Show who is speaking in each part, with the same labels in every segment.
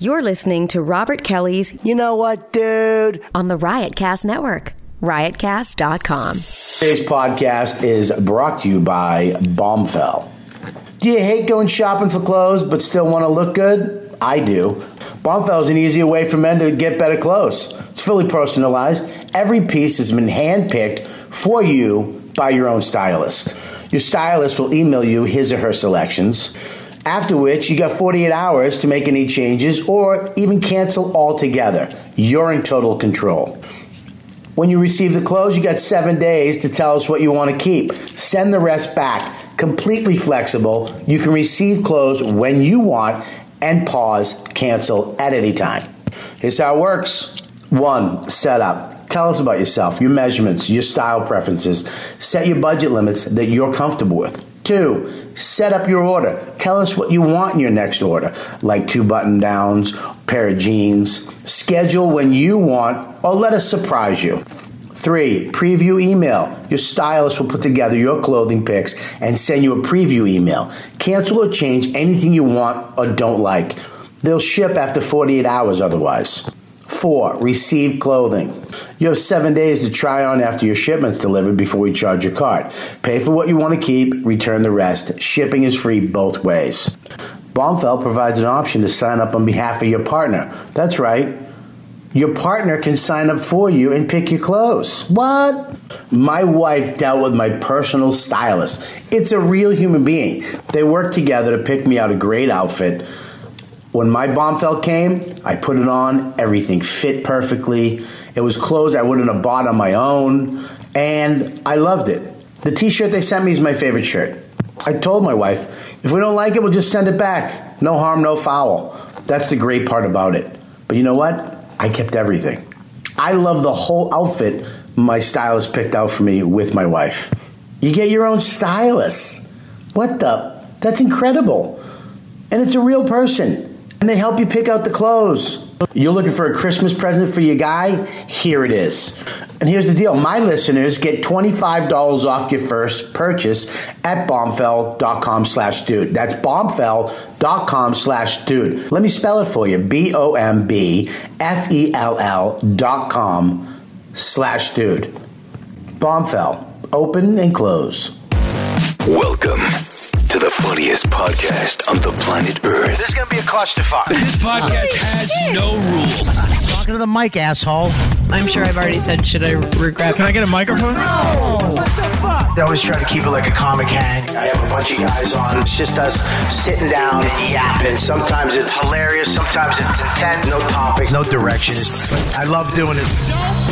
Speaker 1: You're listening to Robert Kelly's
Speaker 2: You know what, dude?
Speaker 1: on the Riotcast Network, riotcast.com.
Speaker 2: Today's podcast is brought to you by Bombfell. Do you hate going shopping for clothes but still want to look good? I do. Bombfell is an easier way for men to get better clothes. It's fully personalized. Every piece has been handpicked for you by your own stylist. Your stylist will email you his or her selections. After which, you got 48 hours to make any changes or even cancel altogether. You're in total control. When you receive the clothes, you got seven days to tell us what you want to keep. Send the rest back. Completely flexible. You can receive clothes when you want and pause, cancel at any time. Here's how it works one, setup. Tell us about yourself, your measurements, your style preferences. Set your budget limits that you're comfortable with. Two, set up your order. Tell us what you want in your next order, like two button downs, pair of jeans. Schedule when you want, or let us surprise you. Three, preview email. Your stylist will put together your clothing picks and send you a preview email. Cancel or change anything you want or don't like. They'll ship after 48 hours otherwise. Four, receive clothing. You have seven days to try on after your shipment's delivered before we charge your cart. Pay for what you want to keep, return the rest. Shipping is free both ways. Bombfell provides an option to sign up on behalf of your partner. That's right. Your partner can sign up for you and pick your clothes. What? My wife dealt with my personal stylist. It's a real human being. They worked together to pick me out a great outfit. When my Bombfell came, I put it on. Everything fit perfectly. It was clothes I wouldn't have bought on my own, and I loved it. The T-shirt they sent me is my favorite shirt. I told my wife, if we don't like it, we'll just send it back. No harm, no foul. That's the great part about it. But you know what? I kept everything. I love the whole outfit my stylist picked out for me with my wife. You get your own stylist. What the? That's incredible and it's a real person. And they help you pick out the clothes. You're looking for a Christmas present for your guy? Here it is. And here's the deal my listeners get $25 off your first purchase at bombfell.com slash dude. That's bombfell.com slash dude. Let me spell it for you B O M B F E L L dot com slash dude. Bombfell. Open and close.
Speaker 3: Welcome to the funniest podcast on the planet Earth.
Speaker 4: This is going to be a clusterfuck.
Speaker 5: This podcast has no rules.
Speaker 2: Talking to the mic, asshole.
Speaker 6: I'm sure I've already said, should I regret?
Speaker 5: Can I get a microphone?
Speaker 4: I always try to keep it like a comic hang. I have a bunch of guys on. It's just us sitting down and yapping. Sometimes it's hilarious. Sometimes it's intent. No topics, no directions. I love doing it.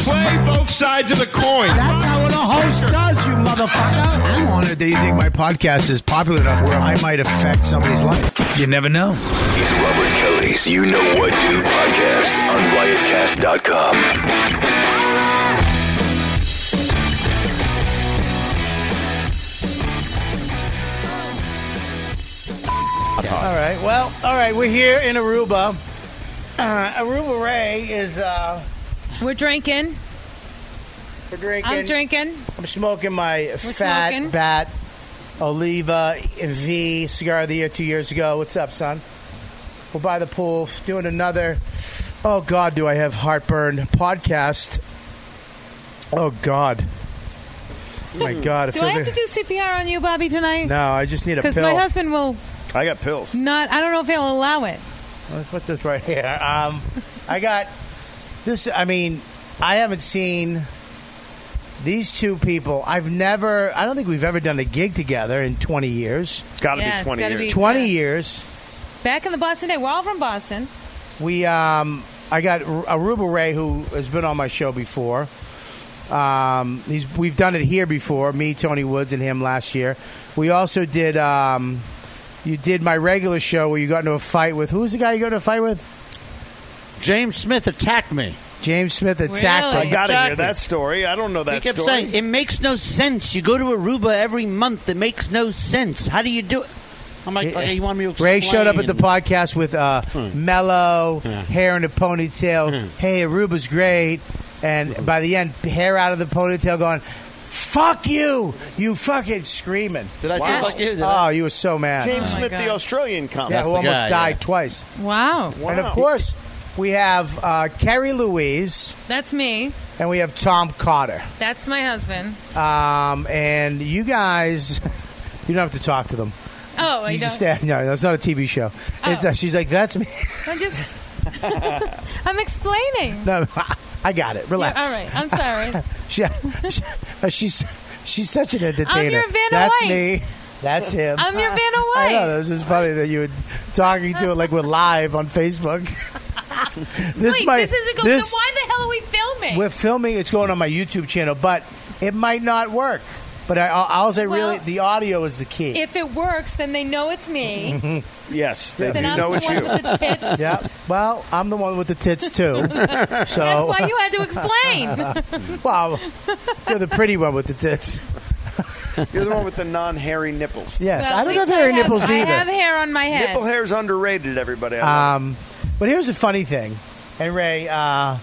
Speaker 5: Play both sides of the coin.
Speaker 7: That's how a host does, you motherfucker. I'm honored that you think my podcast is popular enough where I might affect somebody's life.
Speaker 5: You never know.
Speaker 3: It's Robert Kelly's You Know What Dude podcast on riotcast.com.
Speaker 7: All right. Well, all right. We're here in Aruba. Uh, Aruba Ray is uh,
Speaker 8: We're drinking.
Speaker 7: we're drinking.
Speaker 8: I'm drinking.
Speaker 7: I'm smoking my fat
Speaker 8: smoking.
Speaker 7: bat Oliva V cigar of the year two years ago. What's up, son? We're by the pool doing another. Oh God, do I have heartburn podcast? Oh God. Oh my God. It
Speaker 8: Hmm. Do I
Speaker 7: feels
Speaker 8: have to
Speaker 7: like-
Speaker 8: do CPR on you, Bobby, tonight?
Speaker 7: no, I just need a pill.
Speaker 8: Because my husband will
Speaker 4: I got pills.
Speaker 8: not. I don't know if he'll allow it.
Speaker 7: Let's put this right here. Um, I got this. I mean, I haven't seen these two people. I've never. I don't think we've ever done a gig together in 20 years.
Speaker 4: It's got to
Speaker 8: Yeah, it's
Speaker 4: be 20
Speaker 8: gotta
Speaker 4: years.
Speaker 8: be-
Speaker 7: 20
Speaker 8: Yeah.
Speaker 7: years.
Speaker 8: Back in the Boston day, we're all from Boston.
Speaker 7: We. Um, I got R- Aruba Ray, who has been on my show before. Um, he's, we've done it here before. Me, Tony Woods, and him last year. We also did. Um, you did my regular show where you got into a fight with. Who was the guy you got into a fight with?
Speaker 9: James Smith attacked me.
Speaker 7: James Smith attacked.
Speaker 8: Really?
Speaker 4: I got to hear
Speaker 9: Exactly.
Speaker 4: that story. I don't know that
Speaker 9: he kept
Speaker 4: story.
Speaker 9: saying, "It makes no sense. You go to Aruba every month. It makes no sense. How do you do it?" I'm like, "Okay, you want me to explain?"
Speaker 7: Ray showed up at the podcast with uh, mellow hair in a ponytail. Hey, Aruba's great. And by the end, hair out of the ponytail going, Fuck you! You fucking screaming.
Speaker 10: Did I say
Speaker 8: Wow.
Speaker 10: fuck you? Did I?
Speaker 7: Oh, you were so mad.
Speaker 10: James
Speaker 8: Oh my
Speaker 10: Smith,
Speaker 8: God.
Speaker 10: the Australian comic.
Speaker 7: yeah,
Speaker 9: That's
Speaker 7: who
Speaker 9: the
Speaker 7: almost
Speaker 9: guy,
Speaker 7: died
Speaker 9: yeah.
Speaker 7: twice.
Speaker 8: Wow.
Speaker 10: Wow.
Speaker 7: And of course, we have uh, Carrie Louise
Speaker 8: That's me.
Speaker 7: and we have Tom Carter.
Speaker 8: That's my husband.
Speaker 7: Um, and you guys, you don't have to talk to them.
Speaker 8: Oh, I
Speaker 7: you
Speaker 8: don't. Oh.
Speaker 7: just yeah, no, that's not a TV show. It's, uh, she's like, that's me.
Speaker 8: I'm just. I'm explaining.
Speaker 7: No, I got it.
Speaker 8: Yeah,
Speaker 7: Relax.
Speaker 8: all right. I'm sorry.
Speaker 7: She, she- uh, she's she's such an entertainer.
Speaker 8: your Vanna
Speaker 7: That's
Speaker 8: White.
Speaker 7: me. That's him.
Speaker 8: I'm your Vanna
Speaker 7: I know.
Speaker 8: White.
Speaker 7: This is funny that you were talking to it like we're live on Facebook. this
Speaker 8: Wait,
Speaker 7: might
Speaker 8: this isn't going.
Speaker 7: this
Speaker 8: Then why the hell are we filming?
Speaker 7: we're filming. It's going on my YouTube channel, but it might not work. But I, I'll, I'll say really,
Speaker 8: Well-
Speaker 7: the audio is the key.
Speaker 8: if it works, then they know it's me.
Speaker 10: Yes, they do
Speaker 8: then I'm
Speaker 10: know
Speaker 8: the
Speaker 10: it's
Speaker 8: one
Speaker 10: you.
Speaker 8: with the tits.
Speaker 7: yeah. Well, I'm the one with the tits too.
Speaker 8: That's
Speaker 7: so
Speaker 8: why you had to explain.
Speaker 7: Well, you're the pretty one with the tits.
Speaker 10: You're the one with the non-hairy nipples.
Speaker 7: Yes,
Speaker 8: Well,
Speaker 7: I
Speaker 8: at
Speaker 7: don't have
Speaker 8: least
Speaker 7: hairy nipples
Speaker 8: I
Speaker 7: either.
Speaker 8: have hair on my head.
Speaker 10: Nipple hair's underrated. Everybody.
Speaker 9: Uh,
Speaker 10: I know.
Speaker 7: Um, but here's a funny thing. Hey, Ray, uh,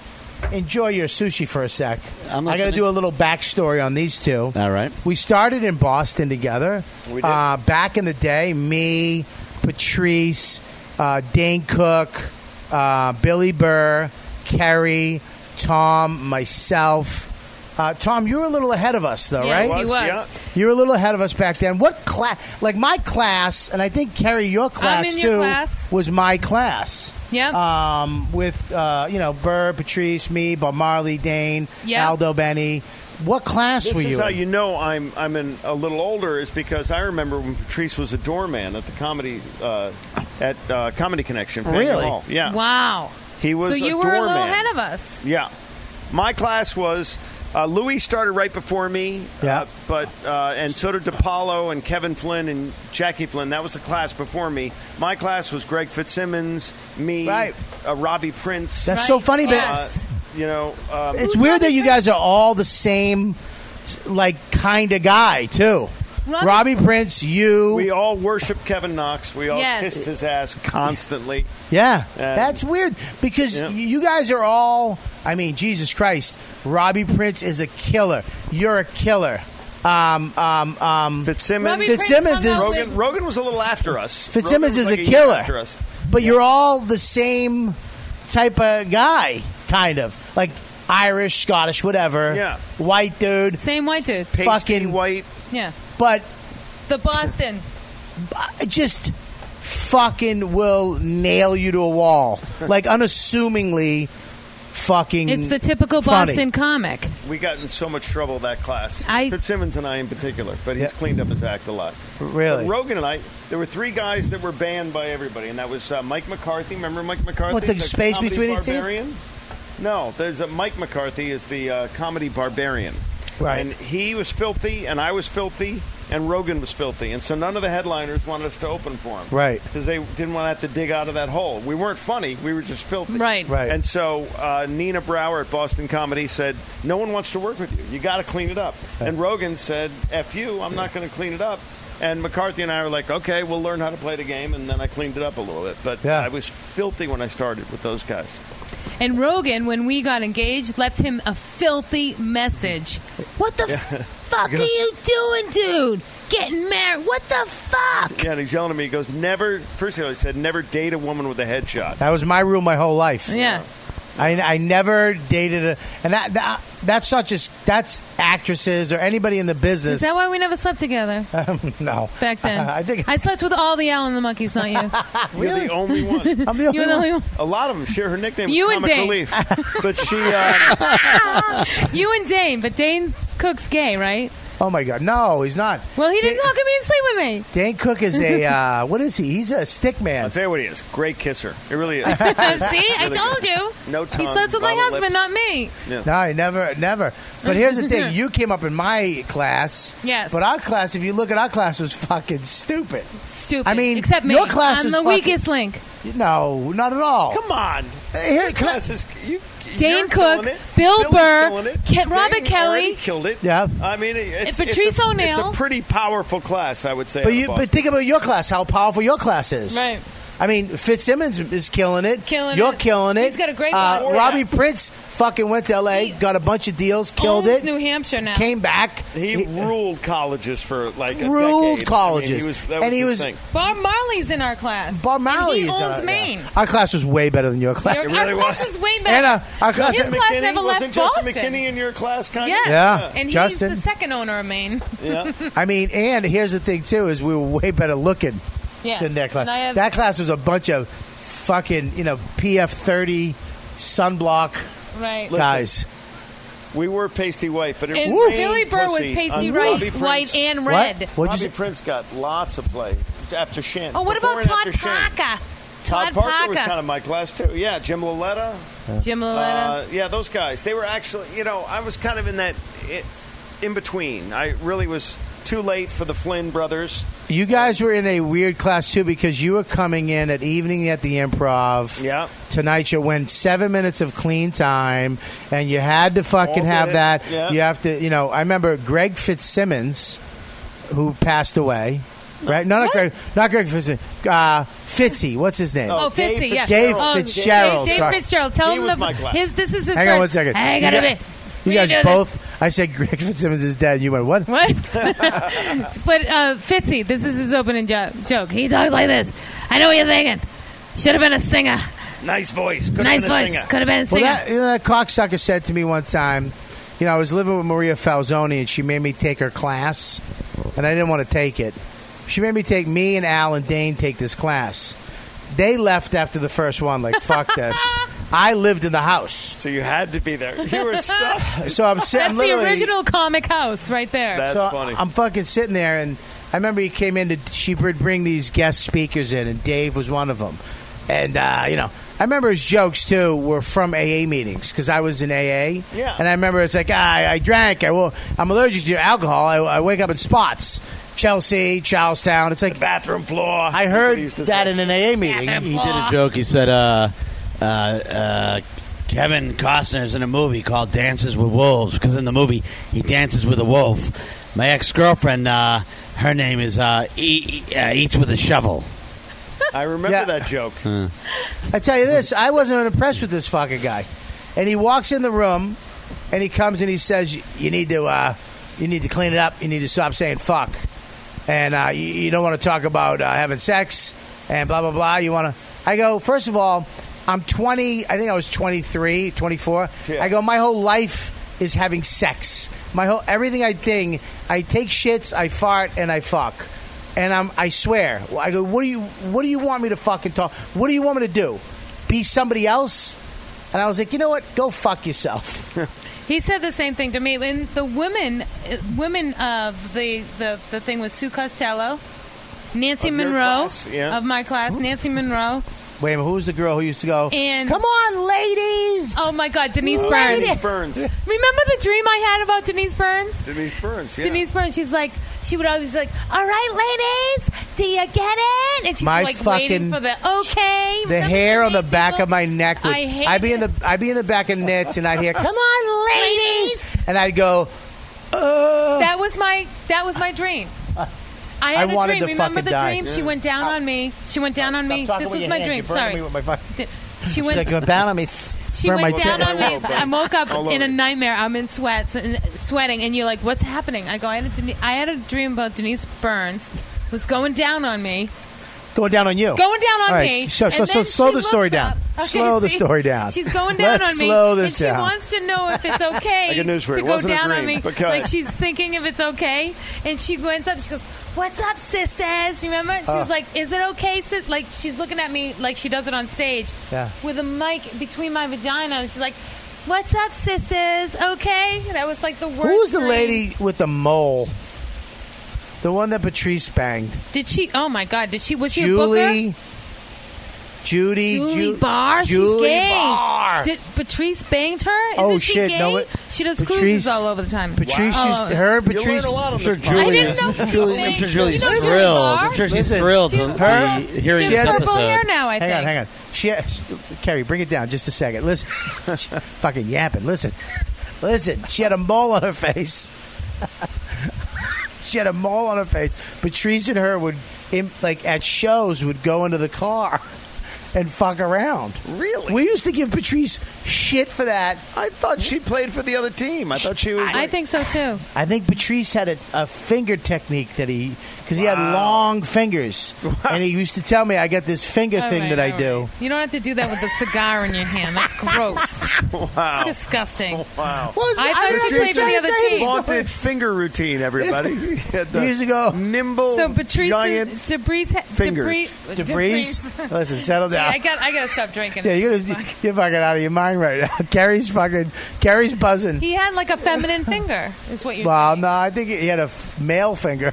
Speaker 7: enjoy your sushi for a sec.
Speaker 9: I'm
Speaker 7: I got to
Speaker 9: listening.
Speaker 7: do a little backstory on these two.
Speaker 9: All right.
Speaker 7: We started in Boston together.
Speaker 10: We did.
Speaker 7: Uh, back in the day, me, Patrice, uh, Dane Cook, uh, Billy Burr, Kerry, Tom, myself. Uh, Tom, you were a little ahead of us, though,
Speaker 8: Yes,
Speaker 7: right?
Speaker 8: he was.
Speaker 10: yeah.
Speaker 7: You were a little ahead of us back then. What class? Like my class, and I think Carrie, your class
Speaker 8: in
Speaker 7: too,
Speaker 8: your class.
Speaker 7: was my class.
Speaker 8: Yep.
Speaker 7: Um, with uh, you know Burr, Patrice, me, Bob Marley, Dane,
Speaker 8: Yep.
Speaker 7: Aldo, Benny. What class
Speaker 10: This
Speaker 7: were
Speaker 10: is
Speaker 7: you?
Speaker 10: how
Speaker 7: in?
Speaker 10: you know I'm I'm an, a little older is because I remember when Patrice was a doorman at the comedy uh, at uh, Comedy Connection. Faneuil
Speaker 7: Really?
Speaker 10: Hall. Yeah.
Speaker 8: wow.
Speaker 10: He was
Speaker 8: So
Speaker 10: a
Speaker 8: you were
Speaker 10: doorman.
Speaker 8: a little ahead of us.
Speaker 10: Yeah. My class was uh, Louis started right before me.
Speaker 7: Yeah.
Speaker 10: Uh, but uh, and so did DePaulo and Kevin Flynn and Jackie Flynn. That was the class before me. My class was Greg Fitzsimmons, me,
Speaker 7: Right.
Speaker 10: uh, Robbie Prince.
Speaker 7: That's so
Speaker 8: Right,
Speaker 7: funny, but
Speaker 10: uh,
Speaker 8: yes.
Speaker 10: you know, um,
Speaker 7: it's weird that you guys are all the same, like kind of guy too.
Speaker 8: Robbie-
Speaker 7: Prince, you,
Speaker 10: we all worship Kevin Knox. We all
Speaker 8: Yes.
Speaker 10: kissed his ass constantly.
Speaker 7: yeah.
Speaker 10: Uh,
Speaker 7: That's weird because
Speaker 10: yeah.
Speaker 7: y you guys are all. I mean, Jesus Christ, Robbie Prince is a killer. You're a killer. Um, um, um,
Speaker 10: Fitzsimmons.
Speaker 8: Robbie
Speaker 7: Fitzsimmons
Speaker 8: Prince hung
Speaker 7: is-
Speaker 8: out
Speaker 10: Rogan, Rogan was a little after us.
Speaker 7: Fitzsimmons
Speaker 10: Rogan was
Speaker 7: is
Speaker 10: like
Speaker 7: a
Speaker 10: a year
Speaker 7: killer.
Speaker 10: After us.
Speaker 7: but you're all the same type of guy, kind of like Irish, Scottish, whatever.
Speaker 10: Yeah.
Speaker 7: white dude,
Speaker 8: with- Same white dude.
Speaker 10: Pasty
Speaker 7: Fucking-
Speaker 10: white.
Speaker 8: Yeah.
Speaker 7: but
Speaker 8: The Boston.
Speaker 7: I just fucking will nail you to a wall, like unassumingly. Fucking,
Speaker 8: It's the typical
Speaker 7: funny.
Speaker 8: Boston comic.
Speaker 10: We got in so much trouble that class.
Speaker 8: I-
Speaker 10: Fitzsimmons and I in particular, but he's cleaned up his act a lot.
Speaker 7: Really?
Speaker 10: But Rogan and I, there were three guys that were banned by everybody, and that was uh, Mike McCarthy. Remember Mike McCarthy?
Speaker 7: What, the space
Speaker 10: comedy
Speaker 7: between his teeth?
Speaker 10: barbarian? No, there's a Mike McCarthy is the uh, comedy barbarian.
Speaker 7: Right.
Speaker 10: And he was filthy, and I was filthy, and Rogan was filthy, and so none of the headliners wanted us to open for him.
Speaker 7: Right.
Speaker 10: Because they didn't want to have to dig out of that hole. We weren't funny; we were just filthy.
Speaker 8: Right.
Speaker 7: Right.
Speaker 10: And so uh, Nina Brower at Boston Comedy said, "No one wants to work with you. You got to clean it up." And Rogan said, "F you. I'm not going to clean it up." And McCarthy and I were like, "Okay, we'll learn how to play the game." And then I cleaned it up a little bit, but
Speaker 7: Yeah.
Speaker 10: I was filthy when I started with those guys.
Speaker 8: And Rogan, when we got engaged, left him a filthy message. What the fuck are you doing, dude? Getting married. What the fuck?
Speaker 10: Yeah, and he's yelling at me. He goes, "Never." First of all, he said, "Never date a woman with a headshot."
Speaker 7: that was my rule my whole life.
Speaker 8: Yeah.
Speaker 7: I, I never dated a, and that, that that's not just that's actresses or anybody in the business.
Speaker 8: Is that why we never slept together
Speaker 7: no,
Speaker 8: back then?
Speaker 7: Uh, I think
Speaker 8: I slept with all the Allen and the monkeys, not you.
Speaker 10: You're the only one.
Speaker 7: I'm the only,
Speaker 8: You were the only
Speaker 7: one.
Speaker 8: one.
Speaker 10: A lot of them share her nickname.
Speaker 8: You
Speaker 10: with
Speaker 8: and
Speaker 10: Comic
Speaker 8: Dane.
Speaker 10: Relief. but she. Uh,
Speaker 8: You and Dane, but Dane Cook's gay, right?
Speaker 7: Oh my god, no, he's not.
Speaker 8: Well, he didn't
Speaker 7: Dan-
Speaker 8: know. Come here and sleep with me.
Speaker 7: Dan Cook is a uh, what is he? He's a stick
Speaker 10: I'll
Speaker 7: man.
Speaker 10: tell you what he is. Great kisser. It really is.
Speaker 8: See, I
Speaker 10: Really
Speaker 8: told
Speaker 10: good.
Speaker 8: you.
Speaker 10: No
Speaker 8: He
Speaker 10: tongue,
Speaker 8: slept with my
Speaker 10: bottle lips.
Speaker 8: husband, not me.
Speaker 7: No, I never, never. But here's the thing: you came up in my class.
Speaker 8: Yes.
Speaker 7: But our class, if you look at our class, was fucking stupid.
Speaker 8: Stupid.
Speaker 7: I mean,
Speaker 8: except me.
Speaker 7: your class
Speaker 8: I'm
Speaker 7: is
Speaker 8: the
Speaker 7: fucking-
Speaker 8: weakest link.
Speaker 7: No, not at all.
Speaker 10: Come on.
Speaker 7: Here, can I-
Speaker 10: Class is- you-
Speaker 8: Dane
Speaker 10: you're
Speaker 8: Cook,
Speaker 10: killing it.
Speaker 8: Bill
Speaker 10: Bill's
Speaker 8: Burr,
Speaker 10: killing it.
Speaker 8: Ke-
Speaker 10: Dane
Speaker 8: Robert
Speaker 10: already
Speaker 8: Kelly.
Speaker 10: killed it.
Speaker 7: Yeah.
Speaker 10: I mean, it's,
Speaker 8: And Patrice
Speaker 10: it's a,
Speaker 8: O'Neill.
Speaker 10: It's a pretty powerful class, I would say.
Speaker 7: but
Speaker 10: out of
Speaker 7: you, but
Speaker 10: Boston.
Speaker 7: think about your class, how powerful your class is. I mean, Fitzsimmons is killing it.
Speaker 8: Killing
Speaker 7: You're
Speaker 8: it.
Speaker 7: killing it.
Speaker 8: He's got a great
Speaker 7: uh,
Speaker 8: body.
Speaker 7: Robbie Prince fucking went to L.A., got a bunch of deals, killed
Speaker 8: Owns
Speaker 7: it.
Speaker 8: New Hampshire now.
Speaker 7: Came back.
Speaker 10: He ruled colleges for like a
Speaker 7: Ruled
Speaker 10: decade. I mean,
Speaker 7: colleges.
Speaker 10: he was, that
Speaker 7: And
Speaker 10: was
Speaker 7: he
Speaker 10: his
Speaker 7: was-
Speaker 10: thing.
Speaker 8: Bob Marley's in our class.
Speaker 7: Bob Marley
Speaker 8: And
Speaker 7: is
Speaker 8: he owns
Speaker 7: our-
Speaker 8: Maine.
Speaker 7: uh, Our class was way better than your class.
Speaker 8: Your- our class is way better.
Speaker 7: Anna, our class.
Speaker 8: His class
Speaker 10: McKinney?
Speaker 8: never left
Speaker 10: Wasn't Justin
Speaker 8: Boston.
Speaker 10: McKinney in your class kind
Speaker 8: Yes.
Speaker 10: of?
Speaker 7: Yeah.
Speaker 8: And he's
Speaker 7: Justin.
Speaker 8: the second owner of Maine.
Speaker 10: Yeah.
Speaker 7: I mean, and here's the thing too: is we were way better looking
Speaker 8: Yes.
Speaker 7: than their class.
Speaker 8: And I have-
Speaker 7: that class was a bunch of fucking, you know, PF thirty sunblock
Speaker 8: Right.
Speaker 7: guys.
Speaker 10: We were pasty white, but it
Speaker 8: And
Speaker 10: rained
Speaker 8: Billy Burr was
Speaker 10: pussy
Speaker 8: pasty
Speaker 10: on
Speaker 8: right,
Speaker 10: Robbie
Speaker 8: white,
Speaker 10: Prince.
Speaker 8: and red.
Speaker 7: What? What'd
Speaker 10: Robbie
Speaker 7: you say?
Speaker 10: Prince got lots of play after Shin.
Speaker 8: Oh, what
Speaker 10: Before
Speaker 8: about
Speaker 10: and
Speaker 8: Todd
Speaker 10: after Shin.
Speaker 8: Parker?
Speaker 10: Todd,
Speaker 8: Todd
Speaker 10: Parker, was
Speaker 8: Parker.
Speaker 10: kind of my class too. Yeah, Jim Laletta.
Speaker 8: Jim
Speaker 10: Uh,
Speaker 8: Loretta.
Speaker 10: yeah, those guys. They were actually, you know, I was kind of in that i in between. I really was too late for the Flynn brothers.
Speaker 7: You guys were in a weird class too because you were coming in at evening at the improv.
Speaker 10: Yeah.
Speaker 7: Tonight you went seven minutes of clean time and you had to fucking
Speaker 10: All
Speaker 7: have
Speaker 10: good.
Speaker 7: that.
Speaker 10: Yeah.
Speaker 7: You have to you know, I remember Greg Fitzsimmons who passed away. Right? No, not
Speaker 8: What?
Speaker 7: Greg not Greg Fitzsimmons. Uh Fitzy, what's his name?
Speaker 8: Oh,
Speaker 10: Oh, Dave
Speaker 8: Fitzy, yes.
Speaker 7: Dave
Speaker 8: Oh,
Speaker 7: Fitzgerald,
Speaker 8: Dave, Dave
Speaker 7: sorry.
Speaker 8: Fitzgerald. Tell
Speaker 10: He
Speaker 8: him
Speaker 10: was
Speaker 8: the,
Speaker 10: my class.
Speaker 8: his, this is his
Speaker 7: Hang on one second.
Speaker 8: I got
Speaker 7: You
Speaker 8: a
Speaker 7: got-
Speaker 8: bit.
Speaker 7: You guys both I said Greg Fitzsimmons is dead and you went, What?
Speaker 8: What? but uh, Fitzy, this is his opening jo- joke. He talks like this. I know what you're thinking. Should have been a singer.
Speaker 10: Nice voice. Good
Speaker 8: nice
Speaker 10: for the
Speaker 8: voice.
Speaker 10: singer.
Speaker 8: Could have been a
Speaker 7: Well,
Speaker 8: singer.
Speaker 7: that, you know, that cocksucker said to me one time, you know, I was living with Maria Falzoni and she made me take her class, and I didn't want to take it. She made me take me and Al and Dane take this class. They left after the first one, like fuck this. I lived in the house,
Speaker 10: So you had to be there. You were stuck.
Speaker 7: so I'm sitting.
Speaker 8: That's the
Speaker 7: literally-
Speaker 8: original comic house right there.
Speaker 10: That's
Speaker 7: so um,
Speaker 10: funny.
Speaker 7: I'm fucking sitting there, and I remember he came in to she would bring these guest speakers in, and Dave was one of them. And uh, you know, I remember his jokes too were from AA meetings because I was in AA.
Speaker 10: Yeah.
Speaker 7: And I remember it's like "Ah, I, I drank. I will. I'm allergic to alcohol. I, I wake up in spots. Chelsea, Charlestown. It's like
Speaker 10: Bathroom floor.
Speaker 7: I
Speaker 10: That's what he
Speaker 7: heard
Speaker 10: used to
Speaker 7: that
Speaker 10: say.
Speaker 7: in an AA meeting.
Speaker 9: He did a joke. He said, uh, uh, uh, Kevin Costner's in a movie called Dances with Wolves because in the movie he dances with a wolf. My ex girlfriend, uh, her name is uh, e- E- uh, Eats with a Shovel.
Speaker 10: I remember
Speaker 7: Yeah.
Speaker 10: that joke.
Speaker 7: I tell you this, I wasn't impressed with this fucking guy. And he walks in the room, and he comes and he says, "You need to, uh, you need to clean it up. You need to stop saying fuck, and uh, you, you don't want to talk about uh, having sex and blah blah blah. You want to." I go, first of all, I'm 20. I think I was 23, 24.
Speaker 10: Yeah.
Speaker 7: I go, my whole life is having sex. My whole everything I think, I take shits, I fart, and I fuck. And I'm, I swear, I go, what do you, what do you want me to fucking talk? What do you want me to do? Be somebody else? And I was like, you know what? Go fuck yourself.
Speaker 8: He said the same thing to me. And the women, uh, women of the the, the thing was Sue Costello, Nancy
Speaker 10: Of your
Speaker 8: Monroe
Speaker 10: class, yeah.
Speaker 8: of my class, Nancy Monroe.
Speaker 7: Wait a minute, who was the girl who used to go?
Speaker 8: And-
Speaker 7: Come on, ladies.
Speaker 8: Oh my God, Denise Burns.
Speaker 10: Denise Burns.
Speaker 8: Remember the dream I had about Denise Burns?
Speaker 10: Denise Burns. Yeah.
Speaker 8: Denise Burns, she's like, she would always like, all right, ladies, do you get it? And she's
Speaker 7: My
Speaker 8: like
Speaker 7: fucking-
Speaker 8: waiting for the okay.
Speaker 7: The
Speaker 8: Remember
Speaker 7: hair on the
Speaker 8: made
Speaker 7: back
Speaker 8: people-
Speaker 7: of my neck. Would,
Speaker 8: I hate
Speaker 7: I'd be in
Speaker 8: it.
Speaker 7: the, I'd be in the back of nets, and I'd hear, "Come on, ladies," and I'd go, "Oh."
Speaker 8: That was my that was my dream.
Speaker 7: I
Speaker 8: I had a
Speaker 7: wanted
Speaker 8: dream.
Speaker 7: to
Speaker 8: Remember
Speaker 7: fucking
Speaker 8: the
Speaker 7: die.
Speaker 8: dream? She went down on me. She went down on me.
Speaker 7: Uh, Stop talking
Speaker 8: This
Speaker 7: with
Speaker 8: was
Speaker 7: your
Speaker 8: my
Speaker 7: hands.
Speaker 8: dream.
Speaker 7: You're burning
Speaker 8: Sorry.
Speaker 7: me with my fucking-
Speaker 8: Th- She
Speaker 7: She's
Speaker 8: went.
Speaker 7: like, go down on me.
Speaker 8: She
Speaker 7: Burn my
Speaker 8: went
Speaker 7: tit."
Speaker 8: down on me.
Speaker 10: over.
Speaker 8: I woke up
Speaker 10: Oh, All
Speaker 8: in
Speaker 10: over.
Speaker 8: a nightmare. I'm in sweats and sweating, and you're like, "What's happening?" I go, "I had a, Deni- I had a dream about Denise Burns was going down on me,
Speaker 7: Going down on you.
Speaker 8: going down on
Speaker 7: All right,
Speaker 8: me."
Speaker 7: So, so,
Speaker 8: and
Speaker 7: so
Speaker 8: then
Speaker 7: slow
Speaker 8: she
Speaker 7: the story
Speaker 8: looks
Speaker 7: down.
Speaker 8: up. Okay,
Speaker 7: slow the
Speaker 8: see?
Speaker 7: story down.
Speaker 8: She's going down
Speaker 7: Let's
Speaker 8: on me.
Speaker 7: Slow this
Speaker 8: and
Speaker 7: down.
Speaker 8: She wants to know if it's okay
Speaker 10: I got news for you.
Speaker 8: to
Speaker 10: It
Speaker 8: go
Speaker 10: wasn't a
Speaker 8: down on
Speaker 10: dream,
Speaker 8: me.
Speaker 10: but go
Speaker 8: Like
Speaker 10: ahead.
Speaker 8: she's thinking if it's okay, and she goes up. She goes, "What's up, sisters?" Remember, she
Speaker 7: Ah.
Speaker 8: was like, "Is it okay?" Sis? Like she's looking at me like she does it on stage
Speaker 7: Yeah.
Speaker 8: with a mic between my vagina, and she's like. What's up, sisters? Okay, that was like the worst.
Speaker 7: Who was the
Speaker 8: dream.
Speaker 7: lady with the mole? The one that Patrice banged.
Speaker 8: Did she? Oh my God! Did she? Was she a booker?
Speaker 7: Julie. Judy.
Speaker 8: Julie
Speaker 7: Ju-
Speaker 8: Barr.
Speaker 7: Julie
Speaker 8: She's gay.
Speaker 7: Barr.
Speaker 8: Did Patrice banged her? Isn't
Speaker 7: Oh,
Speaker 8: she
Speaker 7: shit,
Speaker 8: Gay?
Speaker 7: no, it-
Speaker 8: she does
Speaker 7: Patrice-
Speaker 8: cruises all over the time. Oh,
Speaker 7: Patrice,
Speaker 8: All
Speaker 7: is,
Speaker 8: over.
Speaker 7: her, and
Speaker 10: You
Speaker 7: Patrice.
Speaker 10: learn a lot on
Speaker 9: sure
Speaker 10: this
Speaker 9: Julie
Speaker 8: I didn't
Speaker 9: is-
Speaker 8: know people
Speaker 9: Julie- I'm sure
Speaker 8: think-
Speaker 9: Julie's
Speaker 8: You know Julie
Speaker 9: thrilled.
Speaker 8: Barr?
Speaker 9: I'm sure she's
Speaker 7: Listen,
Speaker 9: thrilled
Speaker 7: she's-
Speaker 9: to be
Speaker 7: her-
Speaker 9: hearing
Speaker 8: She
Speaker 9: this
Speaker 7: she
Speaker 8: has
Speaker 7: had-
Speaker 8: purple
Speaker 9: episode.
Speaker 8: hair now, I
Speaker 7: Hang
Speaker 8: think.
Speaker 7: on, hang on. She has, Carrie, bring it down just a second. Listen, She- fucking yapping. Listen, listen. She had a mole on her face. she had a mole on her face. Patrice and her would in, like at shows would go into the car and fuck around. Really? We used to give Patrice shit for that. I thought she played for the other team. I thought she was.
Speaker 8: I think so too.
Speaker 7: I think Patrice had a, a finger technique that he because he had long fingers, and he used to tell me I got this finger
Speaker 8: All
Speaker 7: thing
Speaker 8: right,
Speaker 7: that I
Speaker 8: all
Speaker 7: do.
Speaker 8: right. You don't have to do that with a cigar in your hand. That's gross.
Speaker 10: Wow.
Speaker 8: It's disgusting.
Speaker 10: Wow.
Speaker 8: I thought you played for the other team.
Speaker 10: Haunted finger routine, everybody. He had the
Speaker 7: Years ago,
Speaker 10: nimble,
Speaker 8: So Patrice,
Speaker 10: giant
Speaker 8: Debris, ha-
Speaker 10: fingers.
Speaker 8: Debris,
Speaker 7: Debris, listen, settle
Speaker 8: Yeah,
Speaker 7: down.
Speaker 8: I got. I gotta stop drinking.
Speaker 7: Yeah, you're, gonna, you're fucking out of your mind right now. Gary's fucking, Gary's buzzing.
Speaker 8: He had like a feminine finger. Is what you're
Speaker 7: Well, no, I think he had a f- male finger.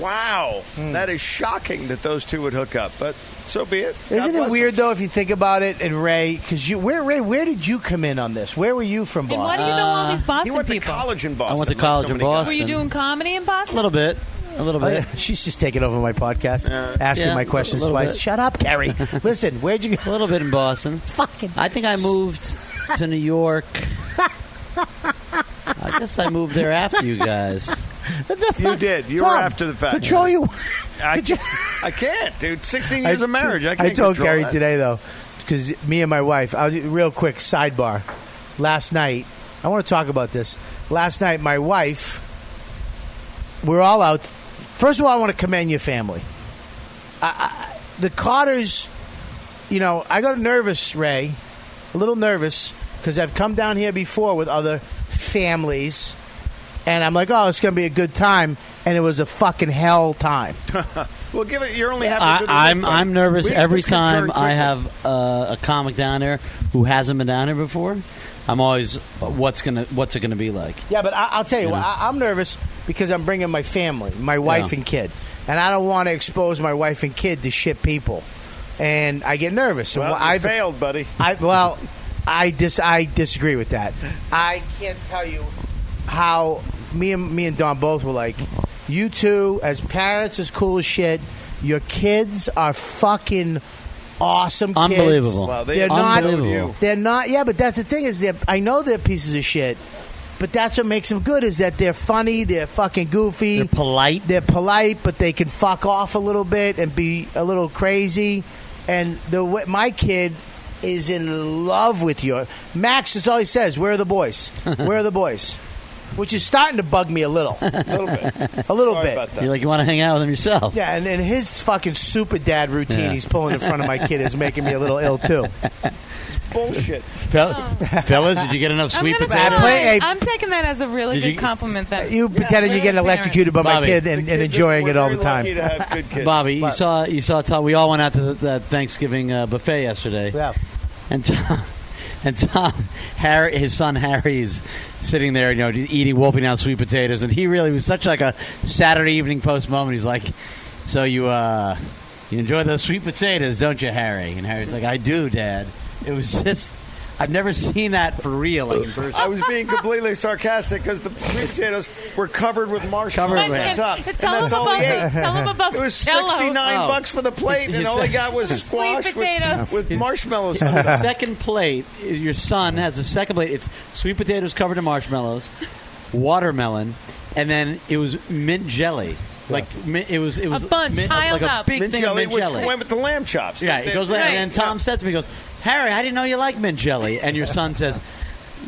Speaker 10: Wow.
Speaker 7: Hmm.
Speaker 10: That is shocking that those two would hook up, but so be it. God
Speaker 7: Isn't it
Speaker 10: bless
Speaker 7: weird though if you think about it? And Ray, because you, where Ray, where did you come in on this? Where were you from,
Speaker 8: And why
Speaker 7: Boston?
Speaker 8: do you know all these
Speaker 10: He
Speaker 8: Boston
Speaker 10: went to
Speaker 8: people?
Speaker 10: college in Boston.
Speaker 9: I went to
Speaker 10: like
Speaker 9: college
Speaker 10: so
Speaker 9: in
Speaker 10: many guys.
Speaker 9: Boston.
Speaker 8: Were you doing comedy in
Speaker 9: A
Speaker 8: Boston?
Speaker 9: little bit. A little
Speaker 7: Oh,
Speaker 9: bit.
Speaker 7: yeah, She's just taking over my podcast, asking
Speaker 9: Yeah,
Speaker 7: my questions
Speaker 9: a little
Speaker 7: twice.
Speaker 9: bit.
Speaker 7: Shut up, Gary. Listen, where'd you
Speaker 9: A
Speaker 7: go?
Speaker 9: little bit in Boston.
Speaker 7: Fucking.
Speaker 9: I think I moved to New York. I guess I moved there after you guys.
Speaker 7: What the
Speaker 10: You
Speaker 7: fuck?
Speaker 10: did. You were
Speaker 7: Tom,
Speaker 10: after the fact.
Speaker 7: Control you.
Speaker 10: I, I can't, dude. 16 years of marriage. I can't
Speaker 7: told
Speaker 10: control
Speaker 7: Gary
Speaker 10: that.
Speaker 7: today though, because me and my wife. I'll do- real quick sidebar. Last night, I want to talk about this. Last night, my wife. We're all out. First of all, I want to commend your family. I, I, the Carters. You know, I got nervous, Ray. A little nervous because I've come down here before with other families, and I'm like, oh, it's going to be a good time, and it was a fucking hell time.
Speaker 10: Well, give it. You're only happy.
Speaker 9: I,
Speaker 10: good
Speaker 9: I'm
Speaker 10: luck, buddy.
Speaker 9: I'm nervous
Speaker 10: We-
Speaker 9: every
Speaker 10: this could turn
Speaker 9: time I
Speaker 10: quickly.
Speaker 9: have uh, a comic down there who hasn't been down here before. I'm always uh, what's gonna what's it gonna be like?
Speaker 7: Yeah, but I, I'll tell you,
Speaker 9: You
Speaker 7: what,
Speaker 9: know?
Speaker 7: I, I'm nervous because I'm bringing my family, my wife
Speaker 9: Yeah.
Speaker 7: and kid, and I don't want to expose my wife and kid to shit people, and I get nervous. And
Speaker 10: Well,
Speaker 7: wh-
Speaker 10: you
Speaker 7: I've-
Speaker 10: failed, buddy.
Speaker 7: I well, I dis I disagree with that. I can't tell you how me and me and Don both were like, you two as parents is cool as shit. Your kids are fucking awesome. kids.
Speaker 9: Unbelievable.
Speaker 10: Wow, they
Speaker 7: they're not.
Speaker 9: Unbelievable.
Speaker 10: You.
Speaker 7: They're not. Yeah, but that's the thing is, they're, I know they're pieces of shit. But that's what makes them good is that they're funny, they're fucking goofy,
Speaker 9: They're polite.
Speaker 7: they're polite, but they can fuck off a little bit and be a little crazy. And the way, my kid is in love with you. Max is all he says. Where are the boys? Where are the boys? Which is starting to bug me a little,
Speaker 10: A little bit.
Speaker 7: a little
Speaker 10: Sorry
Speaker 7: bit.
Speaker 10: about that.
Speaker 9: You're like you want to hang out with them yourself.
Speaker 7: Yeah, and, and his fucking super dad routine
Speaker 9: Yeah.
Speaker 7: he's pulling in front of my kid is making me a little ill too.
Speaker 10: Bullshit.
Speaker 9: Fel- fellas, did you get enough
Speaker 8: Oh. I'm
Speaker 9: sweet
Speaker 8: gonna
Speaker 9: potato?
Speaker 8: try.
Speaker 7: Play a-
Speaker 8: I'm taking that as a really
Speaker 9: Did
Speaker 8: good
Speaker 9: you-
Speaker 8: compliment. That
Speaker 7: You pretended
Speaker 8: really
Speaker 7: you're getting electrocuted by my
Speaker 9: Bobby.
Speaker 7: kid and,
Speaker 10: The
Speaker 7: and
Speaker 10: kids-
Speaker 7: enjoying
Speaker 10: we're
Speaker 7: it all the
Speaker 10: very
Speaker 7: time.
Speaker 10: Lucky to have good kids.
Speaker 9: Bobby, you
Speaker 7: What?
Speaker 9: saw you saw Tom. We all went out to the, the Thanksgiving uh, buffet yesterday.
Speaker 7: Yeah.
Speaker 9: And Tom, and Tom, Harry, his son Harry is sitting there, you know, eating, wolfing down sweet potatoes, and he really was such like a Saturday Evening Post moment. He's like, "So you, uh, you enjoy those sweet potatoes, don't you, Harry?" And Harry's like, "I do, Dad." It was just, I've never seen that for real. Like, in person.
Speaker 10: I was being completely sarcastic because the sweet potatoes were covered with marshmallows
Speaker 9: Covered with-
Speaker 10: on top, and
Speaker 8: Tell him
Speaker 10: that's all
Speaker 8: about
Speaker 10: he
Speaker 8: the.
Speaker 10: ate.
Speaker 8: Tell him about
Speaker 10: It was
Speaker 8: the Jell-O.
Speaker 10: sixty-nine
Speaker 9: Oh.
Speaker 10: bucks for the plate, and all he got was squash
Speaker 8: potatoes.
Speaker 10: with, with marshmallows. on
Speaker 9: the
Speaker 10: top.
Speaker 9: second plate, your son has a second plate. It's sweet potatoes covered in marshmallows, watermelon, and then it was mint jelly. Like mi- it was, it was
Speaker 8: bunch
Speaker 9: mint,
Speaker 8: piled
Speaker 9: like a
Speaker 8: up.
Speaker 9: big
Speaker 10: Mint
Speaker 9: thing
Speaker 10: jelly,
Speaker 9: of mint
Speaker 10: which
Speaker 9: jelly.
Speaker 10: went with the lamb chops.
Speaker 9: yeah,
Speaker 10: They-
Speaker 9: it goes
Speaker 10: they-
Speaker 9: like,
Speaker 8: Right.
Speaker 9: and then Tom said to me, he "Goes, Harry, I didn't know you like mint jelly." And your son says.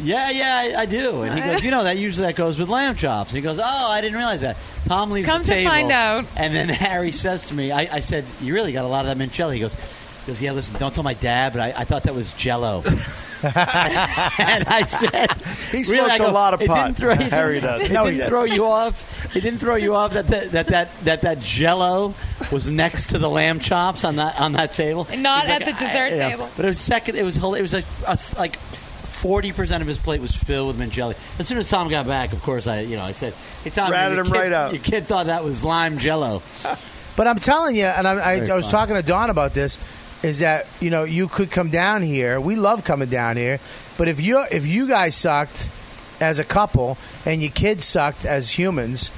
Speaker 9: Yeah, yeah, I, I do. And he goes, you know, that usually that goes with lamb chops. And he goes, oh, I didn't realize that. Tom leaves
Speaker 8: Come
Speaker 9: the
Speaker 8: to
Speaker 9: table,
Speaker 8: find out.
Speaker 9: and then Harry says to me, I, I said, you really got a lot of that mint jelly. He goes, he goes, yeah, listen, don't tell my dad, but I, I thought that was Jello. and I said,
Speaker 10: He smokes
Speaker 9: really, I
Speaker 10: a
Speaker 9: go,
Speaker 10: lot of
Speaker 9: it
Speaker 10: pot.
Speaker 9: Didn't throw, it
Speaker 10: Harry
Speaker 9: didn't-
Speaker 10: does.
Speaker 9: It
Speaker 10: No, he
Speaker 9: didn't
Speaker 10: does.
Speaker 9: throw you off. It didn't throw you off that that that that that, that Jello was next to the lamb chops on that on that table.
Speaker 8: Not
Speaker 9: He's
Speaker 8: at the dessert
Speaker 9: yeah.
Speaker 8: table.
Speaker 9: But it was second. It was hel- it was like a, th- like forty percent of his plate was filled with mint jelly. As soon as Tom got back, of course, I you know I said, "Hey Tom,
Speaker 10: Ratted
Speaker 9: your
Speaker 10: him
Speaker 9: kid-
Speaker 10: right out.
Speaker 9: Your kid thought that was lime Jello.
Speaker 7: But I'm telling you, and I, I, I was
Speaker 9: fun.
Speaker 7: talking to Don about this, is that you know you could come down here. We love coming down here, but if you if you guys sucked as a couple and your kids sucked as humans,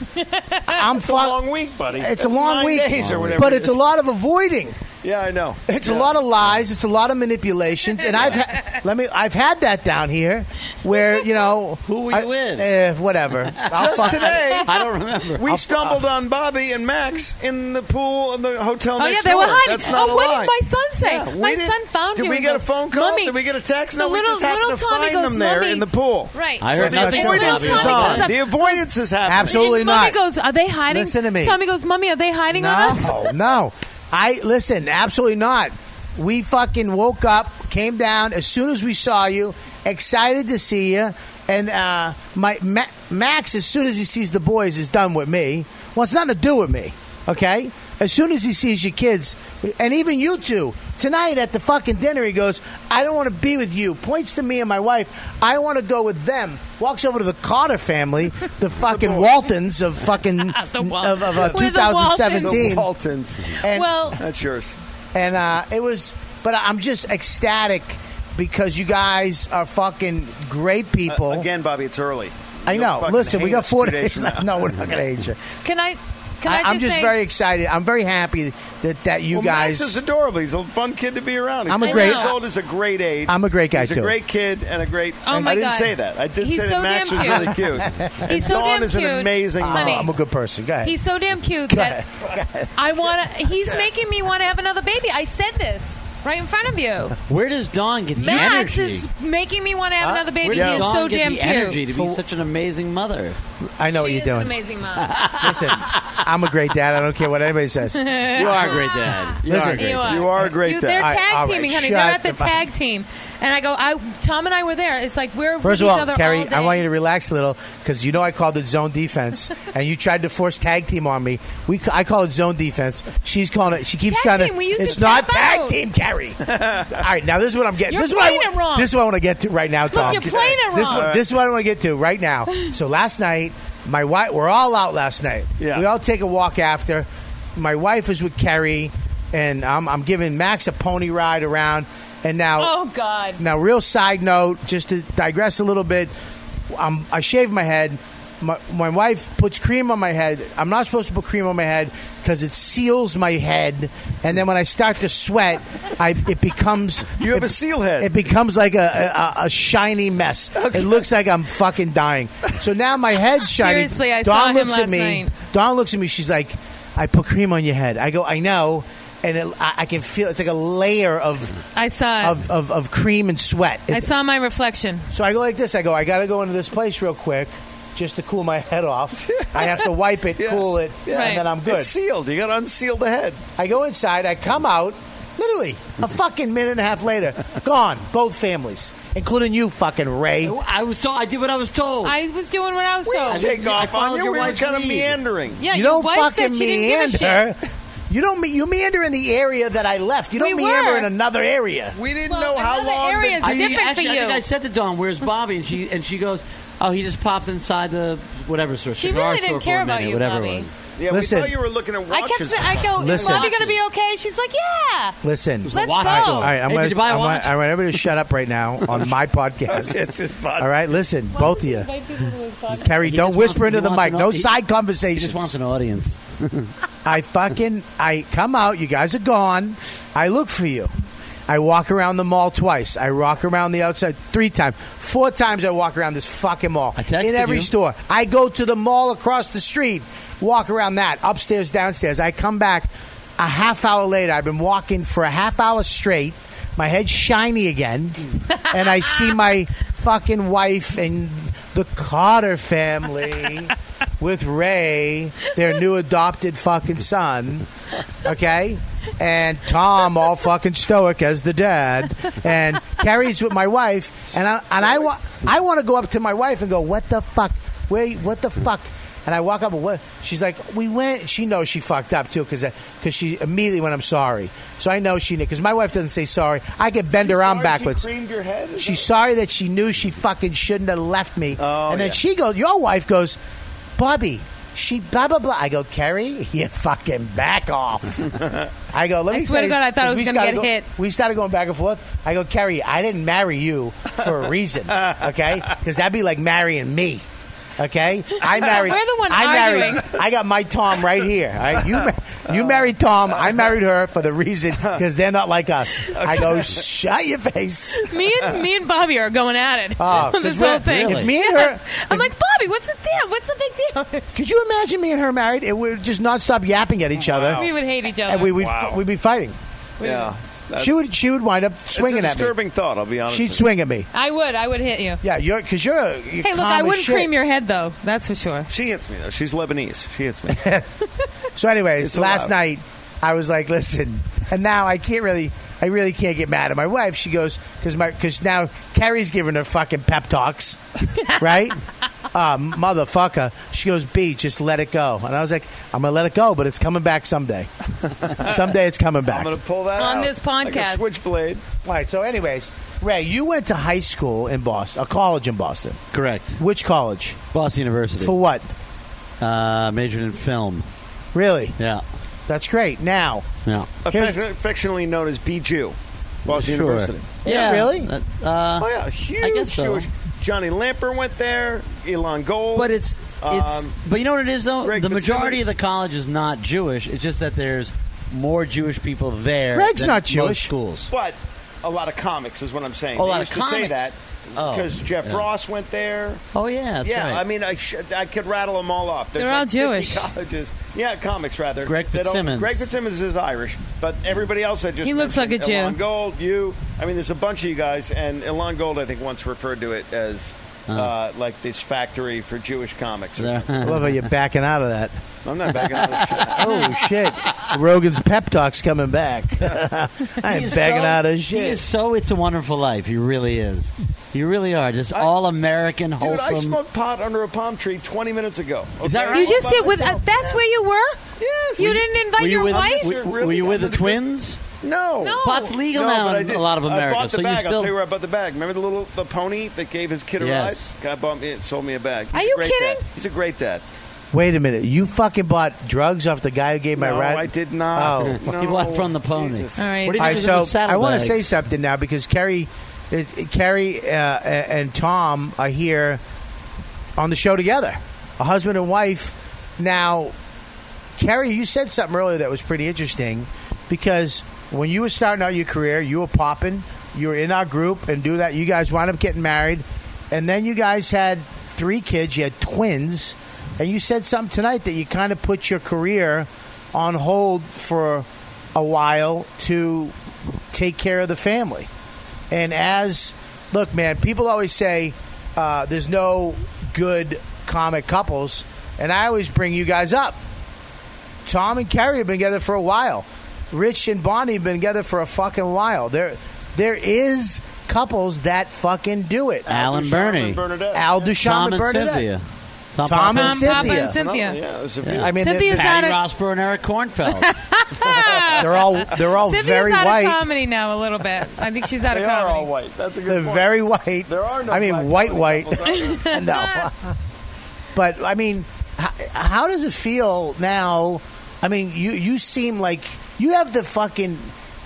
Speaker 7: I'm
Speaker 10: It's a long week, buddy.
Speaker 7: It's a
Speaker 10: That's
Speaker 7: long
Speaker 10: nine
Speaker 7: week,
Speaker 10: days or whatever.
Speaker 7: but
Speaker 10: it
Speaker 7: it's
Speaker 10: is.
Speaker 7: a lot of avoiding.
Speaker 10: Yeah, I know.
Speaker 7: It's a lot of lies. It's a lot of manipulations, and I've ha- let me. I've had that down here, where you know who
Speaker 10: were
Speaker 7: I,
Speaker 10: you with?
Speaker 7: Eh, whatever.
Speaker 10: Just
Speaker 7: I'll fuck-
Speaker 10: today, We
Speaker 7: I'll-
Speaker 10: stumbled on Bobby and Max in the pool in the hotel.
Speaker 8: Oh, yeah,
Speaker 10: next
Speaker 8: they were
Speaker 10: door.
Speaker 8: hiding.
Speaker 10: That's not
Speaker 8: Oh,
Speaker 10: a
Speaker 8: what did
Speaker 10: lie.
Speaker 8: my son say?
Speaker 10: Yeah, we
Speaker 8: My
Speaker 10: did-
Speaker 8: son found
Speaker 10: Did
Speaker 8: you
Speaker 10: we
Speaker 8: and
Speaker 10: get
Speaker 8: goes,
Speaker 10: a phone call?
Speaker 8: "Mommy."
Speaker 10: did we get a text?
Speaker 8: The
Speaker 10: No,
Speaker 8: little-
Speaker 10: we just happened
Speaker 8: little
Speaker 10: to
Speaker 8: Tommy
Speaker 10: find
Speaker 8: goes,
Speaker 10: them there
Speaker 8: "Mommy."
Speaker 10: in the pool.
Speaker 8: Right.
Speaker 9: I heard
Speaker 10: So
Speaker 9: nothing
Speaker 10: the
Speaker 9: from
Speaker 10: avoidance
Speaker 9: Bobby
Speaker 10: is
Speaker 9: on
Speaker 10: on.
Speaker 9: that.
Speaker 10: The avoidance is happening.
Speaker 7: Absolutely
Speaker 8: and mommy
Speaker 7: not.
Speaker 8: goes, "Are they hiding?"
Speaker 7: Listen to me.
Speaker 8: Tommy goes, "Mommy, are they hiding on us?"
Speaker 7: No, no. I listen. Absolutely not. We fucking woke up, came down as soon as we saw you, excited to see you, and uh, my Ma- Max, as soon as he sees the boys, is done with me. Well, it's nothing to do with me. Okay. As soon as he sees your kids, and even you two tonight at the fucking dinner, he goes, "I don't want to be with you." Points to me and my wife. I want to go with them. Walks over to the Carter family, the fucking Waltons of fucking of, of uh,
Speaker 8: We're the
Speaker 7: 2017
Speaker 10: The Waltons.
Speaker 7: and
Speaker 8: Well,
Speaker 10: That's yours.
Speaker 7: and uh, it was but i'm just ecstatic because you guys are fucking great people
Speaker 10: Uh, Again, Bobby, it's early.
Speaker 7: i
Speaker 10: You'll
Speaker 7: know
Speaker 10: fucking
Speaker 7: listen we
Speaker 10: hate
Speaker 7: got
Speaker 10: us
Speaker 7: four
Speaker 10: two
Speaker 7: days
Speaker 10: from
Speaker 7: left
Speaker 10: now.
Speaker 7: no we're not gonna age you
Speaker 8: Can I? Can I,
Speaker 7: I,
Speaker 8: just
Speaker 7: am just
Speaker 8: say,
Speaker 7: very excited i'm very happy that that you
Speaker 10: well,
Speaker 7: guys
Speaker 10: Max is adorable. He's a fun kid to be around. He's
Speaker 7: I'm a
Speaker 10: four
Speaker 7: great-
Speaker 10: years old is a great age.
Speaker 7: I'm a great guy,
Speaker 10: He's
Speaker 7: too.
Speaker 10: a great kid and a great.
Speaker 8: Oh, my
Speaker 10: I didn't
Speaker 8: God.
Speaker 10: say that. I did
Speaker 8: He's
Speaker 10: say
Speaker 8: so
Speaker 10: that Max
Speaker 8: damn
Speaker 10: was really cute.
Speaker 8: He's
Speaker 10: and
Speaker 8: so
Speaker 10: Dawn
Speaker 8: damn
Speaker 10: is an
Speaker 8: cute.
Speaker 10: amazing
Speaker 7: Oh,
Speaker 10: mom.
Speaker 8: Honey.
Speaker 7: i'm a good person go ahead
Speaker 8: He's so damn cute that I want to. He's making me want to have another baby. I said this right in front of you.
Speaker 9: Where does Dawn get the
Speaker 8: Max
Speaker 9: energy?
Speaker 8: is making me want to have
Speaker 9: Huh?
Speaker 8: another
Speaker 9: Where
Speaker 8: baby.
Speaker 9: does
Speaker 8: He is
Speaker 9: Dawn
Speaker 8: so
Speaker 9: get
Speaker 8: damn
Speaker 9: the
Speaker 8: cute.
Speaker 9: energy to be such an amazing mother.
Speaker 7: i know
Speaker 8: she
Speaker 7: what
Speaker 8: is
Speaker 7: you're
Speaker 8: an
Speaker 7: doing
Speaker 8: amazing mom.
Speaker 7: listen i'm a great dad i don't care what anybody says
Speaker 9: You are a great dad. You
Speaker 7: Listen,
Speaker 9: are a great
Speaker 8: You
Speaker 9: dad.
Speaker 8: are.
Speaker 10: You are a great
Speaker 8: You-
Speaker 10: dad.
Speaker 8: They're
Speaker 7: All right,
Speaker 8: tag
Speaker 7: all right,
Speaker 8: teaming, honey.
Speaker 7: shut
Speaker 8: They're at the
Speaker 7: the fuck-
Speaker 8: tag team, and I go. I Tom and I were there. It's like we're
Speaker 7: First of
Speaker 8: with each
Speaker 7: all,
Speaker 8: other
Speaker 7: Carrie,
Speaker 8: all day.
Speaker 7: I want you to relax a little because you know I called it zone defense, and you tried to force tag team on me. We, ca- I call it zone defense. She's calling it. She keeps trying
Speaker 8: Tag team,
Speaker 7: to.
Speaker 8: we used to
Speaker 7: it's not
Speaker 8: tap
Speaker 7: tag
Speaker 8: out.
Speaker 7: team, Carrie. all right, now this is what I'm getting.
Speaker 8: You're
Speaker 7: this is what I,
Speaker 8: playing
Speaker 7: want-
Speaker 8: it wrong.
Speaker 7: This is what I want to get to right now, Tom.
Speaker 8: you're playing it
Speaker 7: This, is
Speaker 8: wrong.
Speaker 7: what- this is what I want to get to right now. So last night, my wife. We're all out last night.
Speaker 10: Yeah.
Speaker 7: We all take a walk after. My wife is with Carrie, and I'm, I'm giving Max a pony ride around. And now,
Speaker 8: Oh God.
Speaker 7: now, real side note, just to digress a little bit, um, I shave my head. My, my wife puts cream on my head. I'm not supposed to put cream on my head because it seals my head, and then when I start to sweat, I it becomes
Speaker 10: You have
Speaker 7: it-
Speaker 10: a seal head.
Speaker 7: It becomes like a a, a shiny mess. It looks like I'm fucking dying. So now my head's shiny.
Speaker 8: Seriously, I saw
Speaker 7: Dawn
Speaker 8: him
Speaker 7: looks
Speaker 8: last
Speaker 7: at me.
Speaker 8: night.
Speaker 7: Dawn looks at me. She's like, "I put cream on your head." I go, "I know," and it, I, I can feel. It's like a layer of
Speaker 8: I saw. it.
Speaker 7: of, of, of cream and sweat.
Speaker 8: I saw my reflection.
Speaker 7: so I go like this. I go, I got to go into this place real quick just to cool my head off. I have to wipe it, cool it,
Speaker 8: Right.
Speaker 7: and then I'm good.
Speaker 10: It's sealed. You got to unseal the head.
Speaker 7: I go inside. I come out. Literally a fucking minute and a half later, gone. Both families, including you, fucking Ray.
Speaker 9: I was told. I did what I was told.
Speaker 8: I was doing what I was
Speaker 10: We
Speaker 8: told.
Speaker 10: didn't take
Speaker 9: I
Speaker 10: off on
Speaker 9: followed
Speaker 10: you.
Speaker 9: your
Speaker 10: We were
Speaker 9: wife's
Speaker 10: kind of
Speaker 9: lead.
Speaker 10: meandering.
Speaker 8: yeah,
Speaker 7: you
Speaker 8: your
Speaker 7: don't
Speaker 8: wife
Speaker 7: fucking
Speaker 8: said she didn't give a
Speaker 7: meander.
Speaker 8: shit.
Speaker 7: You don't. me- You meander in the area that I left. You don't
Speaker 8: We
Speaker 7: meander
Speaker 8: were.
Speaker 7: in another area.
Speaker 10: We didn't
Speaker 8: Well,
Speaker 10: know how
Speaker 8: another
Speaker 10: long.
Speaker 8: area
Speaker 10: The,
Speaker 8: is
Speaker 9: I think-
Speaker 8: different
Speaker 9: actually,
Speaker 8: for
Speaker 9: I think
Speaker 8: you.
Speaker 9: I said to Dawn, "Where's Bobby?" And she and she goes, "Oh, he just popped inside the whatever store."
Speaker 8: She
Speaker 9: cigar
Speaker 8: really
Speaker 9: store
Speaker 8: didn't
Speaker 9: for
Speaker 8: care
Speaker 9: a minute,
Speaker 8: about you,
Speaker 9: whatever it
Speaker 8: Bobby.
Speaker 9: was."
Speaker 10: yeah,
Speaker 7: Listen.
Speaker 10: we thought you were looking at
Speaker 8: I kept.
Speaker 10: watches.
Speaker 8: sa- I go. Is
Speaker 7: Listen.
Speaker 8: Bobby gonna be okay? She's like, yeah.
Speaker 7: Listen,
Speaker 9: It was a
Speaker 8: Let's
Speaker 9: watch
Speaker 8: go.
Speaker 9: store.
Speaker 8: All
Speaker 7: All right, I'm
Speaker 9: hey,
Speaker 7: gonna,
Speaker 9: did you buy a
Speaker 7: I'm
Speaker 9: watch?
Speaker 7: gonna- I want everybody to shut up right now on my podcast.
Speaker 10: It's his body.
Speaker 7: All right, listen, both of you.
Speaker 8: Invite people to his podcast.
Speaker 7: Carrie,
Speaker 9: He
Speaker 7: don't
Speaker 9: just wants-
Speaker 7: whisper
Speaker 9: he
Speaker 7: into the
Speaker 9: wants
Speaker 7: mic.
Speaker 9: an
Speaker 7: No
Speaker 9: au- he-
Speaker 7: side
Speaker 9: He just wants
Speaker 7: conversations.
Speaker 9: an audience.
Speaker 7: I fucking I come out. You guys are gone. I look for you. I walk around the mall twice. I walk around the outside three times. Four times I walk around this fucking mall.
Speaker 9: I texted
Speaker 7: in every
Speaker 9: you.
Speaker 7: store. I go to the mall across the street, walk around that, upstairs, downstairs. I come back a half hour later. I've been walking for a half hour straight. My head's shiny again. and I see my fucking wife and the Carter family with Ray, their new adopted fucking son. Okay? And Tom, all fucking stoic as the dad, and Carrie's with my wife, and I and I want I want to go up to my wife and go, what the fuck, where, you- what the fuck, and I walk up and what? She's like, we went. She knows she fucked up too, because because she immediately went, I'm sorry. So I know she knew, because my wife doesn't say sorry. I can bend her arm
Speaker 10: Sorry
Speaker 7: backwards.
Speaker 10: She creamed your head. Is
Speaker 7: She's
Speaker 10: that-
Speaker 7: sorry that she knew she fucking shouldn't have left me.
Speaker 10: Oh,
Speaker 7: and then
Speaker 10: yeah.
Speaker 7: she goes, your wife goes, Bobby, she blah blah blah. I go, Carrie, you fucking back off. I go, let
Speaker 8: I
Speaker 7: me.
Speaker 8: swear
Speaker 7: tell
Speaker 8: to
Speaker 7: you-
Speaker 8: God, I thought I
Speaker 7: 'cause
Speaker 8: was
Speaker 7: we
Speaker 8: gonna
Speaker 7: started
Speaker 8: get hit.
Speaker 7: We started going back and forth. I go, Carrie, I didn't marry you for a reason, okay? Because that'd be like marrying me. Okay, I married.
Speaker 8: We're the one
Speaker 7: I
Speaker 8: arguing.
Speaker 7: married. I got my Tom right here. all right? You ma- you married Tom. I married her for the reason because they're not like us. I go shut your face.
Speaker 8: me and me and Bobby are going at it
Speaker 7: Oh,
Speaker 8: on this
Speaker 7: does
Speaker 8: whole
Speaker 7: that-
Speaker 8: thing.
Speaker 7: really? If me and
Speaker 8: Yes.
Speaker 7: her-
Speaker 8: I'm like Bobby. What's the deal? What's the big deal?
Speaker 7: Could you imagine me and her married? It would just nonstop yapping at each other.
Speaker 8: We would hate each other.
Speaker 7: Oh. And we would we'd be fighting.
Speaker 10: Yeah. That's-
Speaker 7: she would she would wind up
Speaker 10: It's
Speaker 7: swinging
Speaker 10: a
Speaker 7: at me.
Speaker 10: disturbing thought, I'll be honest.
Speaker 7: She'd
Speaker 10: with
Speaker 7: swing at me.
Speaker 8: I would. I would hit you.
Speaker 7: Yeah, you're because you're, a- you're.
Speaker 8: Hey, look, I wouldn't cream your head though. That's for sure.
Speaker 10: you. She hits me, though. She's Lebanese. She hits me.
Speaker 7: So, anyways,
Speaker 10: It's
Speaker 7: last
Speaker 10: allowed.
Speaker 7: night I was like, listen, and now I can't really, I really can't get mad at my wife. She goes because my because now Carrie's giving her fucking pep talks, right? Uh, motherfucker. She goes, B, just let it go. And I was like, I'm gonna let it go, but it's coming back someday. someday it's coming back.
Speaker 10: I'm going to pull that
Speaker 8: On
Speaker 10: out
Speaker 8: this
Speaker 10: like a
Speaker 8: podcast.
Speaker 10: switchblade.
Speaker 7: All right. So, anyways, Ray, you went to high school in Boston, a college in Boston.
Speaker 9: Correct.
Speaker 7: Which college?
Speaker 9: Boston University.
Speaker 7: For what?
Speaker 9: Uh, majored in film.
Speaker 7: Really?
Speaker 9: Yeah.
Speaker 7: That's great. Now,
Speaker 9: Yeah.
Speaker 7: Here's-
Speaker 10: Affec- affectionately known as BJU, Boston
Speaker 9: Sure.
Speaker 10: University.
Speaker 7: Yeah, really?
Speaker 9: Uh, uh,
Speaker 10: Oh yeah, huge
Speaker 9: guess so.
Speaker 10: Jewish. Johnny Lamper went there. Elon Gold.
Speaker 9: But it's it's
Speaker 10: Um,
Speaker 9: but you know what it is though.
Speaker 10: Greg
Speaker 9: the majority
Speaker 10: Fitzsimmons.
Speaker 9: of the college is not Jewish. It's just that there's more Jewish people there.
Speaker 7: Greg's
Speaker 9: than
Speaker 7: not
Speaker 9: most
Speaker 7: Jewish.
Speaker 9: schools.
Speaker 10: but a lot of comics is what I'm saying.
Speaker 9: A
Speaker 10: They
Speaker 9: lot of
Speaker 10: used to say
Speaker 9: comics.
Speaker 10: that
Speaker 9: Oh,
Speaker 10: because Jeff
Speaker 9: yeah.
Speaker 10: Ross went there.
Speaker 9: Oh yeah, that's
Speaker 10: yeah,
Speaker 9: right.
Speaker 10: I mean, I, sh- I could rattle them all off. There's
Speaker 8: They're all
Speaker 10: like 50
Speaker 8: Jewish.
Speaker 10: Colleges, yeah, comics rather.
Speaker 9: Greg
Speaker 10: They don't-
Speaker 9: Fitzsimmons.
Speaker 10: Greg Fitzsimmons is Irish, but everybody else I just
Speaker 8: He looks
Speaker 10: mentioned,
Speaker 8: like a Jew.
Speaker 10: Elon Gold, you. I mean, there's a bunch of you guys, and Elon Gold I think once referred to it as
Speaker 9: Oh.
Speaker 10: uh, like this factory for Jewish comics. Or something.
Speaker 7: I love how you're backing out of that.
Speaker 10: I'm not backing out of shit.
Speaker 7: Oh shit! Rogan's pep talk's coming back. I
Speaker 9: He
Speaker 7: am
Speaker 9: is
Speaker 7: bagging
Speaker 9: so-
Speaker 7: out of
Speaker 9: He is
Speaker 7: shit.
Speaker 9: so it's a wonderful life. He really is. You really are just
Speaker 10: I-
Speaker 9: all American,
Speaker 10: Dude,
Speaker 9: wholesome.
Speaker 10: I smoked pot under a palm tree 20 minutes ago.
Speaker 9: Is that
Speaker 10: okay?
Speaker 9: right?
Speaker 8: You
Speaker 9: All
Speaker 8: just hit with. Uh,
Speaker 10: myself.
Speaker 8: that's where you were.
Speaker 10: Yes.
Speaker 8: You didn't
Speaker 9: were
Speaker 8: invite
Speaker 9: you
Speaker 8: your
Speaker 9: with,
Speaker 8: wife.
Speaker 9: Were,
Speaker 10: Really
Speaker 9: were you with the
Speaker 10: under the-
Speaker 9: twins?
Speaker 10: No.
Speaker 8: No.
Speaker 9: Pot's legal
Speaker 10: No,
Speaker 9: now
Speaker 10: but I
Speaker 9: in
Speaker 10: did.
Speaker 9: a lot of America.
Speaker 10: I bought the
Speaker 9: so
Speaker 10: bag.
Speaker 9: you still
Speaker 10: I'll tell you where I bought the bag. Remember the little the pony that gave his kid a
Speaker 9: Yes.
Speaker 10: ride? Guy bought me. Sold me a bag. He's
Speaker 8: Are
Speaker 10: a
Speaker 8: you
Speaker 10: great
Speaker 8: kidding?
Speaker 10: Dad. He's a great dad.
Speaker 7: Wait a minute! You fucking bought drugs off the guy who gave my
Speaker 10: no,
Speaker 7: rat.
Speaker 10: I did not.
Speaker 7: Oh.
Speaker 10: No,
Speaker 9: He bought from the pony.
Speaker 10: Jesus.
Speaker 8: All right.
Speaker 9: What do you
Speaker 7: All
Speaker 9: think
Speaker 7: right,
Speaker 9: was
Speaker 7: so
Speaker 9: in the
Speaker 7: I want to say
Speaker 9: saddlebags?
Speaker 7: something now because Kerry, is, Kerry uh, and Tom are here on the show together, a husband and wife. Now, Kerry, you said something earlier that was pretty interesting because when you were starting out your career, you were popping, you were in our group and do that. You guys wound up getting married, and then you guys had three kids. You had twins, and you said something tonight that you kind of put your career on hold for a while to take care of the family. And as look, man, people always say uh, there's no good comic couples, and I always bring you guys up. Tom and Carrie have been together for a while. Rich and Bonnie have been together for a fucking while. There, there is couples that fucking do it.
Speaker 9: Alan Bernie,
Speaker 10: Bernadette.
Speaker 7: Al Duchamp
Speaker 9: Tom
Speaker 7: and
Speaker 9: and
Speaker 7: Bernadette.
Speaker 9: Cynthia, Tom,
Speaker 7: Tom
Speaker 9: Papa-
Speaker 7: and
Speaker 8: Tom, Papa,
Speaker 7: Cynthia.
Speaker 8: and Cynthia.
Speaker 10: Yeah, it was a
Speaker 7: I mean,
Speaker 8: Cynthia's
Speaker 7: they're,
Speaker 9: Patty
Speaker 8: out of.
Speaker 9: Rosper and Eric Kornfeld.
Speaker 7: they're all they're all
Speaker 8: Cynthia's
Speaker 7: Oh, very
Speaker 8: out
Speaker 7: white.
Speaker 8: of comedy now a little bit. I think she's out
Speaker 10: They
Speaker 8: of
Speaker 10: are
Speaker 8: comedy.
Speaker 10: all white. That's a good
Speaker 7: They're
Speaker 10: point.
Speaker 7: very white.
Speaker 10: There are no
Speaker 7: I mean,
Speaker 10: black
Speaker 7: white,
Speaker 10: comedy
Speaker 7: white.
Speaker 10: couples, are
Speaker 7: no. But I mean, how, how does it feel now? I mean, you you seem like you have the fucking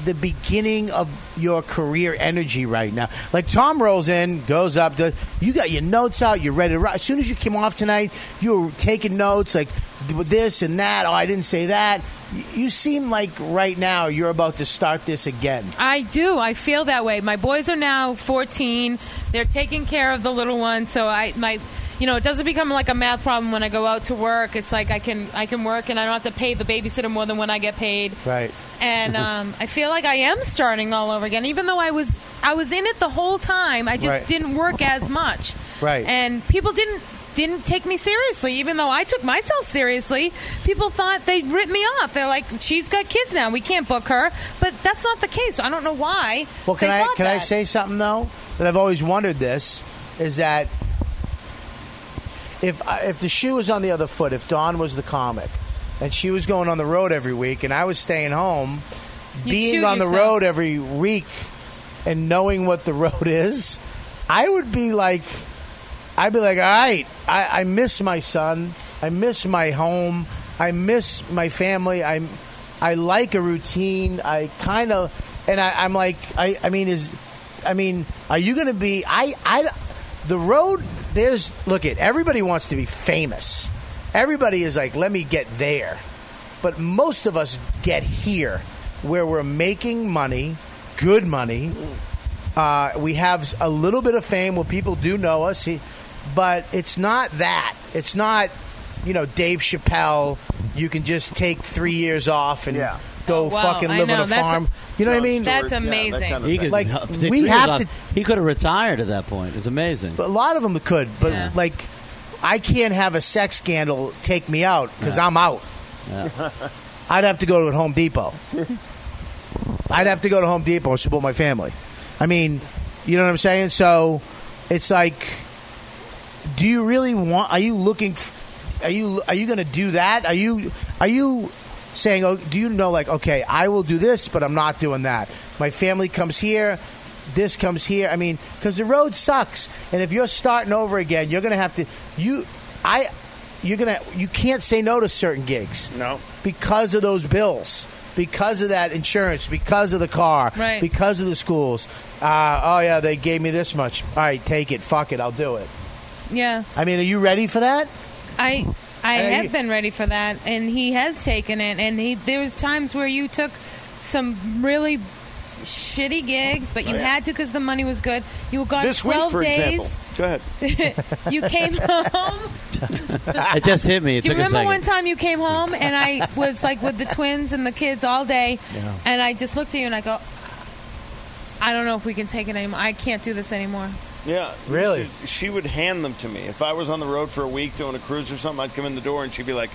Speaker 7: the beginning of your career energy right now. Like Tom rolls in, goes up. To, you got your notes out. You're ready to rock. As soon as you came off tonight, you were taking notes like with this and that. Oh, I didn't say that. You- You seem like right now you're about to start this again.
Speaker 8: I do. I feel that way. My boys are now 14. They're taking care of the little one, so I my you know, it doesn't become like a math problem when I go out to work. It's like I can I can work and I don't have to pay the babysitter more than when I get paid.
Speaker 7: Right.
Speaker 8: And um, I feel like I am starting all over again even though I was I was in it the whole time. I just
Speaker 7: Right.
Speaker 8: didn't work as much.
Speaker 7: Right.
Speaker 8: And people didn't didn't take me seriously, even though I took myself seriously. People thought they'd rip me off. They're like, she's got kids now. We can't book her. But that's not the case. I don't know why.
Speaker 7: Well, can
Speaker 8: they
Speaker 7: I
Speaker 8: thought
Speaker 7: can I
Speaker 8: that.
Speaker 7: say something though that I've always wondered this is that if I- if the shoe was on the other foot, if Dawn was the comic and she was going on the road every week and I was staying home,
Speaker 8: You'd
Speaker 7: being
Speaker 8: shoot
Speaker 7: on the
Speaker 8: yourself.
Speaker 7: road every week and knowing what the road is, I would be like, I'd be like, all right, I, I miss my son, I miss my home, I miss my family, I'm, I like a routine, I kind of, and I, I'm like, I, I mean, is, I mean, are you gonna be, I, I, the road there's look at everybody wants to be famous. Everybody is like, let me get there. But most of us get here where we're making money, good money. Uh, we have a little bit of fame where people do know us, he- but it's not that. It's not, you know, Dave Chappelle. You can just take three years off and go
Speaker 8: Oh, wow.
Speaker 7: fucking
Speaker 8: I
Speaker 7: live on
Speaker 8: know.
Speaker 7: a
Speaker 8: That's a-
Speaker 7: farm. you know what I mean?
Speaker 8: That's amazing.
Speaker 9: He could,
Speaker 7: like
Speaker 9: no,
Speaker 7: we
Speaker 9: he
Speaker 7: have
Speaker 9: was
Speaker 7: to
Speaker 9: on- He could have retired at that point. It's amazing.
Speaker 7: But a lot of them could. But like, I can't have a sex scandal take me out because I'm out. I'd have to go to Home Depot. I'd have to go to Home Depot and support my family. I mean, you know what I'm saying? So it's like, do you really want? Are you looking? F- are you are you going to do that? Are you are you saying? Oh, do you know? Like, okay, I will do this, but I'm not doing that. My family comes here. This comes here. I mean, because the road sucks, and if you're starting over again, you're going to have to you. I you're gonna you can't say no to certain gigs. No, because of those bills, because of that insurance, because of the car,
Speaker 8: Right.
Speaker 7: because of the schools. Uh, oh yeah, they gave me this much. All right, take it. Fuck it, I'll do it.
Speaker 8: Yeah.
Speaker 7: I mean, are you ready for that?
Speaker 8: I I
Speaker 7: Hey.
Speaker 8: have been ready for that, and he has taken it. And he there was times where you took some really shitty gigs, but you
Speaker 10: Oh, yeah.
Speaker 8: had to because the money was good. You were gone
Speaker 10: this week,
Speaker 8: twelve
Speaker 10: for
Speaker 8: days.
Speaker 10: example. Go ahead.
Speaker 8: you came home.
Speaker 9: it just hit me. It
Speaker 8: Do you
Speaker 9: took a
Speaker 8: remember
Speaker 9: second.
Speaker 8: one time you came home and I was like with the twins and the kids all day,
Speaker 9: Yeah.
Speaker 8: and I just looked at you and I go, I don't know if we can take it anymore. I can't do this anymore.
Speaker 10: Yeah, really. She, she would hand them to me if I was on the road for a week doing a cruise or something. I'd come in the door and she'd be like,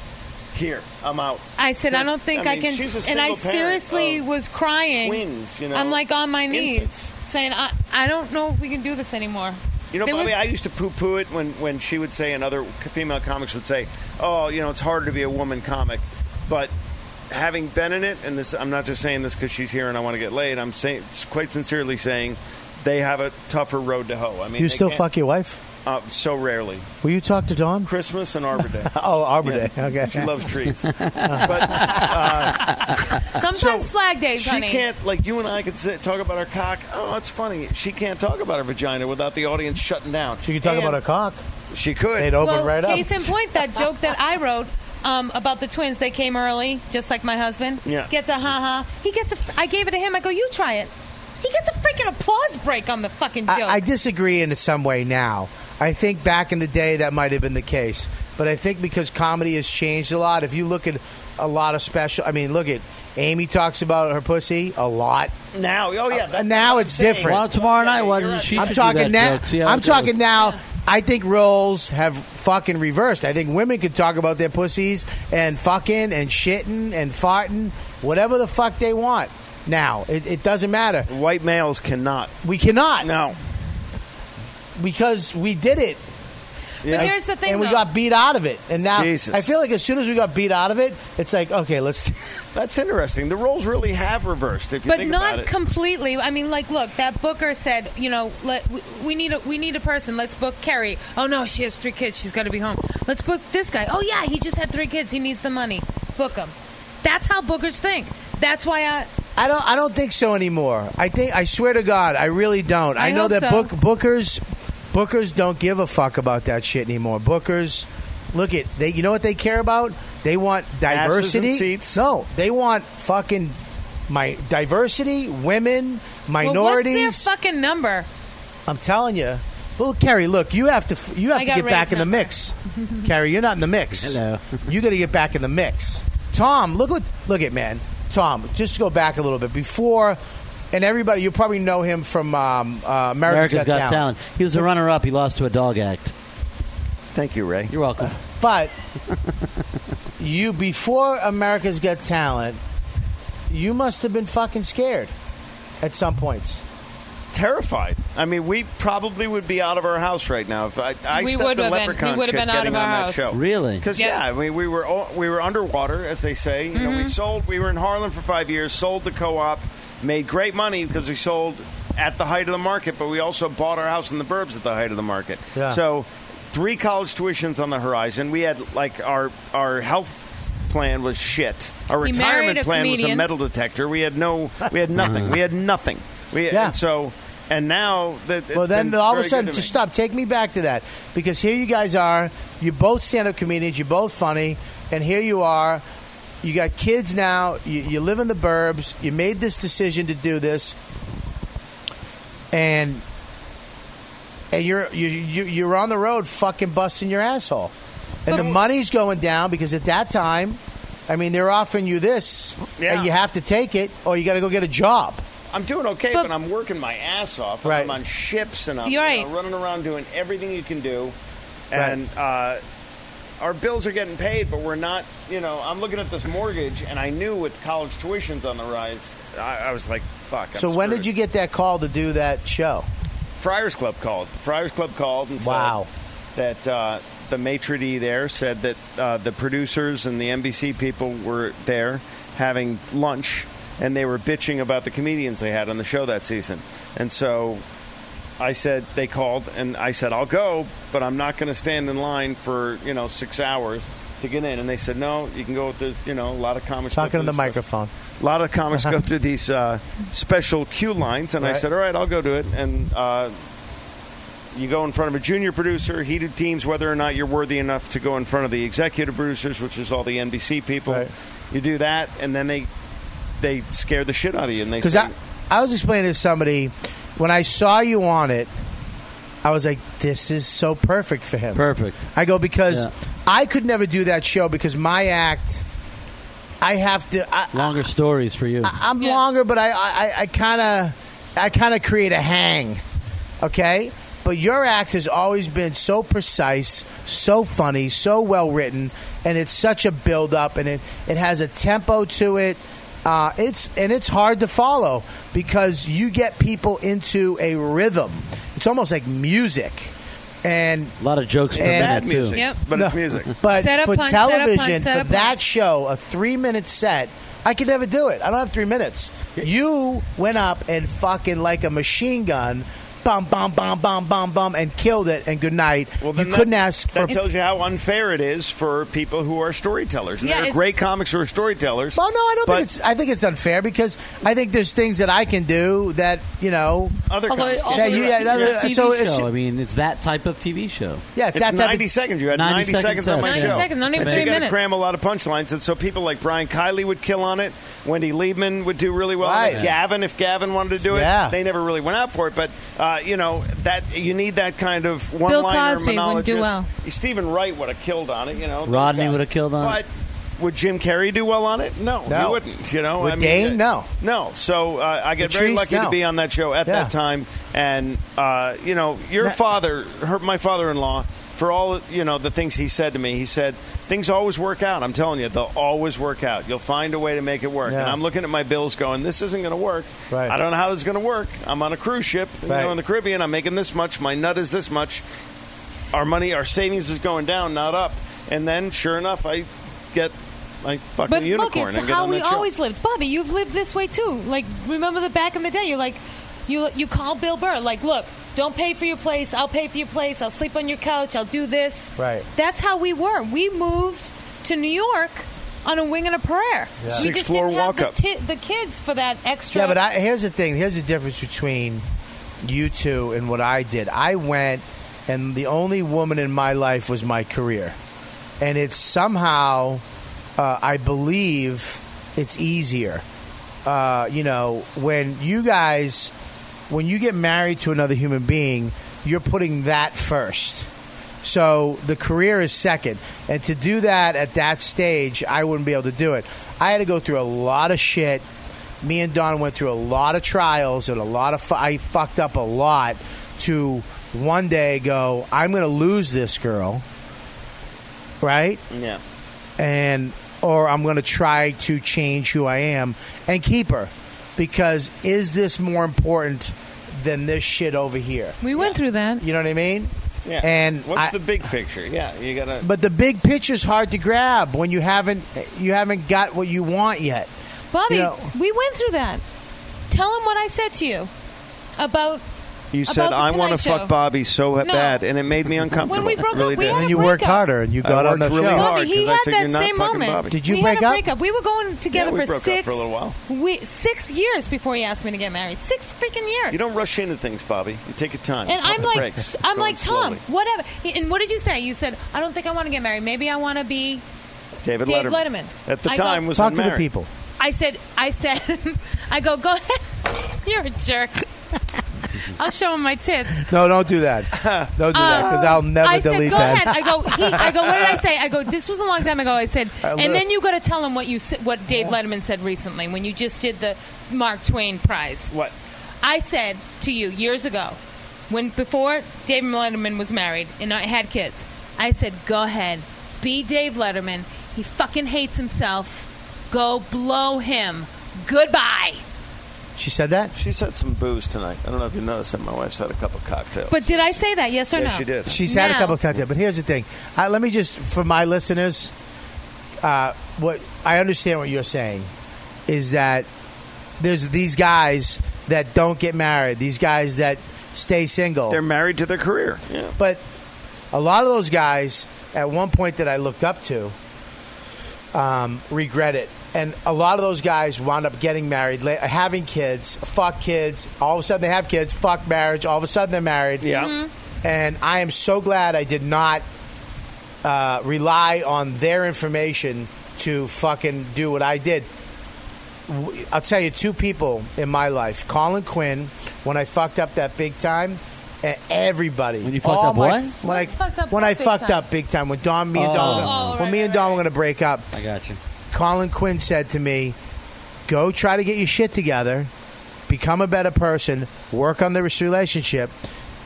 Speaker 10: "Here, I'm out."
Speaker 8: I said, I don't think I,
Speaker 10: mean,
Speaker 8: can.
Speaker 10: She's a
Speaker 8: and I
Speaker 10: single parent
Speaker 8: seriously
Speaker 10: of
Speaker 8: was crying.
Speaker 10: twins, you know,
Speaker 8: I'm like on my knees,
Speaker 10: infants.
Speaker 8: saying, I, I don't know if we can do this anymore.
Speaker 10: You know,
Speaker 8: There
Speaker 10: Bobby,
Speaker 8: was-
Speaker 10: I used to poo-poo it when, when she would say, and other female comics would say, "Oh, you know, it's harder to be a woman comic." But having been in it, and this, I'm not just saying this because she's here and I want to get laid. I'm saying, quite sincerely saying, they have a tougher road to hoe. I mean,
Speaker 7: you
Speaker 10: they
Speaker 7: still
Speaker 10: can't-
Speaker 7: fuck your wife?
Speaker 10: uh, so rarely.
Speaker 7: Will you talk to Dawn?
Speaker 10: Christmas and Arbor Day.
Speaker 7: oh, Arbor
Speaker 10: Yeah.
Speaker 7: Day. Okay.
Speaker 10: She loves trees. but uh,
Speaker 8: Sometimes
Speaker 10: so
Speaker 8: flag days,
Speaker 10: she
Speaker 8: honey.
Speaker 10: can't like you and I could sit, talk about our cock. Oh, it's funny. She can't talk about her vagina without the audience shutting down. She
Speaker 7: could talk about her cock.
Speaker 10: She could.
Speaker 7: They'd open
Speaker 8: um, well,
Speaker 7: right up.
Speaker 8: case in point, that joke that I wrote um, about the twins, they came early, just like my husband.
Speaker 10: Yeah.
Speaker 8: Gets a ha ha. He gets a. I gave it to him. I go, you try it. He gets a freaking applause break on the fucking joke.
Speaker 7: I, I disagree in some way now. I think back in the day that might have been the case, but I think because comedy has changed a lot. If you look at a lot of special, I mean, look at Amy talks about her pussy a lot.
Speaker 10: Now, oh yeah,
Speaker 7: Uh, now it's different.
Speaker 9: Well, tomorrow night, why doesn't she?
Speaker 7: I'm
Speaker 9: should
Speaker 7: talking
Speaker 9: do that
Speaker 7: now.
Speaker 9: joke, see how
Speaker 7: I'm
Speaker 9: it goes.
Speaker 7: talking now. I think roles have fucking reversed. I think women could talk about their pussies and fucking and shitting and farting, whatever the fuck they want. Now it, it doesn't matter.
Speaker 10: White males cannot.
Speaker 7: We cannot.
Speaker 10: No.
Speaker 7: Because we did it.
Speaker 8: But here's the thing,
Speaker 7: and we
Speaker 8: though.
Speaker 7: got beat out of it. And now
Speaker 10: Jesus.
Speaker 7: I feel like as soon as we got beat out of it, it's like okay, let's.
Speaker 10: That's interesting. The roles really have reversed. If you
Speaker 8: but
Speaker 10: think
Speaker 8: not
Speaker 10: about it.
Speaker 8: completely. I mean, like, look, that Booker said, you know, let we, we need a we need a person. Let's book Carrie. Oh no, she has three kids. She's got to be home. Let's book this guy. Oh yeah, he just had three kids. He needs the money. Book him. That's how bookers think. That's why uh, I.
Speaker 7: I don't. I don't think so anymore. I think. I swear to God, I really don't. I,
Speaker 8: I
Speaker 7: know
Speaker 8: hope
Speaker 7: that
Speaker 8: so.
Speaker 7: book bookers, bookers don't give a fuck about that shit anymore. Bookers, look at they. You know what they care about? They want
Speaker 10: and
Speaker 7: diversity.
Speaker 10: seats.
Speaker 7: No, they want fucking my diversity, women,
Speaker 8: well,
Speaker 7: minorities.
Speaker 8: what's their fucking number?
Speaker 7: I'm telling you. Well, Carrie, look, you have to f- you have to
Speaker 8: I got
Speaker 7: get back
Speaker 8: Ray's
Speaker 7: in the mix. Carrie, you're not in the mix. Hello. you got to get back in the mix. Tom, look what look at man. Tom, just to go back a little bit before, and everybody, you probably know him from um, uh, America's,
Speaker 9: America's Got, Talent. He was a runner-up. He lost to a dog act.
Speaker 10: Thank you, Ray.
Speaker 9: You're welcome.
Speaker 7: But you before America's Got Talent, you must have been fucking scared at some points.
Speaker 10: terrified. I mean, we probably would be out of our house right now if I, I
Speaker 8: We
Speaker 10: stepped
Speaker 8: would
Speaker 10: a
Speaker 8: have been.
Speaker 10: leprechaun
Speaker 8: We would have
Speaker 10: chick
Speaker 8: been out
Speaker 10: getting
Speaker 8: of our
Speaker 10: on that
Speaker 8: house.
Speaker 10: show.
Speaker 9: Really?
Speaker 10: Because
Speaker 8: Yeah. Mm-hmm.
Speaker 10: yeah. I mean, we were o- we were underwater, as they say. You know, we sold. We were in Harlem for five years. Sold the co-op, made great money because we sold at the height of the market, but we also bought our house in the burbs at the height of the market.
Speaker 7: Yeah.
Speaker 10: So, three college tuitions on the horizon. We had like our our health plan was shit. Our
Speaker 8: He married
Speaker 10: retirement
Speaker 8: a
Speaker 10: plan was a
Speaker 8: comedian.
Speaker 10: metal detector. We had no. We had nothing. we had nothing. We
Speaker 7: Yeah.
Speaker 10: and so And now that it's
Speaker 7: well, then
Speaker 10: been
Speaker 7: all of
Speaker 10: very
Speaker 7: a
Speaker 10: good
Speaker 7: sudden,
Speaker 10: to
Speaker 7: just
Speaker 10: me.
Speaker 7: stop. Take me back to that because here you guys are. You're both stand-up comedians. You're both funny, and here you are. You got kids now. You, you live in the burbs. You made this decision to do this, and and you're you, you you're on the road, fucking busting your asshole, and the money's going down because at that time, I mean, they're offering you this, and you have to take it, or you got to go get a job.
Speaker 10: I'm doing okay, but, I'm working my ass off. and
Speaker 7: Right.
Speaker 10: I'm on ships and I'm
Speaker 7: You're
Speaker 10: you know, running around doing everything you can do.
Speaker 7: Right.
Speaker 10: And uh, our bills are getting paid, but we're not, you know, I'm looking at this mortgage and I knew with college tuitions on the rise, I, I was like, fuck. I'm
Speaker 7: so when did you get that call to do that show?
Speaker 10: Friars Club called. The Friars Club called and wow. said that uh, the maitre d' there said that uh, the producers and the NBC people were there having lunch, and they were bitching about the comedians they had on the show that season. And so I said they called, and I said I'll go, but I'm not going to stand in line for you know six hours to get in. And they said no, you can go with the you know a lot of comics go
Speaker 7: Talking
Speaker 10: through
Speaker 7: to the
Speaker 10: this-
Speaker 7: microphone.
Speaker 10: a lot of comics go through these uh, special queue lines, and I
Speaker 7: Right.
Speaker 10: said, "All right, I'll go to it." And uh, you go in front of a junior producer. He deems whether or not you're worthy enough to go in front of the executive producers, which is all the NBC people. You do that, and then they they scare the shit out of you, and they
Speaker 7: Because
Speaker 10: say,
Speaker 7: I, I was explaining to somebody when I saw you on it, I was like, this is so perfect for him.
Speaker 9: Perfect.
Speaker 7: I go because
Speaker 9: Yeah.
Speaker 7: I could never do that show because my act, I have to. I,
Speaker 9: Longer stories for you.
Speaker 7: I- I'm longer, but I I I kind of I kind of create a hang, okay. But your act has always been so precise, so funny, so well written, and it's such a build up, and it it has a tempo to it. Uh, it's and it's hard to follow because you get people into a rhythm. It's almost like music, and
Speaker 9: a lot of jokes per minute, too. Music, but it's music.
Speaker 7: But
Speaker 9: Set up
Speaker 7: for
Speaker 9: punch, set up punch,
Speaker 7: television,
Speaker 9: set
Speaker 7: for
Speaker 9: up
Speaker 7: that show, a three-minute set, I could never do it. I don't have three minutes. You went up and fucking like a machine gun, bum bum bum bum bum bum, and killed it. And good night. Well, you
Speaker 10: then
Speaker 7: couldn't
Speaker 10: that's-
Speaker 7: ask for.
Speaker 10: That tells you how unfair it is for people who are storytellers. And
Speaker 7: Yeah,
Speaker 10: there are
Speaker 7: it's-
Speaker 10: great comics who are storytellers.
Speaker 7: Well, no, I don't
Speaker 10: but
Speaker 7: think it's. I think it's unfair because I think there's things that I can do that you know
Speaker 10: Other
Speaker 7: yeah,
Speaker 10: comics
Speaker 7: yeah, you- yeah, other-
Speaker 9: TV
Speaker 7: Uh, so
Speaker 9: show.
Speaker 7: it's
Speaker 9: I mean, it's that type of TV show.
Speaker 7: Yeah, it's It's that type of- 90
Speaker 10: seconds. You had 90, seconds on my show. But you gotta cram a lot of punchlines, and so people like Brian Kiley would kill on it. Wendy Liebman would do really well. on it.
Speaker 7: Right.
Speaker 10: Gavin, if Gavin wanted to do it,
Speaker 7: Yeah.
Speaker 10: they never really went out for it. But uh, you know that you need that kind of one liner
Speaker 8: Cosby
Speaker 10: monologist.
Speaker 8: wouldn't do well.
Speaker 10: Stephen Wright would have killed on it. You know,
Speaker 9: Rodney would have killed on. it.
Speaker 10: but would Jim Carrey do well on it? No,
Speaker 9: No.
Speaker 10: he wouldn't. You know,
Speaker 9: Would
Speaker 10: I mean,
Speaker 9: Dane?
Speaker 10: uh,
Speaker 9: No.
Speaker 10: no. So uh, I get very
Speaker 9: Patrice?
Speaker 10: lucky
Speaker 9: No.
Speaker 10: to be on that show at
Speaker 9: Yeah.
Speaker 10: that time, and uh, you know, your father, her, my father-in-law, for all you know, the things he said to me, he said things always work out. I'm telling you, they'll always work out. You'll find a way to make it work.
Speaker 7: Yeah.
Speaker 10: And I'm looking at my bills, going, this isn't going to work.
Speaker 7: Right.
Speaker 10: I don't know how this is going to work. I'm on a cruise ship, you
Speaker 7: Right.
Speaker 10: know, in the Caribbean. I'm making this much. My nut is this much our money, our savings is going down, not up. And then, sure enough, I get my fucking
Speaker 8: But look,
Speaker 10: unicorn
Speaker 8: it's
Speaker 10: and get
Speaker 8: how
Speaker 10: on
Speaker 8: we
Speaker 10: that show.
Speaker 8: always lived. Bobby, you've lived this way too. Like, remember the back in the day? You're like, you you call Bill Burr, like, look, don't pay for your place. I'll pay for your place. I'll sleep on your couch. I'll do this.
Speaker 7: Right.
Speaker 8: That's how we were. We moved to New York on a wing and a prayer.
Speaker 7: Yeah.
Speaker 8: We
Speaker 7: Sixth
Speaker 8: just
Speaker 7: floor
Speaker 8: didn't have
Speaker 7: walk-up.
Speaker 8: the, ti- the kids for that extra.
Speaker 7: Yeah, but I, here's the thing. Here's the difference between you two and what I did. I went, and the only woman in my life was my career, and it's somehow, uh, I believe, it's easier. Uh, you know, when you guys, when you get married to another human being, you're putting that first. So the career is second. And to do that at that stage, I wouldn't be able to do it. I had to go through a lot of shit. Me and Don went through a lot of trials and a lot of. Fu- I fucked up a lot to one day go, I'm going to lose this girl. Right?
Speaker 10: Yeah.
Speaker 7: and or I'm going to try to change who I am and keep her because is this more important than this shit over here?
Speaker 8: we went through that.
Speaker 7: You know what I mean?
Speaker 10: yeah.
Speaker 7: And
Speaker 10: what's
Speaker 7: I-
Speaker 10: the big picture? Yeah, you gotta.
Speaker 7: But the big picture's hard to grab when you haven't you haven't got what you want yet.
Speaker 8: Bobby,
Speaker 7: You know-
Speaker 8: we went through that. Tell him what I said to you about
Speaker 10: You said
Speaker 8: the
Speaker 10: I want to
Speaker 8: Tonight Show."
Speaker 10: fuck Bobby so
Speaker 8: No.
Speaker 10: bad, and it made me uncomfortable.
Speaker 8: When we broke
Speaker 10: It really
Speaker 8: up, we
Speaker 10: did.
Speaker 8: had a breakup.
Speaker 10: I worked really hard
Speaker 8: Bobby, he
Speaker 10: 'cause I
Speaker 8: had
Speaker 10: said,
Speaker 8: that
Speaker 10: "You're not
Speaker 8: same
Speaker 10: fucking
Speaker 8: moment.
Speaker 10: Bobby."
Speaker 8: we had a breakup. We were going together
Speaker 10: Yeah, we
Speaker 8: for
Speaker 10: broke up
Speaker 8: six
Speaker 10: for a little while.
Speaker 8: We, six years before he asked me to get married. Six freaking years.
Speaker 10: You don't rush into things, Bobby. You take your time.
Speaker 8: and I'm
Speaker 10: Take
Speaker 8: like,
Speaker 10: breaks.
Speaker 8: I'm
Speaker 10: Go
Speaker 8: like
Speaker 10: in
Speaker 8: Tom,
Speaker 10: slowly.
Speaker 8: whatever. He- And what did you say? You said I don't think I want to get married. Maybe I want to be
Speaker 10: David
Speaker 8: Dave
Speaker 10: Letterman.
Speaker 8: Letterman.
Speaker 10: At the
Speaker 8: I go-
Speaker 10: time, was
Speaker 7: Talk to the
Speaker 10: unmarried.
Speaker 7: people.
Speaker 8: I said, I said, I go, go ahead. You're a jerk. I'll show him my tits.
Speaker 7: No, don't do that. Don't do that because
Speaker 8: Um,
Speaker 7: I'll never
Speaker 8: I said,
Speaker 7: delete
Speaker 8: go
Speaker 7: that.
Speaker 8: Ahead. I go, he, I go, what did I say? I go, this was a long time ago. I said,
Speaker 7: I
Speaker 8: and
Speaker 7: live-
Speaker 8: then you got to tell him what you s- what Dave Letterman said recently when you just did the Mark Twain prize.
Speaker 10: What?
Speaker 8: I said to you years ago, when before Dave Letterman was married and I had kids, I said, go ahead, be Dave Letterman. He fucking hates himself. Go blow him. Goodbye.
Speaker 7: She said that.
Speaker 10: She's had some booze tonight. I don't know if you noticed that. My wife's had a couple cocktails.
Speaker 8: But did I say that? Yes or
Speaker 10: Yeah,
Speaker 8: no?
Speaker 10: she did.
Speaker 7: She's had a
Speaker 8: No.
Speaker 7: couple of cocktails, but here's the thing. I, let me just, for my listeners, uh, what I understand what you're saying is that there's these guys that don't get married, these guys that stay single.
Speaker 10: They're married to their career. Yeah.
Speaker 7: But a lot of those guys, at one point that I looked up to, um, regret it. And a lot of those guys wound up getting married, la- having kids, fuck kids. All of a sudden they have kids, fuck marriage. All of a sudden they're married.
Speaker 10: Yeah. Mhm.
Speaker 7: And I am so glad I did not uh, rely on their information to fucking do what I did. W- I'll tell you two people in my life: Colin Quinn, when I fucked up that big time, and everybody. When
Speaker 9: you fucked up what?
Speaker 7: When I
Speaker 8: fucked up
Speaker 7: when
Speaker 8: that
Speaker 7: I
Speaker 8: big
Speaker 7: fucked
Speaker 8: time?
Speaker 7: up big time. When Don, me and
Speaker 9: Oh.
Speaker 7: Don,
Speaker 8: Oh,
Speaker 7: when
Speaker 8: right,
Speaker 7: me
Speaker 8: right,
Speaker 7: and Don were gonna break up,
Speaker 9: I got you.
Speaker 7: Colin Quinn said to me, "Go try to get your shit together, become a better person, work on this relationship,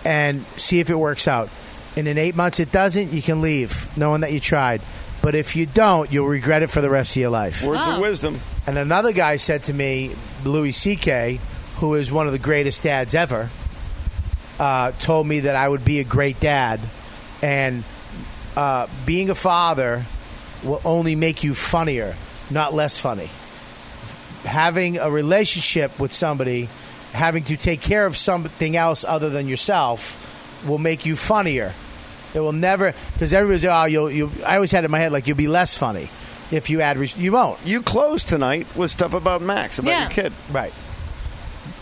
Speaker 7: and see if it works out. And in eight months, it doesn't, you can leave, knowing that you tried. But if you don't, you'll regret it for the rest of your life."
Speaker 10: Words
Speaker 8: Wow.
Speaker 10: of wisdom.
Speaker 7: And another guy said to me, Louis C.K., who is one of the greatest dads ever, uh, told me that I would be a great dad. And uh, being a father will only make you funnier, not less funny. Having a relationship with somebody, having to take care of something else other than yourself, will make you funnier. It will never, because everybody's, oh, you'll, you I always had it in my head, like, you'll be less funny if you add, res- you won't.
Speaker 10: You closed tonight with stuff about Max, about
Speaker 8: Yeah.
Speaker 10: your kid.
Speaker 7: Right.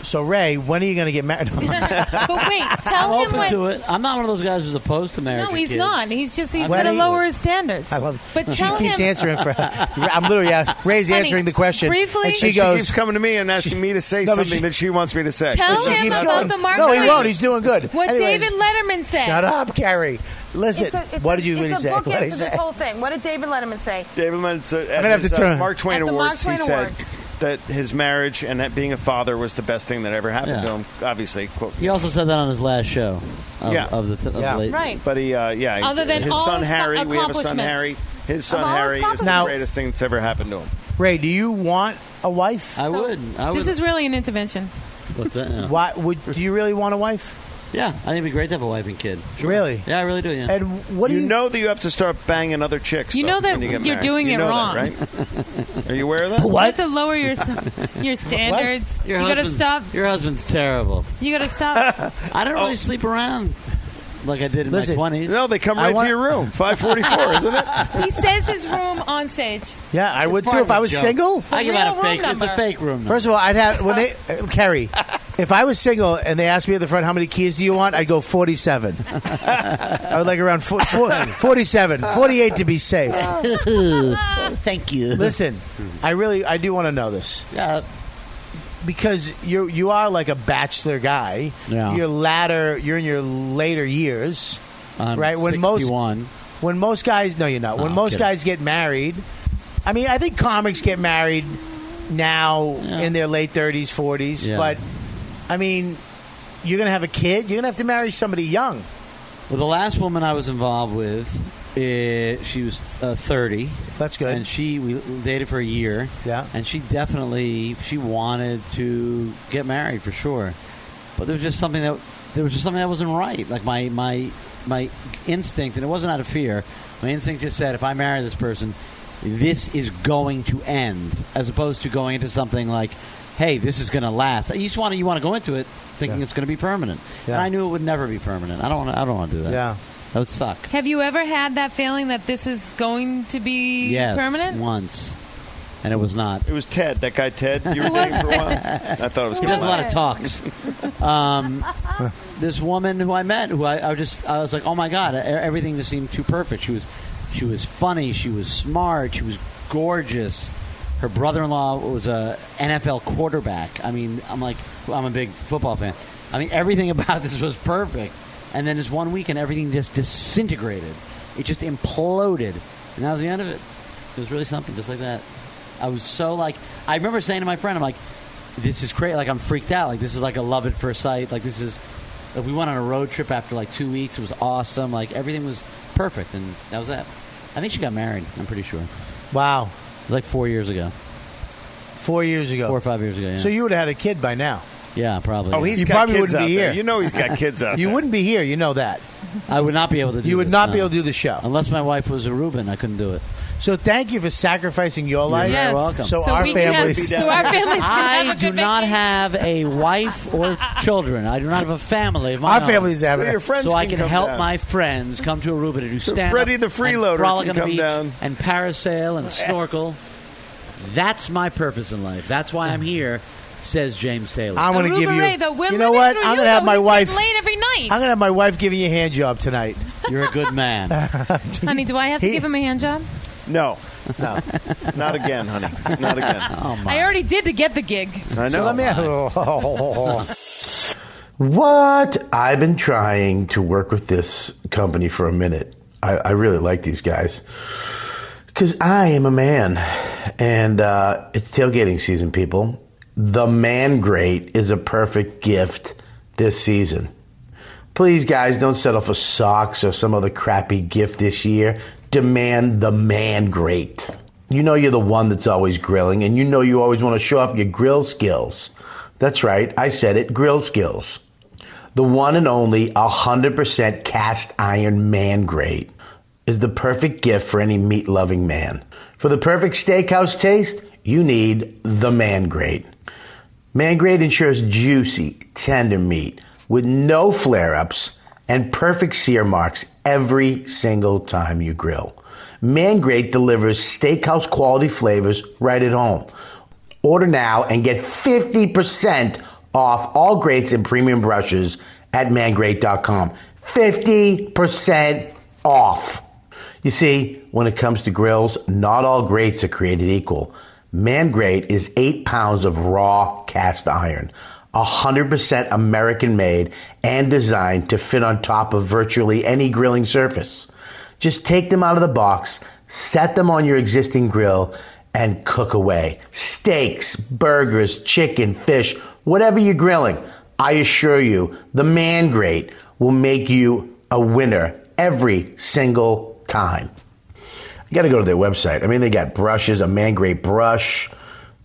Speaker 7: So Ray, when are you going to get married?
Speaker 8: but wait, tell
Speaker 9: I'm
Speaker 8: him
Speaker 9: open
Speaker 8: what.
Speaker 9: to it. I'm not one of those guys who's opposed to marriage.
Speaker 8: No, he's not. He's just he's
Speaker 9: Why
Speaker 8: going to
Speaker 9: do you-
Speaker 8: lower his standards.
Speaker 7: I love.
Speaker 8: But
Speaker 7: she
Speaker 8: tell
Speaker 7: keeps
Speaker 8: him.
Speaker 7: answering for. I'm literally uh, Ray's
Speaker 8: Honey,
Speaker 7: answering the question
Speaker 8: briefly-
Speaker 7: and she
Speaker 8: And
Speaker 10: She
Speaker 7: goes.
Speaker 10: keeps coming to me and asking me to say
Speaker 7: No, but
Speaker 10: something
Speaker 7: she-
Speaker 10: that she wants me to say.
Speaker 8: Tell
Speaker 7: she
Speaker 8: him
Speaker 7: keeps
Speaker 8: about
Speaker 7: going.
Speaker 8: the market.
Speaker 7: No, he won't. He's doing good.
Speaker 8: What
Speaker 7: Anyways,
Speaker 8: David Letterman said.
Speaker 7: Shut up, Carrie. Listen.
Speaker 8: It's a- it's
Speaker 7: what
Speaker 8: a-
Speaker 7: did you
Speaker 8: it's
Speaker 7: really
Speaker 8: a
Speaker 7: say?
Speaker 8: bookend
Speaker 7: What did he
Speaker 8: to
Speaker 7: say?
Speaker 8: this whole thing. What did David Letterman say?
Speaker 10: David Letterman said at
Speaker 7: gonna have
Speaker 10: his,
Speaker 7: to turn-
Speaker 10: uh, Mark Twain
Speaker 8: At the Mark
Speaker 10: Awards.
Speaker 8: Twain
Speaker 10: he
Speaker 8: Awards.
Speaker 10: said that his marriage and that being a father was the best thing that ever happened
Speaker 9: Yeah.
Speaker 10: to him. Obviously, quote.
Speaker 9: He also said that on his last show. Of,
Speaker 10: Yeah.
Speaker 9: Of the. Th- of
Speaker 7: Yeah.
Speaker 9: the late-
Speaker 8: Right.
Speaker 10: But he, uh, yeah, he-
Speaker 8: Other than
Speaker 10: his
Speaker 8: all
Speaker 10: son
Speaker 8: his
Speaker 10: Harry. We have a son
Speaker 8: accomplishments.
Speaker 10: Harry. His son
Speaker 8: Of all his
Speaker 10: Harry is the
Speaker 8: accomplishments.
Speaker 10: greatest thing that's ever happened to him.
Speaker 7: Ray, do you want a wife?
Speaker 10: Uh,
Speaker 9: I would. I would.
Speaker 8: This is really an intervention.
Speaker 9: What's that? Yeah.
Speaker 7: Why would? Do you really want a wife?
Speaker 9: Yeah, I think it'd be great to have a wife and kid.
Speaker 7: Really?
Speaker 9: Yeah, I really do. Yeah.
Speaker 7: And what do
Speaker 10: you,
Speaker 7: you,
Speaker 10: know that you have to start banging other chicks.
Speaker 8: You know
Speaker 10: though,
Speaker 8: that
Speaker 10: when you get
Speaker 8: you're
Speaker 10: married.
Speaker 8: doing
Speaker 10: You
Speaker 8: it
Speaker 10: know that,
Speaker 8: wrong.
Speaker 10: right? Are you aware of that?
Speaker 8: You have to lower your s- your standards.
Speaker 9: Your
Speaker 8: you got to
Speaker 9: husband's-
Speaker 8: stop.
Speaker 9: Your husband's terrible.
Speaker 8: You got to stop.
Speaker 9: I don't really sleep around like I did in
Speaker 7: Oh. Listen,
Speaker 9: my twenties.
Speaker 10: No, they come
Speaker 7: I
Speaker 10: right
Speaker 7: want-
Speaker 10: to your room. Five forty-four, isn't it?
Speaker 8: he says his room on stage.
Speaker 7: Yeah, I would too if I was single.
Speaker 9: I give out a
Speaker 8: real
Speaker 9: fake.
Speaker 8: room
Speaker 9: It's a
Speaker 8: number.
Speaker 9: fake room.
Speaker 7: First of all, I'd have when they uh, Carrie. If I was single and they asked me at the front how many keys do you want, I'd go 47. I would like around four, four, 47, 48 to be safe.
Speaker 9: thank you.
Speaker 7: Listen, I really I do want to know this
Speaker 9: Yeah,
Speaker 7: because you you are like a bachelor guy.
Speaker 9: Yeah.
Speaker 7: You're latter. You're in your later years,
Speaker 9: I'm
Speaker 7: right? When most
Speaker 9: 61.
Speaker 7: when most guys no, you're not.
Speaker 9: No,
Speaker 7: When
Speaker 9: I'm
Speaker 7: most
Speaker 9: kidding.
Speaker 7: guys get married, I mean, I think comics get married now
Speaker 9: Yeah.
Speaker 7: in their late 30s, 40s.
Speaker 9: Yeah.
Speaker 7: But I mean, you're gonna have a kid. You're gonna have to marry somebody young.
Speaker 9: Well, the last woman I was involved with, uh, she was uh, thirty,
Speaker 7: That's good.
Speaker 9: and she we dated for a year.
Speaker 7: Yeah.
Speaker 9: and she definitely she wanted to get married for sure, but there was just something that there was just something that wasn't right. Like my my my instinct, and it wasn't out of fear. My instinct just said, if I marry this person, this is going to end, as opposed to going into something like, hey, this is going to last. You just want to you want to go into it thinking it's going to be permanent. And I knew it would never be permanent. I don't want I don't want to do that. Yeah, that would suck.
Speaker 8: Have you ever had that feeling that this is going to be
Speaker 9: Yes,
Speaker 8: permanent?
Speaker 9: once, and it was not.
Speaker 10: It was Ted, that guy Ted. You were dating
Speaker 8: Who was
Speaker 10: for a while.
Speaker 9: it?
Speaker 10: I thought it was.
Speaker 9: He
Speaker 10: gonna
Speaker 9: does a lot
Speaker 10: last.
Speaker 9: of talks. Um, this woman who I met, who I, I just, I was like, oh my god, e- everything just seemed too perfect. She was, she was funny. She was smart. She was gorgeous. Her brother-in-law was a NFL quarterback. I mean, I'm like, I'm a big football fan. I mean, everything about this was perfect. And then this one weekend, everything just disintegrated. It just imploded, and that was the end of it. It was really something, just like that. I was so like, I remember saying to my friend, I'm like, this is great. Like, I'm freaked out. Like, this is like a love at first sight. Like, this is, like, we went on a road trip after like two weeks. It was awesome. Like, everything was perfect. And that was that. I think she got married, I'm pretty sure.
Speaker 7: Wow.
Speaker 9: Like four years ago.
Speaker 7: Four years ago.
Speaker 9: Four or five years ago, yeah.
Speaker 7: Oh. So you would have had a kid by now.
Speaker 9: yeah, probably.
Speaker 7: Oh,
Speaker 9: yeah.
Speaker 7: he's You got probably kids wouldn't be out there. here.
Speaker 10: You know he's got kids out
Speaker 7: you
Speaker 10: there.
Speaker 7: wouldn't be here. You know that.
Speaker 9: I would not be able to do
Speaker 7: You would
Speaker 9: this,
Speaker 7: not
Speaker 9: no.
Speaker 7: be able to do the show.
Speaker 9: Unless my wife was a Reuben, I couldn't do it.
Speaker 7: So thank you for sacrificing your
Speaker 9: very
Speaker 7: life.
Speaker 9: Yes. welcome.
Speaker 7: So,
Speaker 9: So
Speaker 7: our
Speaker 9: we can have-
Speaker 7: families.
Speaker 9: so our
Speaker 8: families can
Speaker 9: I
Speaker 8: have a
Speaker 9: do
Speaker 8: good
Speaker 9: not have a wife or children. I do not have a family. Of my
Speaker 7: Our
Speaker 9: own.
Speaker 7: families have So it. your friends
Speaker 9: So I
Speaker 7: can
Speaker 9: can
Speaker 7: come
Speaker 9: help
Speaker 7: down.
Speaker 9: my friends come to Aruba to do
Speaker 7: So
Speaker 9: stand
Speaker 7: Freddie the freeloader
Speaker 9: and frolic
Speaker 7: can
Speaker 9: on the
Speaker 7: come
Speaker 9: beach
Speaker 7: down.
Speaker 9: and parasail and snorkel. That's my purpose in life. That's why I'm here. Says James Taylor.
Speaker 7: I'm going to give you.
Speaker 8: Ray, though, we're
Speaker 7: you know
Speaker 8: living
Speaker 7: what?
Speaker 8: through
Speaker 7: I'm
Speaker 8: you,
Speaker 7: to have
Speaker 8: though.
Speaker 7: my
Speaker 8: He's
Speaker 7: wife.
Speaker 8: late every night.
Speaker 7: I'm going to have my wife giving you a hand job tonight.
Speaker 9: You're a good man.
Speaker 8: Honey, do I have to
Speaker 7: He-
Speaker 8: give him a hand job?
Speaker 10: No, no, not again, honey. Not again.
Speaker 8: I already did to get the gig.
Speaker 10: I know.
Speaker 7: So let me.
Speaker 2: What? I've been trying to work with this company for a minute. I, I really like these guys because I am a man, and uh, it's tailgating season, people. The man great is a perfect gift this season. Please, guys, don't settle for socks or some other crappy gift this year. Demand the man great. You know you're the one that's always grilling, and you know you always want to show off your grill skills. That's right, I said it grill skills. The one and only 100% cast iron man grate is the perfect gift for any meat loving man. For the perfect steakhouse taste, you need the man grate. Mangrade ensures juicy, tender meat with no flare ups and perfect sear marks every single time you grill. Mangrate delivers steakhouse quality flavors right at home. Order now and get 50% off all grates and premium brushes at mangrate.com. 50% off. You see, when it comes to grills, not all grates are created equal. Man grate is eight pounds of raw cast iron, 100% American made and designed to fit on top of virtually any grilling surface. Just take them out of the box, set them on your existing grill, and cook away. Steaks, burgers, chicken, fish, whatever you're grilling, I assure you, the man grate will make you a winner every single time. You got to go to their website. I mean, they got brushes, a Mangrate brush.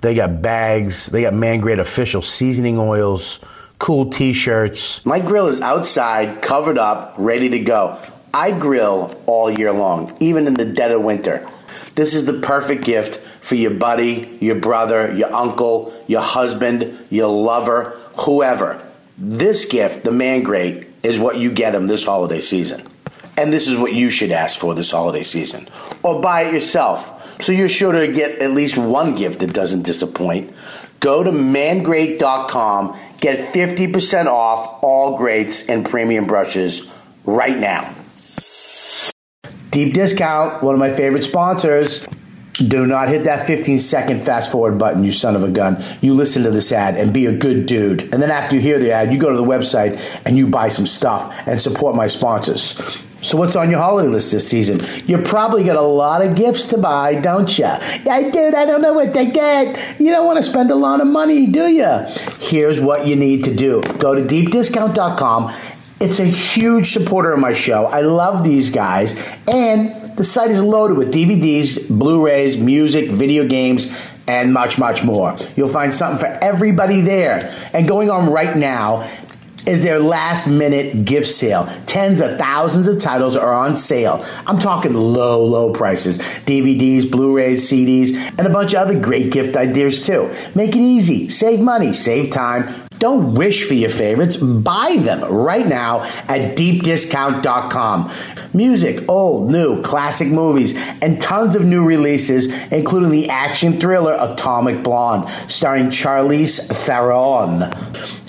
Speaker 2: They got bags. They got Mangrate official seasoning oils, cool t shirts. My grill is outside, covered up, ready to go. I grill all year long, even in the dead of winter. This is the perfect gift for your buddy, your brother, your uncle, your husband, your lover, whoever. This gift, the Mangrate, is what you get them this holiday season. And this is what you should ask for this holiday season. Or buy it yourself. So you're sure to get at least one gift that doesn't disappoint. Go to mangrate.com, get 50% off all grates and premium brushes right now. Deep Discount, one of my favorite sponsors. Do not hit that 15 second fast forward button, you son of a gun. You listen to this ad and be a good dude. And then after you hear the ad, you go to the website and you buy some stuff and support my sponsors. So, what's on your holiday list this season? You probably got a lot of gifts to buy, don't you? I dude, I don't know what to get. You don't want to spend a lot of money, do you? Here's what you need to do go to deepdiscount.com it's a huge supporter of my show. I love these guys. And the site is loaded with DVDs, Blu rays, music, video games, and much, much more. You'll find something for everybody there. And going on right now, is their last minute gift sale. Tens of thousands of titles are on sale. I'm talking low, low prices DVDs, Blu rays, CDs, and a bunch of other great gift ideas too. Make it easy, save money, save time. Don't wish for your favorites. Buy them right now at deepdiscount.com. Music, old, new, classic movies, and tons of new releases, including the action thriller Atomic Blonde, starring Charlize Theron.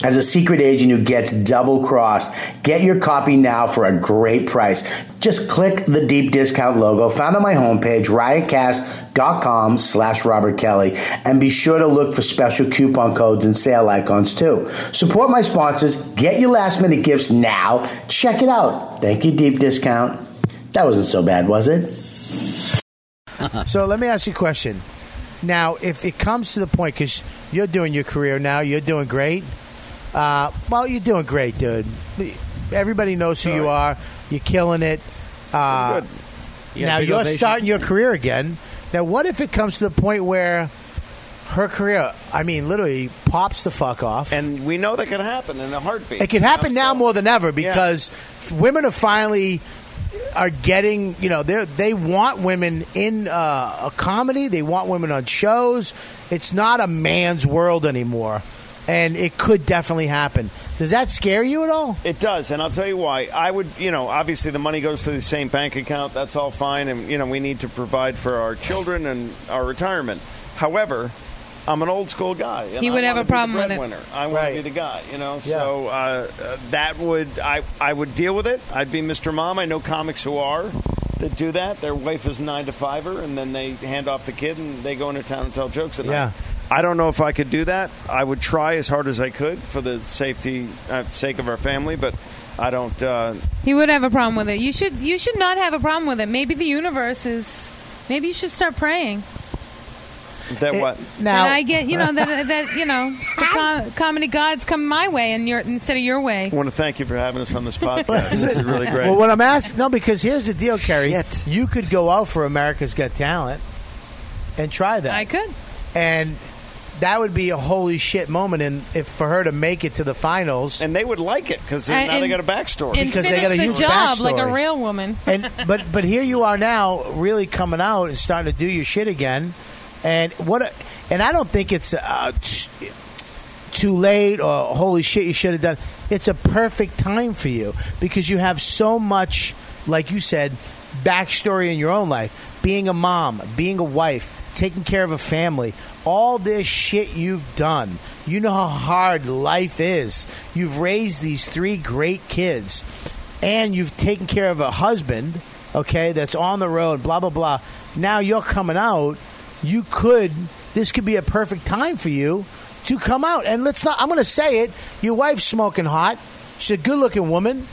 Speaker 2: As a secret agent who gets double crossed, get your copy now for a great price. Just click the deep discount logo found on my homepage, riotcast.com slash Robert Kelly, and be sure to look for special coupon codes and sale icons too. Support my sponsors, get your last minute gifts now. Check it out. Thank you, deep discount. That wasn't so bad, was it?
Speaker 7: so let me ask you a question. Now, if it comes to the point, because you're doing your career now, you're doing great. Uh, well, you're doing great, dude. Everybody knows who you are. You're killing it. Uh,
Speaker 11: You got
Speaker 7: now
Speaker 11: a big
Speaker 7: you're
Speaker 11: ovation.
Speaker 7: starting your career again. Now, what if it comes to the point where her career, I mean, literally pops the fuck off?
Speaker 10: And we know that could happen in a heartbeat.
Speaker 7: It can happen now more than ever because f women are finally are getting you know they they want women in uh, a comedy they want women on shows it's not a man's world anymore and it could definitely happen does that scare you at all
Speaker 10: It does, and I'll tell you why. I would, you know, obviously the money goes to the same bank account. That's all fine, and you know we need to provide for our children and our retirement. However, I'm an old school guy. and
Speaker 8: He would
Speaker 10: I
Speaker 8: have
Speaker 10: wanna
Speaker 8: a
Speaker 10: be
Speaker 8: problem
Speaker 10: the
Speaker 8: with it.
Speaker 10: breadwinner. I want to be the guy, you know. So uh, uh, that would I I would deal with it. I'd be Mr. Mom. I know comics who are that do that. Their wife is nine to fiver, and then they hand off the kid and they go into town and tell jokes at
Speaker 7: Yeah.
Speaker 10: night. I don't know if I could do that. I would try as hard as I could for the safety uh, sake of our family, but I don't. Uh,
Speaker 8: He would have a problem with it. You should you should not have a problem with it. Maybe the universe is maybe you should start praying.
Speaker 10: that what?
Speaker 8: Now and I get you know that that you know the com- comedy gods come my way and your instead of your way.
Speaker 10: I want to thank you for having us on this podcast. this is really great.
Speaker 7: well what i'm asking no because here's the deal Carrie you could go out for America's Got Talent and try that I
Speaker 8: could
Speaker 7: and that would be a holy shit moment in if for her to make it to the finals
Speaker 10: and they would like it because
Speaker 8: And-
Speaker 10: now they
Speaker 8: and-
Speaker 10: got a backstory
Speaker 8: And
Speaker 7: because they
Speaker 8: finish
Speaker 7: got a
Speaker 8: the
Speaker 7: huge
Speaker 8: job
Speaker 7: backstory.
Speaker 8: like a real woman.
Speaker 7: and but but here you are now, really coming out and starting to do your shit again. And what? A, and I don't think it's uh, t- too late or holy shit, you should have done. It's a perfect time for you because you have so much, like you said, backstory in your own life. Being a mom, being a wife, taking care of a family, all this shit you've done. You know how hard life is. You've raised these three great kids and you've taken care of a husband, okay, that's on the road, blah, blah, blah. Now you're coming out. You could, this could be a perfect time for you to come out. And let's not, I'm going to say it. Your wife's smoking hot. She's a good looking woman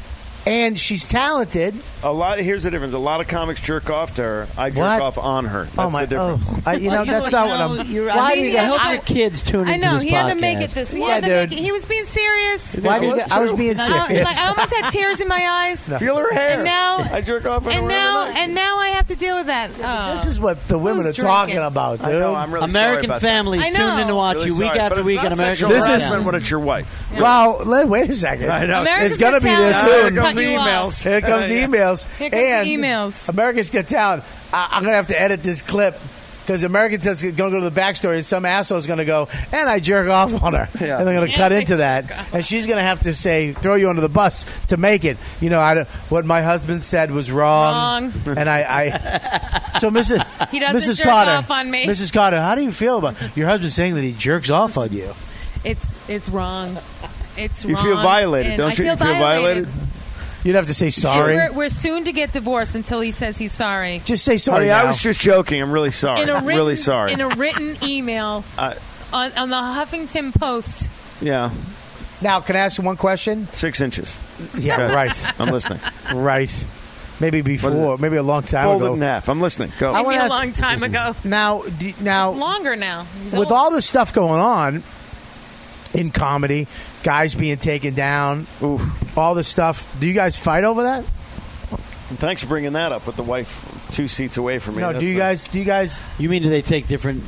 Speaker 7: and she's talented.
Speaker 10: A lot. Here's the difference. A lot of comics jerk off to her. I jerk
Speaker 7: What?
Speaker 10: off on her. That's
Speaker 7: oh, my
Speaker 10: the difference.
Speaker 7: oh, I, you know,
Speaker 11: Well, you-
Speaker 7: that's not
Speaker 11: you know,
Speaker 7: what I'm.
Speaker 11: you're- I Why mean, do you help I- your kids tune
Speaker 8: I
Speaker 11: into
Speaker 8: know
Speaker 11: this
Speaker 8: he had to make
Speaker 11: podcast?
Speaker 8: it this. He,
Speaker 11: Why,
Speaker 8: had to make
Speaker 11: dude?
Speaker 8: it, he was being serious.
Speaker 11: Why do you get- I was being
Speaker 8: I, like,
Speaker 11: serious.
Speaker 8: I almost had tears in my eyes.
Speaker 7: No.
Speaker 10: Feel her hair.
Speaker 8: And now
Speaker 10: I jerk off on her
Speaker 8: and
Speaker 10: every
Speaker 8: now
Speaker 10: night.
Speaker 8: and now I have to deal with that. Oh.
Speaker 7: This is what the women are
Speaker 8: Who's
Speaker 7: talking
Speaker 8: drinking?
Speaker 7: about, dude.
Speaker 10: I know, I'm really sorry
Speaker 9: American
Speaker 10: about
Speaker 9: families
Speaker 8: I
Speaker 9: tuned
Speaker 8: know.
Speaker 9: in to watch
Speaker 10: Really
Speaker 9: you week
Speaker 10: sorry,
Speaker 9: after
Speaker 10: but it's
Speaker 9: week
Speaker 10: not
Speaker 9: on American
Speaker 10: sexual
Speaker 7: This is-
Speaker 9: Harassment.
Speaker 10: harassment when it's your wife.
Speaker 7: Well, le- wait a second.
Speaker 10: I know.
Speaker 8: America's
Speaker 7: it's gonna
Speaker 8: Got
Speaker 7: be there
Speaker 8: Talent.
Speaker 7: soon.
Speaker 8: Here comes Cut you
Speaker 10: emails.
Speaker 8: off.
Speaker 7: Here comes the emails.
Speaker 8: Here comes the
Speaker 7: and
Speaker 8: emails.
Speaker 7: America's Got Talent. I, I'm gonna have to edit this clip because America's Got Talent's gonna go to the backstory, and some asshole's gonna go and I jerk off on her,
Speaker 10: Yeah.
Speaker 7: and they're gonna
Speaker 8: And
Speaker 7: cut
Speaker 8: I
Speaker 7: into that, and she's gonna have to say, throw you under the bus to make it. You know, I, don't- what my husband said was wrong,
Speaker 8: Wrong.
Speaker 7: and I, I so Mrs.
Speaker 8: He doesn't
Speaker 7: Mrs.
Speaker 8: jerk
Speaker 7: Carter,
Speaker 8: off on me.
Speaker 7: Mrs. Carter, how do you feel about your husband saying that he jerks off on you?
Speaker 8: It's it's wrong. It's
Speaker 10: You
Speaker 8: wrong.
Speaker 10: feel violated,
Speaker 8: and
Speaker 10: don't
Speaker 8: I
Speaker 10: you? You feel violated?
Speaker 7: You'd have to say sorry.
Speaker 8: We're, we're soon to get divorced until he says he's sorry.
Speaker 7: Just say sorry.
Speaker 10: Honey, I
Speaker 7: now.
Speaker 10: was just joking. I'm really sorry.
Speaker 8: In a
Speaker 10: I'm
Speaker 8: written,
Speaker 10: really sorry.
Speaker 8: In a written email
Speaker 10: I-
Speaker 8: on, on the Huffington Post.
Speaker 10: yeah,
Speaker 7: now, can I ask you one question?
Speaker 10: six inches.
Speaker 7: Yeah, right.
Speaker 10: I'm listening.
Speaker 7: Right. Maybe before, maybe a long time
Speaker 10: Fold it
Speaker 7: ago.
Speaker 10: in half. I'm listening. Go.
Speaker 7: I
Speaker 8: Maybe
Speaker 7: wanna
Speaker 8: a
Speaker 7: ask-
Speaker 8: long time ago.
Speaker 7: Now, do, now
Speaker 8: Longer now. He's
Speaker 7: with
Speaker 8: old.
Speaker 7: all this stuff going on in comedy, guys being taken down, all this stuff, do you guys fight over that?
Speaker 10: Thanks for bringing that up with the wife two seats away from me.
Speaker 7: no,
Speaker 10: That's
Speaker 7: do you
Speaker 10: not-
Speaker 7: guys do you guys
Speaker 9: You mean do they take different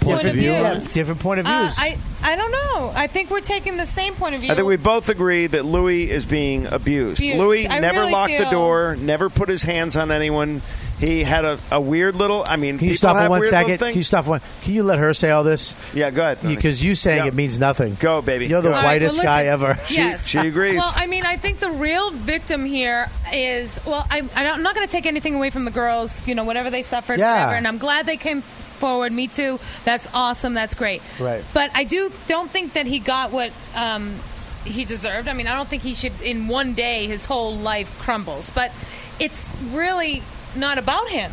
Speaker 9: points
Speaker 8: Point
Speaker 9: of
Speaker 8: of
Speaker 9: view?
Speaker 8: view.
Speaker 9: on
Speaker 8: Yeah.
Speaker 9: it?
Speaker 7: different point of
Speaker 8: Uh,
Speaker 7: views?
Speaker 8: I I don't know. I think we're taking the same point of view.
Speaker 10: I think we both agree that Louis is being abused.
Speaker 8: Abused.
Speaker 10: Louis
Speaker 8: I
Speaker 10: never
Speaker 8: really
Speaker 10: locked the
Speaker 8: feel-
Speaker 10: door, never put his hands on anyone. He had a, a weird little. I mean,
Speaker 7: Can you
Speaker 10: people
Speaker 7: stop for
Speaker 10: have
Speaker 7: one
Speaker 10: weird little
Speaker 7: second? Can
Speaker 10: things.
Speaker 7: you stop for one? Can you let her say all this?
Speaker 10: Yeah, go ahead.
Speaker 7: Because you saying it means nothing.
Speaker 10: Go, baby.
Speaker 7: You're the
Speaker 8: All right,
Speaker 7: whitest
Speaker 8: well,
Speaker 7: guy
Speaker 8: listen.
Speaker 7: ever.
Speaker 8: Yes. Well, I mean, I think the real victim here is well, I, I don't- I'm not going to take anything away from the girls, you know, whatever they suffered,
Speaker 12: Yeah.
Speaker 8: whatever. And I'm glad they came forward. Me too. That's awesome. That's great.
Speaker 12: Right.
Speaker 8: But I do don't think that he got what um, he deserved. I mean, I don't think he should in one day his whole life crumbles. But it's really not about him.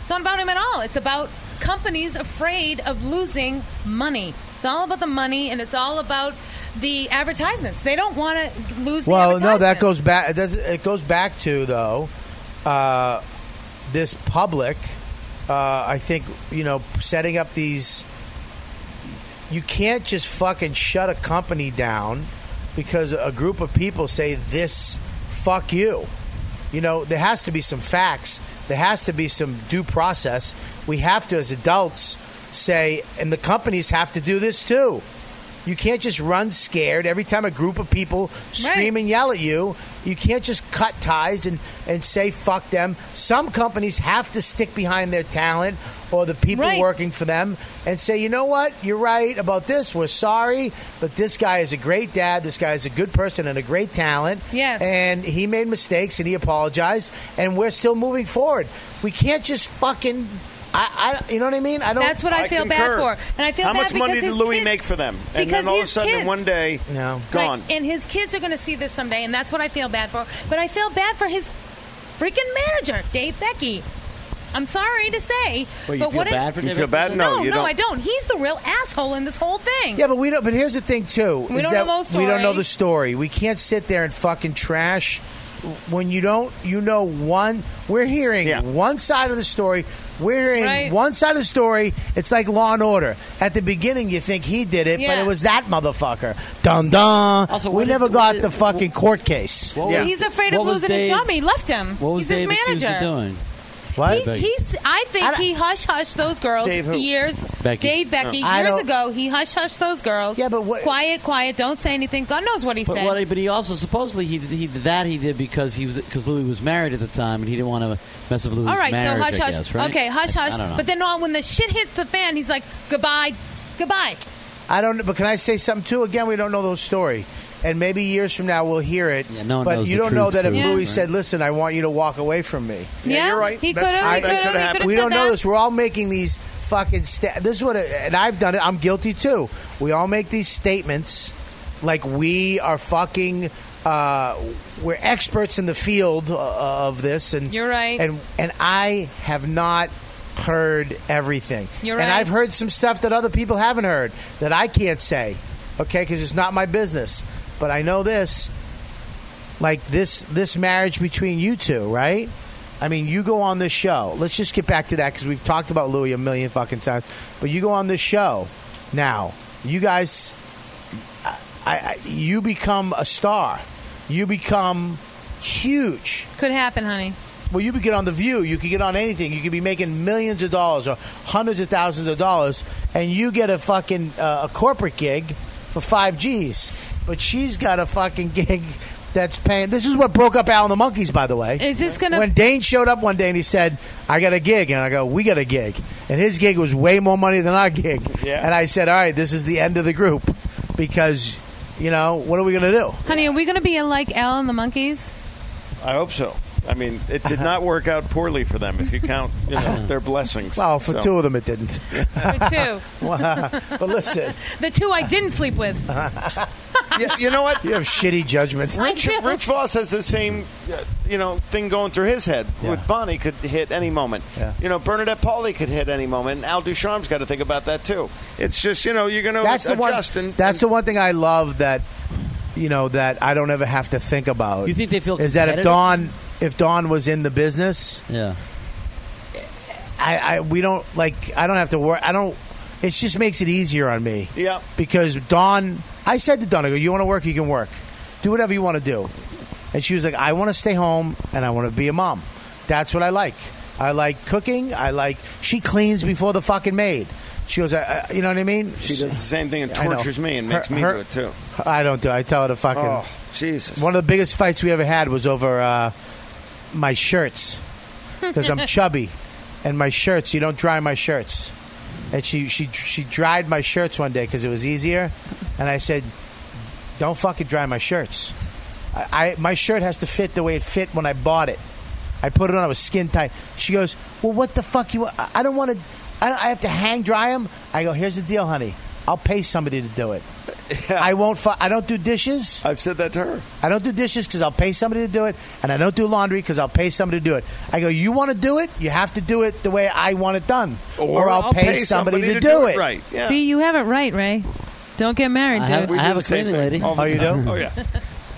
Speaker 8: It's not about him at all. It's about companies afraid of losing money. It's all about the money, and it's all about the advertisements. They don't want to lose.
Speaker 7: Well,
Speaker 8: the
Speaker 7: no, that
Speaker 8: advertisements.
Speaker 7: goes back. That's, it goes back to though, uh, this public. Uh, I think you know setting up these. You can't just fucking shut a company down because a group of people say this. Fuck you. You know there has to be some facts. There has to be some due process. We have to, as adults, say, and the companies have to do this too. You can't just run scared every time a group of people scream and yell at you. You can't just cut ties and, and say fuck them. Some companies have to stick behind their talent or the people working for them and say, you know what, you're right about this. We're sorry, but this guy is a great dad. This guy is a good person and a great talent. Yes. And he made mistakes and he apologized, and we're still moving forward. We can't just fucking. I, I, you know what I mean? I don't.
Speaker 8: That's what I I feel bad concur. for. And I feel
Speaker 10: How
Speaker 8: bad
Speaker 10: much money
Speaker 8: because
Speaker 10: did
Speaker 8: his
Speaker 10: Louis
Speaker 8: kids-
Speaker 10: make for them? And
Speaker 8: because
Speaker 10: then all of a
Speaker 8: his
Speaker 10: sudden, in
Speaker 8: kids-
Speaker 10: one day, gone.
Speaker 8: Right. And his kids are going to see this someday, and that's what I feel bad for. But I feel bad for his freaking manager, Dave Becky. I'm sorry to say,
Speaker 7: Well, you feel
Speaker 8: but what?
Speaker 7: bad for You Dave feel Becky? bad? No,
Speaker 8: No,
Speaker 7: you
Speaker 8: no,
Speaker 7: don't.
Speaker 8: I don't. He's the real asshole in this whole thing.
Speaker 7: Yeah, but we don't. But here's the thing, too.
Speaker 8: We
Speaker 7: is
Speaker 8: don't
Speaker 7: that
Speaker 8: know the
Speaker 7: We don't know
Speaker 8: story.
Speaker 7: the story. We can't sit there and fucking trash when you don't. You know one. We're hearing one side of the story. We're hearing
Speaker 13: Right.
Speaker 7: one side of the story. It's like Law and Order. At the beginning, you think he did it, but
Speaker 8: Yeah.
Speaker 7: it was that motherfucker. Dun dun. we never got the fucking court case.
Speaker 8: Oh, He's afraid of losing his job. He left him. He's his manager.
Speaker 7: What?
Speaker 8: He, he's, I think he hush hush those girls
Speaker 7: Dave who?
Speaker 8: years.
Speaker 7: Becky.
Speaker 8: Dave Becky
Speaker 11: No. I
Speaker 8: years
Speaker 11: don't-
Speaker 8: ago. He hush hush those girls. Yeah, but what? Quiet, quiet. Don't say anything. God knows what he
Speaker 11: But,
Speaker 8: said.
Speaker 11: what, he- but he also supposedly he did, he did that he did because he was because Louis was married at the time and he didn't want to mess with Louis'
Speaker 8: All right,
Speaker 11: marriage.
Speaker 8: so hush
Speaker 11: I
Speaker 8: hush.
Speaker 11: guess, right?
Speaker 8: Okay, hush
Speaker 11: I- I
Speaker 8: hush.
Speaker 11: don't know.
Speaker 8: But then uh, when the shit hits the fan, he's like, goodbye, goodbye.
Speaker 7: I don't. But can I say something too? Again, we don't know the story, and maybe years from now we'll hear it.
Speaker 11: no one
Speaker 7: but
Speaker 11: knows
Speaker 7: you
Speaker 11: the
Speaker 7: don't know
Speaker 11: truth,
Speaker 7: that if
Speaker 11: too,
Speaker 7: Louis
Speaker 11: right?
Speaker 7: said, "Listen, I want you to walk away from me."
Speaker 8: Yeah, Yeah, you're right. he That's could've, true. he That could've, could've he happened. could've
Speaker 7: We
Speaker 8: said
Speaker 7: don't know
Speaker 8: that.
Speaker 7: this. We're all making these fucking. Sta- this is what, and I've done it. I'm guilty too. We all make these statements like we are fucking. Uh, we're experts in the field uh, of this, and
Speaker 8: You're right.
Speaker 7: And and I have not heard everything.
Speaker 8: You're
Speaker 7: And
Speaker 8: right.
Speaker 7: I've heard some stuff that other people haven't heard that I can't say, okay, because it's not my business. But I know this, like this this marriage between you two, right? I mean, you go on this show. Let's just get back to that because we've talked about Louis a million fucking times. But you go on this show now. You guys, I, I, you become a star. You become huge.
Speaker 8: Could happen, honey.
Speaker 7: Well, you could get on The View. You could get on anything. You could be making millions of dollars or hundreds of thousands of dollars, and you get a fucking uh, a corporate gig for five G's. But she's got a fucking gig that's paying. This is what broke up Al and the Monkeys, by the way.
Speaker 8: Is this gonna-
Speaker 7: when Dane showed up one day and he said, "I got a gig," and I go, "We got a gig," and his gig was way more money than our gig.
Speaker 8: Yeah.
Speaker 7: And I said, "All right, this is the end of the group because." You know what are we gonna do?
Speaker 8: Honey, are we going to be like Al and the Monkeys?
Speaker 10: I hope so. I mean, it did not work out poorly for them if you count you know, their blessings.
Speaker 7: Well, for
Speaker 10: So-
Speaker 7: two of them it didn't.
Speaker 8: For two.
Speaker 7: but listen,
Speaker 8: The two I didn't sleep with.
Speaker 10: you know what?
Speaker 7: You have shitty judgment.
Speaker 10: Rich, Rich Voss has the same, uh, you know, thing going through his head. With Bonnie could hit any moment. You know, Bernadette Pauley could hit any moment. And Al Ducharme's got to think about that too. It's just you know you're going to
Speaker 7: that's
Speaker 10: adjust
Speaker 7: the one.
Speaker 10: and
Speaker 7: that's the one thing I love that you know that I don't ever have to think about.
Speaker 11: You think they feel
Speaker 7: is that if
Speaker 11: competitive?
Speaker 7: Dawn if Dawn was in the business,
Speaker 11: yeah,
Speaker 7: I, I we don't like I don't have to worry. I don't. It just makes it easier on me.
Speaker 10: Yeah.
Speaker 7: Because Dawn, I said to Dawn, I go, "You want to work? You can work. Do whatever you want to do." And she was like, "I want to stay home and I want to be a mom. That's what I like. I like cooking. I like she cleans before the fucking maid." She goes, I, I, you know what I mean?
Speaker 10: She does the same thing and
Speaker 7: I know.
Speaker 10: tortures me and
Speaker 7: Her-
Speaker 10: makes me
Speaker 7: her-
Speaker 10: do it too.
Speaker 7: I don't do. it. I tell her to fucking.
Speaker 10: Oh, Jesus.
Speaker 7: One of the biggest fights we ever had was over uh, my shirts because I'm chubby, and my shirts. You don't dry my shirts, and she she she dried my shirts one day because it was easier, and I said, "Don't fucking dry my shirts. I, I my shirt has to fit the way it fit when I bought it. I put it on. I was skin tight. She goes, "Well, what the fuck you? I I don't want to. I, don't- I have to hang dry them." I go, "Here's the deal, honey. I'll pay somebody to do it. I won't. Fu- I don't do dishes.
Speaker 10: I've said that to her.
Speaker 7: I don't do dishes because I'll pay somebody to do it, and I don't do laundry because I'll pay somebody to do it. I go, you want to do it? You have to do it the way I want it done,
Speaker 10: Or I'll pay somebody to do it right. Yeah.
Speaker 8: See, you have it right, Ray. Don't get married, dude.
Speaker 10: We do the same thing all the
Speaker 7: Oh, you
Speaker 10: time.
Speaker 7: do?
Speaker 10: Oh, yeah.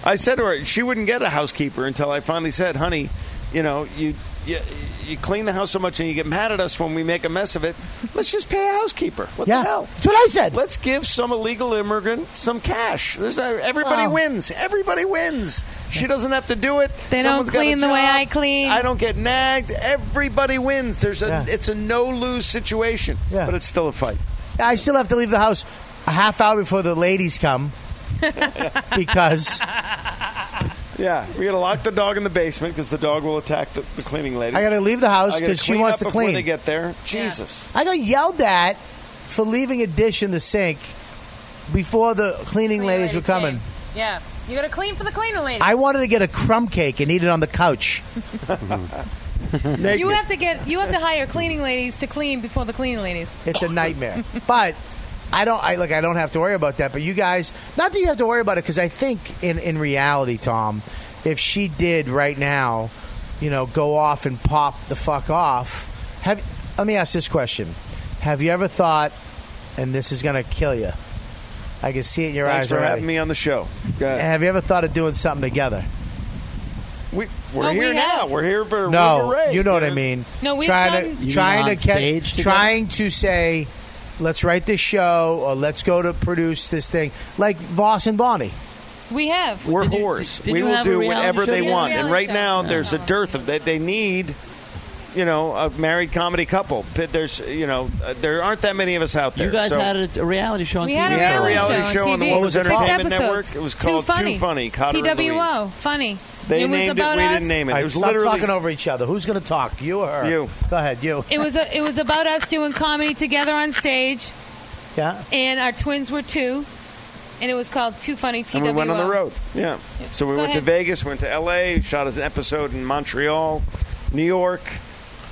Speaker 10: I said to her, she wouldn't get a housekeeper until I finally said, honey, you know, you, you, you clean the house so much and you get mad at us when we make a mess of it. Let's just pay a housekeeper. What
Speaker 7: Yeah.
Speaker 10: the hell?
Speaker 7: That's what I said.
Speaker 10: Let's give some illegal immigrant some cash. There's no, everybody
Speaker 7: Wow.
Speaker 10: wins. Everybody wins. She doesn't have to do it.
Speaker 8: They don't
Speaker 10: Someone's got a
Speaker 8: clean the way
Speaker 10: job.
Speaker 8: I clean.
Speaker 10: I don't get nagged. Everybody wins. There's a,
Speaker 7: Yeah.
Speaker 10: It's a no-lose situation,
Speaker 7: Yeah.
Speaker 10: but it's still a fight.
Speaker 7: I still have to leave the house a half hour before the ladies come because
Speaker 10: Yeah, we gotta lock the dog in the basement because the dog will attack the, the cleaning lady.
Speaker 7: I gotta leave the house 'cause she wants to clean.
Speaker 10: Before they get there, Jesus.
Speaker 7: I got yelled at for leaving a dish in the sink before the cleaning
Speaker 8: Clean
Speaker 7: ladies were coming.
Speaker 8: came. Yeah, you gotta clean for the cleaning lady.
Speaker 7: I wanted to get a crumb cake and eat it on the couch.
Speaker 8: you have to get you have to hire cleaning ladies to clean before the cleaning ladies.
Speaker 7: It's a nightmare. but I don't. I like. I don't have to worry about that. But you guys, not that you have to worry about it, because I think in in reality, Tom, if she did right now, you know, go off and pop the fuck off. Have let me ask this question: Have you ever thought? And this is gonna kill you. I can see it in your
Speaker 10: Thanks
Speaker 7: eyes
Speaker 10: for
Speaker 7: already.
Speaker 10: having me on the show. Go ahead.
Speaker 7: Have you ever thought of doing something together?
Speaker 10: We, we're
Speaker 8: Oh, we
Speaker 10: here now.
Speaker 8: have-
Speaker 10: We're here for
Speaker 7: No,
Speaker 10: Wilbur Ray.
Speaker 7: you know what I mean.
Speaker 8: No, we've
Speaker 7: trying
Speaker 8: done-
Speaker 7: to
Speaker 11: mean
Speaker 7: trying
Speaker 11: on
Speaker 7: to ca-
Speaker 11: stage together?
Speaker 7: trying to say, let's write this show or let's go to produce this thing, like Voss and Bonnie.
Speaker 8: We have.
Speaker 10: We're
Speaker 11: Did you-
Speaker 10: whores.
Speaker 11: did- did
Speaker 10: we
Speaker 11: you
Speaker 10: will
Speaker 11: have a
Speaker 10: do
Speaker 11: reality
Speaker 10: whatever
Speaker 11: show
Speaker 10: they
Speaker 11: yet?
Speaker 10: want.
Speaker 8: Yeah,
Speaker 10: And
Speaker 8: reality
Speaker 10: right
Speaker 8: show.
Speaker 10: now,
Speaker 8: No.
Speaker 10: there's a dearth of that. They need, you know, a married comedy couple. But there's, you know, uh, there aren't that many of us out there.
Speaker 11: You guys
Speaker 10: so-
Speaker 11: had a, a reality show on
Speaker 8: We
Speaker 11: TV.
Speaker 8: had a
Speaker 10: We had a
Speaker 8: reality,
Speaker 10: reality show on the
Speaker 8: TV.
Speaker 10: What Was
Speaker 8: Six
Speaker 10: Entertainment
Speaker 8: episodes.
Speaker 10: Network. It was called Too Funny, Cotter and
Speaker 8: TWO.
Speaker 10: Louise.
Speaker 8: Funny.
Speaker 10: They
Speaker 8: it was
Speaker 10: named it.
Speaker 8: about
Speaker 10: We
Speaker 8: us.
Speaker 10: didn't name it.
Speaker 7: All
Speaker 10: It
Speaker 7: right,
Speaker 10: was
Speaker 7: stop
Speaker 10: literally
Speaker 7: talking over each other. Who's going to talk? You or her?
Speaker 10: You.
Speaker 7: Go ahead. You.
Speaker 8: It was a, it was about us doing comedy together on stage,
Speaker 7: Yeah.
Speaker 8: and our twins were two, and it was called Too Funny. TWO.
Speaker 10: And we went on the road. Yeah. So we
Speaker 8: Go
Speaker 10: went to
Speaker 8: ahead.
Speaker 10: Vegas, went to LA, shot an episode in Montreal, New York,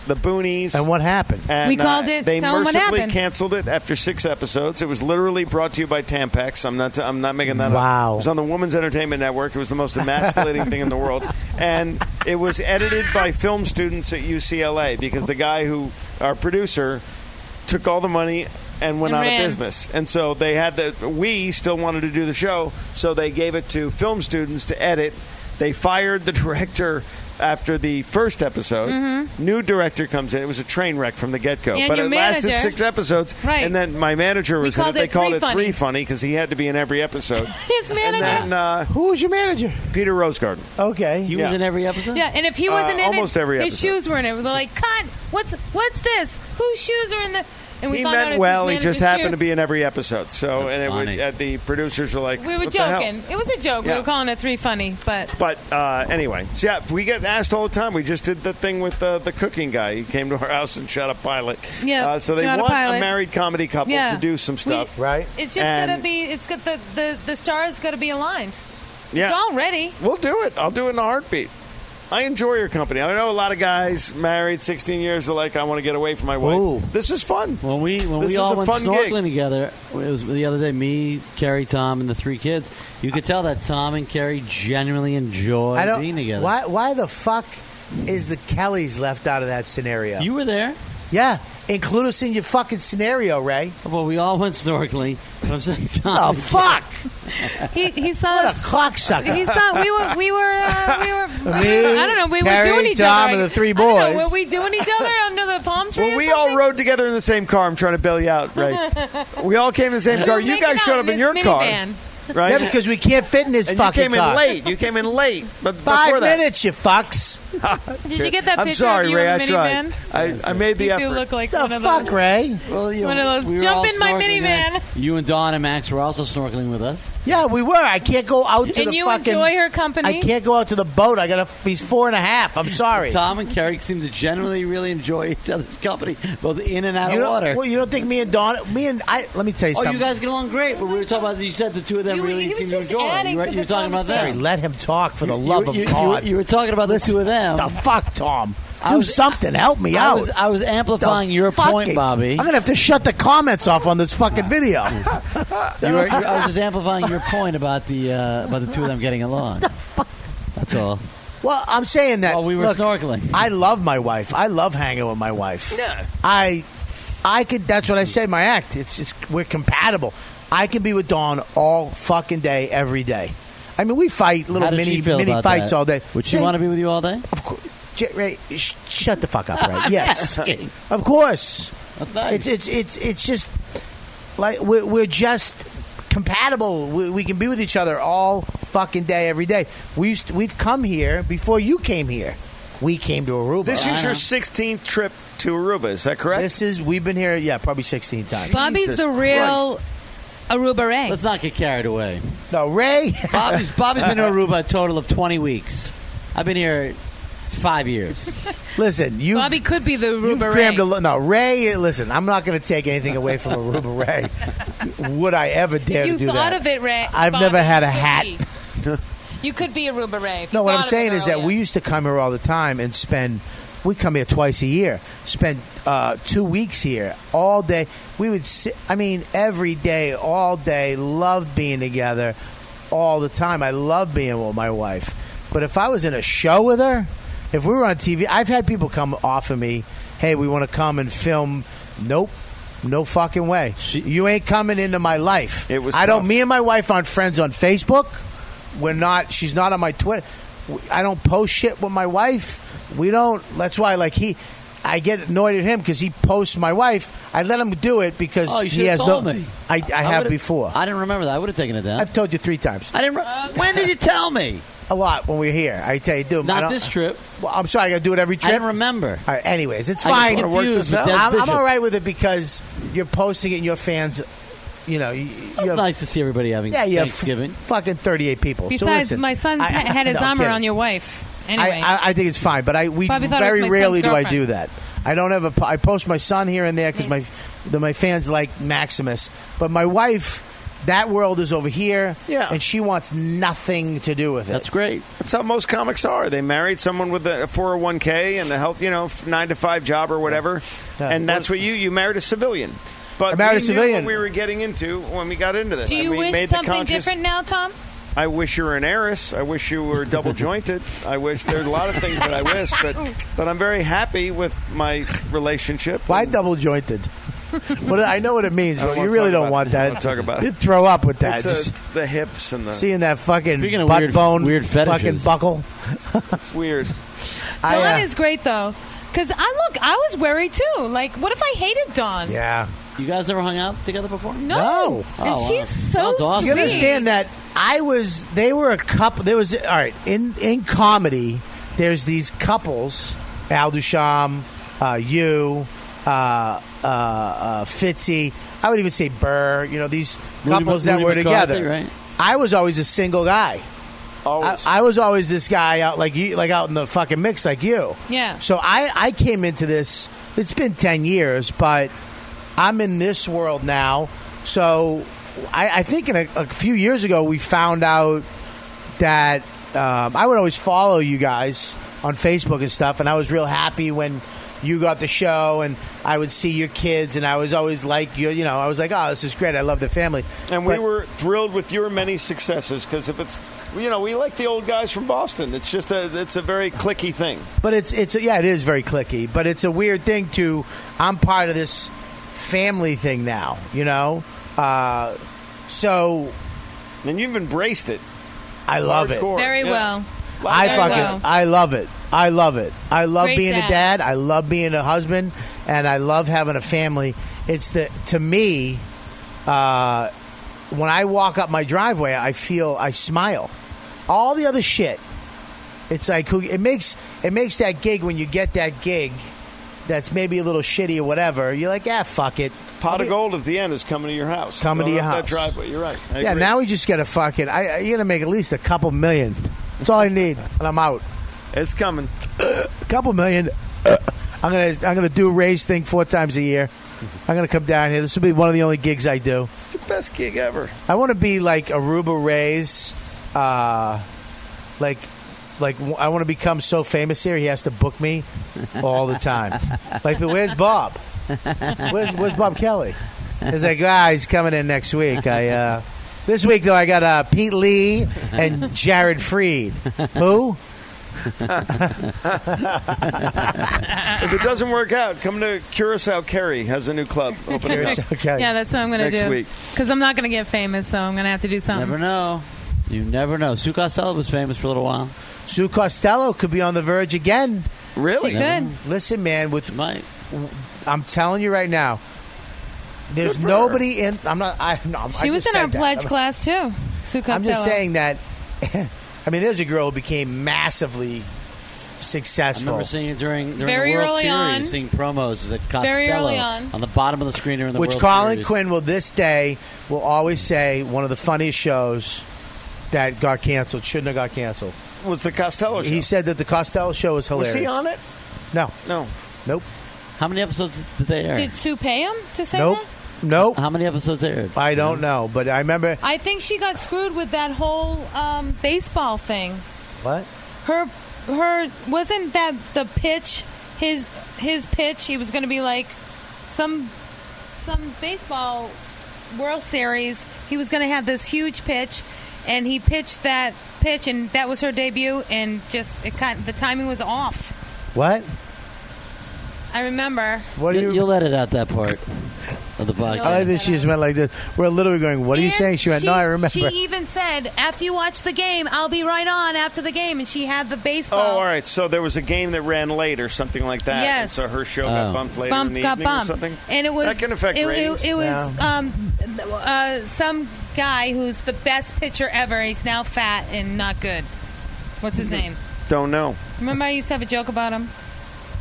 Speaker 10: the Boonies.
Speaker 7: And what happened?
Speaker 10: and, uh,
Speaker 8: We called it-
Speaker 10: They
Speaker 8: tell 'em what
Speaker 10: mercifully
Speaker 8: happened.
Speaker 10: canceled it after six episodes. It was literally brought to you by Tampax. I'm not. I'm not making that up.
Speaker 7: Wow.
Speaker 10: It was on the Women's Entertainment Network. It was the most emasculating thing in the world, and it was edited by film students at UCLA because the guy who our producer took all the money and went
Speaker 8: And
Speaker 10: out
Speaker 8: ran.
Speaker 10: of business. And so they had the we still wanted to do the show, so they gave it to film students to edit. They fired the director after the first episode. New director comes in. It was a train wreck from the get go.
Speaker 8: Mm-hmm. And
Speaker 10: But
Speaker 8: your
Speaker 10: it lasted
Speaker 8: manager.
Speaker 10: six episodes.
Speaker 8: Right.
Speaker 10: And then my manager was in
Speaker 8: called
Speaker 10: it. They
Speaker 8: it
Speaker 10: called
Speaker 8: Three
Speaker 10: it
Speaker 8: Funny.
Speaker 10: three funny because he had to be in every episode.
Speaker 8: His
Speaker 10: and
Speaker 8: manager.
Speaker 10: then uh,
Speaker 7: Who was your manager?
Speaker 10: Peter Rosegarden.
Speaker 7: Okay.
Speaker 11: He
Speaker 10: Yeah.
Speaker 11: was in every episode.
Speaker 8: yeah, and if he wasn't
Speaker 10: Uh,
Speaker 8: in
Speaker 10: almost
Speaker 8: it,
Speaker 10: every
Speaker 8: his
Speaker 10: episode.
Speaker 8: shoes were in it. They're like, "Cut! What's what's this? Whose shoes are in the?" And we
Speaker 10: He
Speaker 8: found out
Speaker 10: meant
Speaker 8: it's
Speaker 10: well.
Speaker 8: his
Speaker 10: He just
Speaker 8: manager's
Speaker 10: happened to
Speaker 8: shoes.
Speaker 10: be in every episode. So, and it would,
Speaker 11: funny.
Speaker 10: and the producers were like,
Speaker 8: We were
Speaker 10: "What the hell?"
Speaker 8: joking. It was a joke.
Speaker 10: Yeah.
Speaker 8: We were calling it three funny, but
Speaker 10: But uh, anyway, so yeah, we get asked all the time. We just did the thing with uh, the cooking guy. He came to our house and shot a pilot.
Speaker 8: Yeah,
Speaker 10: Uh, so they
Speaker 8: shot a
Speaker 10: want
Speaker 8: pilot.
Speaker 10: married comedy couple
Speaker 8: yeah,
Speaker 10: to do some stuff.
Speaker 8: We-
Speaker 7: Right.
Speaker 8: It's just
Speaker 10: And-
Speaker 8: gotta be. It's got the the the stars gotta be aligned.
Speaker 10: yeah.
Speaker 8: It's all ready.
Speaker 10: We'll do it. I'll do it in a heartbeat. I enjoy your company. I know a lot of guys married 16 years are like, I want to get away from my wife.
Speaker 7: Ooh.
Speaker 10: This is fun.
Speaker 11: When we when
Speaker 10: This
Speaker 11: we
Speaker 10: is
Speaker 11: all
Speaker 10: a
Speaker 11: went
Speaker 10: fun gig.
Speaker 11: snorkeling together, it was the other day. Me, Carrie, Tom, and the three kids. You could tell that Tom and Carrie genuinely enjoy
Speaker 7: I don't.
Speaker 11: being together.
Speaker 7: Why? Why the fuck is the Kellys left out of that scenario?
Speaker 11: You were there.
Speaker 7: yeah. Include us in your fucking scenario, Ray.
Speaker 11: Well, we all went snorkeling. But I'm saying,
Speaker 7: Oh
Speaker 11: Tom,
Speaker 7: fuck!
Speaker 8: He he saw
Speaker 7: What a
Speaker 8: us.
Speaker 7: cocksucker!
Speaker 8: He saw we were we were uh, we were
Speaker 7: Me,
Speaker 8: I don't know we
Speaker 7: Carrie,
Speaker 8: were doing each
Speaker 7: Tom,
Speaker 8: other.
Speaker 7: and the three
Speaker 8: I don't know,
Speaker 7: boys.
Speaker 8: were we doing each other under the palm tree?
Speaker 10: Well,
Speaker 8: or
Speaker 10: we
Speaker 8: something?
Speaker 10: all rode together in the same car. I'm trying to bail you out, right? we all came in the same
Speaker 8: We
Speaker 10: car.
Speaker 8: were
Speaker 10: You
Speaker 8: making
Speaker 10: guys
Speaker 8: out
Speaker 10: showed up in
Speaker 8: this
Speaker 10: your car.
Speaker 8: minivan.
Speaker 10: right?
Speaker 7: Yeah, because we can't fit in his
Speaker 10: And you
Speaker 7: fucking
Speaker 10: came in
Speaker 7: cock.
Speaker 10: late. You came in late. But
Speaker 7: Five
Speaker 10: before that-
Speaker 7: minutes, you fucks.
Speaker 8: Did you get that
Speaker 10: I'm
Speaker 8: picture
Speaker 10: sorry,
Speaker 8: of you
Speaker 10: Ray.
Speaker 8: in the
Speaker 10: I tried.
Speaker 8: minivan?
Speaker 10: I, I made the
Speaker 8: you
Speaker 10: effort.
Speaker 8: do look like
Speaker 7: The
Speaker 8: one of
Speaker 7: fuck,
Speaker 8: those.
Speaker 7: Ray?
Speaker 11: Well, you
Speaker 8: One of those,
Speaker 11: were
Speaker 8: "Jump
Speaker 11: all
Speaker 8: in my
Speaker 11: snorkeling
Speaker 8: minivan."
Speaker 11: in. You and Don and Max were also snorkeling with us.
Speaker 7: Yeah, we were. I can't go out to
Speaker 8: And
Speaker 7: the
Speaker 8: you
Speaker 7: fucking.
Speaker 8: enjoy her company?
Speaker 7: I can't go out to the boat. I got to. He's four and a half. I'm sorry.
Speaker 11: Tom and Carrie seem to generally really enjoy each other's company, both in and out
Speaker 7: You
Speaker 11: of
Speaker 7: don't-
Speaker 11: water.
Speaker 7: Well, you don't think me and Don, me and I. Let me tell you
Speaker 11: oh,
Speaker 7: something.
Speaker 11: you guys get along great, but we were talking about you said the two of them
Speaker 7: You-
Speaker 11: really
Speaker 7: he was
Speaker 11: seem to
Speaker 7: just
Speaker 11: enjoy. it.
Speaker 7: adding
Speaker 11: You were,
Speaker 7: to
Speaker 11: you
Speaker 7: the
Speaker 11: were talking about
Speaker 7: Barry,
Speaker 11: that.
Speaker 7: let him talk for the love
Speaker 11: you-
Speaker 7: of God.
Speaker 11: you- you were talking about the two of them.
Speaker 7: The fuck, Tom.
Speaker 11: I
Speaker 7: Do
Speaker 11: was-
Speaker 7: something. Help me
Speaker 11: I
Speaker 7: out.
Speaker 11: was- I was amplifying your point, Bobby.
Speaker 7: I'm gonna have to shut the comments off on this fucking video.
Speaker 11: You were, you- I was just amplifying your point about the uh, about the two of them getting along. That's all. Oh,
Speaker 7: Well, I'm saying that.
Speaker 11: we were
Speaker 7: Uh, look,
Speaker 11: snorkeling.
Speaker 7: I love my wife. I love hanging with my wife. I, I could. That's what I say. My act. It's it's we're compatible. I can be with Dawn all fucking day, every day. I mean, we fight little
Speaker 11: How does
Speaker 7: mini
Speaker 11: she feel
Speaker 7: mini
Speaker 11: about
Speaker 7: fights
Speaker 11: that?
Speaker 7: all day.
Speaker 11: Would she want to be with you all day?
Speaker 7: Of course. J- Ray, sh- shut the fuck up, Ray.
Speaker 11: I'm
Speaker 7: Yes,
Speaker 11: asking.
Speaker 7: of course.
Speaker 11: That's nice.
Speaker 7: It's it's it's it's just like we're, we're just compatible. We, we can be with each other all fucking day, every day. We used to- we've come here before you came here. We came to Aruba.
Speaker 10: This is your 16th trip to Aruba. Is that correct?
Speaker 7: This is we've been here, yeah, probably sixteen times.
Speaker 8: Bobby's the real Aruba Ray.
Speaker 11: Let's not get carried away.
Speaker 7: No, Ray.
Speaker 11: Bobby's, Bobby's been to Aruba a total of 20 weeks. I've been here five years.
Speaker 7: Listen, you
Speaker 8: Bobby could be the
Speaker 7: You've
Speaker 8: Aruba Ray.
Speaker 7: crammed a lo- no, Ray. Listen, I'm not going to take anything away from Aruba Ray. Would I ever dare
Speaker 8: you
Speaker 7: to do
Speaker 8: thought
Speaker 7: that?
Speaker 8: of it, Ray.
Speaker 7: I've
Speaker 8: Bobby,
Speaker 7: never had a
Speaker 8: you could
Speaker 7: hat.
Speaker 8: be. You could be Aruba Ray. if
Speaker 7: No,
Speaker 8: you
Speaker 7: what I'm
Speaker 8: thought of
Speaker 7: saying
Speaker 8: it
Speaker 7: is that
Speaker 8: earlier.
Speaker 7: we used to come here all the time and spend. We come here twice a year. Spend uh, two weeks here all day. We would sit. I mean, every day, all day. Loved being together all the time. I love being with my wife. But if I was in a show with her, if we were on TV, I've had people come offer me, "Hey, we want to come and film." Nope. No fucking way. you ain't coming into my life. It
Speaker 10: was
Speaker 7: I
Speaker 10: tough.
Speaker 7: don't. Me and my wife aren't friends on Facebook. We're not. She's not on my Twitter. W- I don't post shit with my wife. We don't. That's why, like he, I get annoyed at him because he posts my wife. I let him do it because
Speaker 11: Oh, you should
Speaker 7: he has
Speaker 11: have told
Speaker 7: no.
Speaker 11: me.
Speaker 7: I, I, have
Speaker 11: would've-
Speaker 7: before.
Speaker 11: I didn't remember that. I would have taken it down.
Speaker 7: I've told you three times.
Speaker 11: I did not Re- when did you tell me?
Speaker 7: A lot when we're here. I tell you, dude. I
Speaker 11: Not
Speaker 7: don't-
Speaker 11: this trip.
Speaker 7: Well, I'm sorry. I got to do it every
Speaker 11: I
Speaker 7: trip.
Speaker 11: didn't remember.
Speaker 7: all right, anyways, it's
Speaker 11: I just
Speaker 7: fine.
Speaker 11: wanna work this out.
Speaker 7: I'm, I'm
Speaker 11: Bishop.
Speaker 7: all right with it because you're posting it and your fans, you know, you, you
Speaker 11: It's
Speaker 7: have,
Speaker 11: nice to see everybody having
Speaker 7: yeah, you have
Speaker 11: Thanksgiving.
Speaker 7: f- fucking 38 people. So
Speaker 8: Besides,
Speaker 7: listen,
Speaker 8: my son's
Speaker 7: I-
Speaker 8: ha- had his
Speaker 7: No, I'm
Speaker 8: arm
Speaker 7: kidding.
Speaker 8: around your wife. Anyway,
Speaker 7: I, I, I think it's fine, but I we
Speaker 8: Bobby thought it was my
Speaker 7: very
Speaker 8: son's
Speaker 7: rarely do I
Speaker 8: girlfriend.
Speaker 7: do that. I don't have a. po- I post my son here and there because my the, my fans like Maximus, but my wife. That world is over here,
Speaker 10: Yeah.
Speaker 7: and she wants nothing to do with it.
Speaker 11: That's great.
Speaker 10: That's how most comics are. They married someone with a 401k and a health, you know, f- nine to five job or whatever,
Speaker 7: Yeah.
Speaker 10: and that's what you you married a civilian. But
Speaker 7: I married
Speaker 10: we
Speaker 7: a
Speaker 10: knew
Speaker 7: civilian.
Speaker 10: what we were getting into when we got into this.
Speaker 8: do
Speaker 10: and
Speaker 8: you
Speaker 10: we
Speaker 8: wish
Speaker 10: made the
Speaker 8: something
Speaker 10: conscious-
Speaker 8: different now, Tom?
Speaker 10: I wish you were an heiress. I wish you were double jointed. I wish there's a lot of things that I wish, but but I'm very happy with my relationship.
Speaker 7: Why
Speaker 10: and-
Speaker 7: double jointed? but I know what it means,
Speaker 10: I don't
Speaker 7: but you
Speaker 10: wanna
Speaker 7: really
Speaker 10: talk
Speaker 7: don't
Speaker 10: about
Speaker 7: want
Speaker 10: it.
Speaker 7: that.
Speaker 10: I don't wanna talk about it.
Speaker 7: You'd throw up with that.
Speaker 10: It's, uh,
Speaker 7: Just
Speaker 10: the hips and the
Speaker 7: seeing that fucking
Speaker 11: Speaking of
Speaker 7: butt
Speaker 11: weird-
Speaker 7: bone,
Speaker 11: weird
Speaker 7: fucking
Speaker 11: fetishes.
Speaker 7: buckle.
Speaker 10: it's weird.
Speaker 7: I,
Speaker 8: Dawn
Speaker 7: uh,
Speaker 8: is great though, because I look, I was worried too. Like, what if I hated Dawn?
Speaker 7: yeah.
Speaker 11: You guys never hung out together before?
Speaker 8: No,
Speaker 7: No.
Speaker 8: and
Speaker 11: Oh, wow.
Speaker 8: she's so
Speaker 11: Dawn's awesome.
Speaker 8: sweet.
Speaker 7: You understand that I was they were a couple there was all right, in in comedy there's these couples, Al Dusham, uh, you, uh, uh, uh, Fitzy, I would even say Burr, you know, these
Speaker 11: Rudy-
Speaker 7: couples that
Speaker 11: Rudy
Speaker 7: were
Speaker 11: McCarthy,
Speaker 7: together.
Speaker 11: right?
Speaker 7: I was always a single guy. I,
Speaker 10: Always.
Speaker 7: I was always this guy out like you like out in the fucking mix like you.
Speaker 8: Yeah.
Speaker 7: So I, I came into this. It's been ten years, but I'm in this world now. So I, I think in a, a few years ago we found out that um, I would always follow you guys on Facebook and stuff, and I was real happy when you got the show, and I would see your kids, and I was always like you, you know, I was like, oh, this is great, I love the family,
Speaker 10: And we
Speaker 7: But-
Speaker 10: were thrilled with your many successes because if it's, you know, we like the old guys from Boston. It's just a, it's a very clicky thing.
Speaker 7: But it's it's yeah, it is very clicky. But it's a weird thing to. I'm part of this family thing now. You know, uh, so
Speaker 10: And you've embraced it.
Speaker 7: I love it.
Speaker 10: Hardcore.
Speaker 8: Very
Speaker 10: Yeah.
Speaker 8: well.
Speaker 7: I
Speaker 8: Very
Speaker 7: fucking
Speaker 8: well.
Speaker 7: I love it. I love it. I love
Speaker 8: Great
Speaker 7: being a
Speaker 8: dad.
Speaker 7: dad. I love being a husband, and I love having a family. It's the to me, uh, when I walk up my driveway, I feel I smile. All the other shit, it's like who it makes it makes that gig when you get that gig that's maybe a little shitty or whatever. You're like, ah, fuck it.
Speaker 10: Pot of
Speaker 7: Okay.
Speaker 10: gold at the end is coming to your house.
Speaker 7: Coming to
Speaker 10: Going
Speaker 7: your
Speaker 10: up
Speaker 7: house.
Speaker 10: That driveway. You're right. I
Speaker 7: yeah,
Speaker 10: agree.
Speaker 7: now we just got to fucking. I, I- you're gonna make at least a couple million. That's all I need, and I'm out.
Speaker 10: It's coming.
Speaker 7: A couple million. I'm gonna I'm gonna do a raise thing four times a year. I'm gonna come down here. This will be one of the only gigs I do.
Speaker 10: It's the best gig ever.
Speaker 7: I want to be like Aruba Ray's, uh, like, like w- I want to become so famous here. He has to book me all the time. like, but where's Bob? Where's, where's Bob Kelly? He's like, ah, he's coming in next week. I uh, this week though, I got uh, Pete Lee and Jared Freed. Who?
Speaker 10: if it doesn't work out, come to Curacao Kerry has a new club opening up.
Speaker 8: Yeah, that's what I'm going to do.
Speaker 10: Next week.
Speaker 8: Because I'm not going to get famous, so I'm going to have to do something.
Speaker 11: Never know.
Speaker 7: You never know. Sue Costello was famous for a little while. Sue Costello could be on the verge again.
Speaker 10: Really?
Speaker 8: She could.
Speaker 7: Listen, man, with my, I'm telling you right now, there's
Speaker 8: Good for
Speaker 7: nobody in. I'm not. I, no, I'm-
Speaker 8: She
Speaker 7: I
Speaker 8: was
Speaker 7: just
Speaker 8: in our
Speaker 7: said that.
Speaker 8: pledge
Speaker 7: I'm-
Speaker 8: class, too. Sue
Speaker 7: I'm just
Speaker 8: Costello.
Speaker 7: saying that. I mean, there's a girl who became massively successful.
Speaker 11: I remember seeing it during, during
Speaker 8: Very
Speaker 11: the World
Speaker 8: early
Speaker 11: Series,
Speaker 8: on.
Speaker 11: seeing promos that Costello
Speaker 8: Very early on.
Speaker 11: the bottom of the screen during the
Speaker 7: Which
Speaker 11: World
Speaker 7: Colin
Speaker 11: Series.
Speaker 7: Quinn will this day will always say one of the funniest shows that got canceled shouldn't have got canceled.
Speaker 10: Was the Costello show?
Speaker 7: He said that the Costello show was
Speaker 10: Was
Speaker 7: hilarious.
Speaker 10: he on it?
Speaker 7: No.
Speaker 10: No.
Speaker 7: Nope. How many episodes did they
Speaker 8: Did Sue pay him to say
Speaker 7: Nope.
Speaker 8: that?
Speaker 7: Nope.
Speaker 11: Uh-huh.
Speaker 7: How many episodes aired? I don't know, but I remember
Speaker 8: I think she got screwed with that whole um, baseball thing.
Speaker 7: what
Speaker 8: Her, her wasn't that the pitch? His, his pitch. He was going to be like some, some baseball World Series. He was going to have this huge pitch, and he pitched that pitch, and that was her debut. And just it kind, the timing was off.
Speaker 7: what?
Speaker 8: I remember.
Speaker 7: What
Speaker 11: you, you? will let it out that part of the podcast.
Speaker 7: I like that she just went like this. We're literally going. What are you saying? She went. no, I remember.
Speaker 8: She even said, after you watch the game, I'll be right on after the game. And she had the
Speaker 10: Oh,
Speaker 8: baseball.
Speaker 10: all right. So there was a game that ran late or something like that.
Speaker 8: Yes.
Speaker 10: and so her show got
Speaker 11: Oh.
Speaker 10: bumped later in
Speaker 8: Bump
Speaker 10: the
Speaker 8: got
Speaker 10: evening
Speaker 8: bumped,
Speaker 10: or something.
Speaker 8: and it was
Speaker 10: that can affect
Speaker 8: it, it-
Speaker 10: ratings.
Speaker 8: It, was um, th- uh, some guy who's the best pitcher ever. He's now fat and not good. What's his name?
Speaker 10: Don't know.
Speaker 8: Remember, I used to have a joke about him.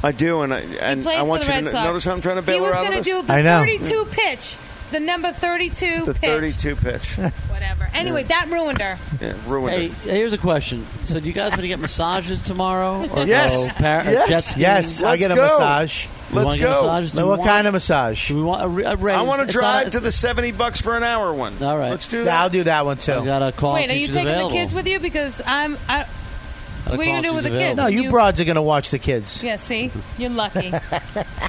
Speaker 10: I do, and I and
Speaker 8: Played
Speaker 10: I want you to
Speaker 8: for the Red
Speaker 10: no-
Speaker 8: Sox.
Speaker 10: notice how I'm trying to
Speaker 8: He
Speaker 10: bail
Speaker 8: was
Speaker 10: her out
Speaker 8: gonna
Speaker 10: of this.
Speaker 8: do the 32 pitch, the number 32
Speaker 10: The
Speaker 8: pitch.
Speaker 10: 32 pitch.
Speaker 8: Whatever. Anyway, that ruined her.
Speaker 10: yeah, ruined
Speaker 11: Hey, here's a question. So, do you guys want to get massages tomorrow? Or
Speaker 7: Yes.
Speaker 11: go par-
Speaker 7: Yes.
Speaker 11: jet skiing?
Speaker 7: Yes, I'll Let's get a go. massage.
Speaker 11: You wanna
Speaker 7: Let's
Speaker 11: get a
Speaker 7: go.
Speaker 11: massage? Do
Speaker 7: Now,
Speaker 11: you
Speaker 7: what
Speaker 11: want-
Speaker 7: kind of massage?
Speaker 11: Do we want a, re- a
Speaker 10: I
Speaker 11: rating?
Speaker 10: want to
Speaker 11: It's
Speaker 10: drive
Speaker 11: not-
Speaker 10: to the 70 bucks for an hour one.
Speaker 11: All right.
Speaker 10: Let's do
Speaker 11: Yeah,
Speaker 10: that.
Speaker 11: I'll
Speaker 7: do that one too.
Speaker 11: I got a call.
Speaker 8: Wait, are you taking the kids with you? Because I'm. I, what are you gonna do with the kids?
Speaker 7: No, you, broads are gonna watch the kids.
Speaker 8: Yeah, see, you're lucky.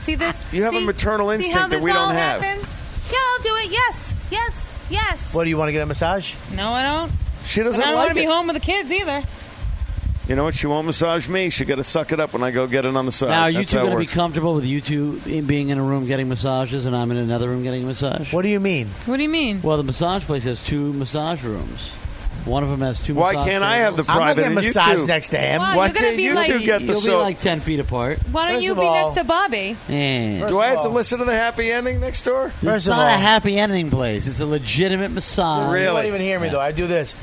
Speaker 8: see this?
Speaker 7: You have a
Speaker 8: see-
Speaker 7: maternal
Speaker 8: see
Speaker 7: instinct
Speaker 8: how
Speaker 7: that
Speaker 8: this
Speaker 7: we don't
Speaker 8: all
Speaker 7: have.
Speaker 8: Happens? Yeah, I'll do it. Yes, yes, yes.
Speaker 7: What do you want to get a massage?
Speaker 8: No, I don't.
Speaker 10: She doesn't
Speaker 8: And I don't
Speaker 10: like
Speaker 8: want to be
Speaker 10: it.
Speaker 8: home with the kids either.
Speaker 10: You know what? She won't massage me. She got to suck it up when I go get it on the side.
Speaker 11: Now, are you
Speaker 10: That's
Speaker 11: two
Speaker 10: how it
Speaker 11: going to be
Speaker 10: works.
Speaker 11: comfortable with you two in- being in a room getting massages and I'm in another room getting a massage?
Speaker 7: What do you mean?
Speaker 8: What do you mean?
Speaker 11: Well, the massage place has two massage rooms. One of them has two.
Speaker 10: Why
Speaker 11: massage
Speaker 10: can't I have the
Speaker 11: tables.
Speaker 10: private? and you two?
Speaker 8: Well,
Speaker 10: Why
Speaker 8: you're gonna
Speaker 10: can't
Speaker 8: be
Speaker 10: you
Speaker 8: like-
Speaker 10: two get the
Speaker 11: You'll
Speaker 10: soap?
Speaker 11: be like ten feet apart. Eh.
Speaker 8: Why don't
Speaker 10: First
Speaker 8: you
Speaker 10: of
Speaker 8: be
Speaker 10: all-
Speaker 8: next to Bobby?
Speaker 11: Yeah.
Speaker 10: Do I have to listen to the happy ending next door?
Speaker 11: it's not a happy ending place. It's a legitimate massage.
Speaker 7: You won't even hear me though. I do this.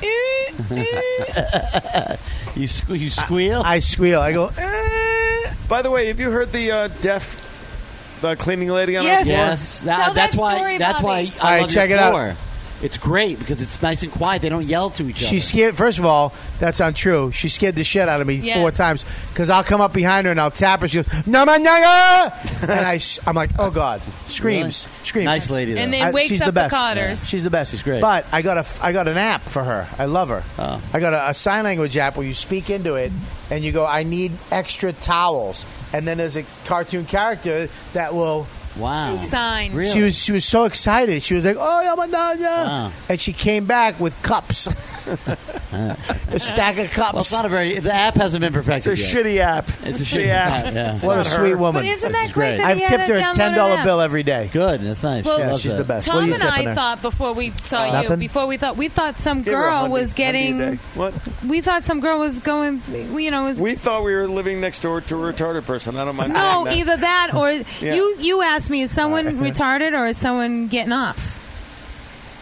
Speaker 11: you, sque- you squeal.
Speaker 7: I, squeal. I go. "Eh."
Speaker 10: By the way, have you heard the uh, deaf, the cleaning lady on our
Speaker 11: Yes.
Speaker 10: floor?
Speaker 11: Yes. That- Tell that that's why- story, that's Bobby. why I
Speaker 7: All right,
Speaker 11: love
Speaker 7: check
Speaker 11: your
Speaker 7: it out.
Speaker 11: floor. It's great because it's nice and quiet. They don't yell to each
Speaker 7: She scared. First of all, that's untrue. She scared the shit out of me
Speaker 11: Yes.
Speaker 7: four times because I'll come up behind her and I'll tap her. She goes, "No, my nigga!" and I, sh- I'm like, "Oh God!" Screams,
Speaker 11: Really?
Speaker 7: screams.
Speaker 11: Nice lady, though. And then
Speaker 7: I-
Speaker 11: wakes
Speaker 7: she's
Speaker 11: up
Speaker 7: the
Speaker 11: the
Speaker 7: best.
Speaker 11: Cotters.
Speaker 7: Yeah. She's the best. She's
Speaker 11: great. Oh.
Speaker 7: But I got a, f- I got an app for her. I love her. I got a, a sign language app where you speak into it and you go, "I need extra towels," and then there's a cartoon character that will.
Speaker 10: Oh.
Speaker 11: Wow.
Speaker 8: Sign.
Speaker 7: She was she was so excited. She was like, "Oh, yeah, my dad, yeah."
Speaker 11: Wow.
Speaker 7: And she came back with cups.
Speaker 11: other.
Speaker 7: a stack of cups.
Speaker 11: Well, it's not a very. The app hasn't been perfected.
Speaker 7: It's a
Speaker 11: yet.
Speaker 7: shitty app.
Speaker 11: It's a
Speaker 7: It's
Speaker 11: shitty
Speaker 7: the app.
Speaker 11: app. yeah.
Speaker 7: What a sweet woman. But isn't
Speaker 8: that
Speaker 11: She's
Speaker 8: great that
Speaker 7: I've
Speaker 8: he had
Speaker 7: tipped her
Speaker 8: it
Speaker 7: a
Speaker 8: downloaded
Speaker 7: ten dollar
Speaker 8: app?
Speaker 7: bill every day.
Speaker 11: Good. That's nice.
Speaker 8: Well,
Speaker 7: yeah, she's the best.
Speaker 8: Tom
Speaker 7: what are you
Speaker 8: and
Speaker 7: tipping
Speaker 8: I
Speaker 7: her?
Speaker 8: thought before we saw you,
Speaker 7: Nothing?
Speaker 8: before we thought we thought some
Speaker 10: Give her a
Speaker 8: girl
Speaker 10: hundred-
Speaker 8: was
Speaker 10: hundred a
Speaker 8: getting.
Speaker 10: day. What?
Speaker 8: We thought some girl was going. You know, was
Speaker 10: We thought we were living next door to a retarded person. I don't mind. saying
Speaker 8: no,
Speaker 10: that.
Speaker 8: either that or
Speaker 10: Yeah.
Speaker 8: you. You asked me, is someone retarded or is someone getting off?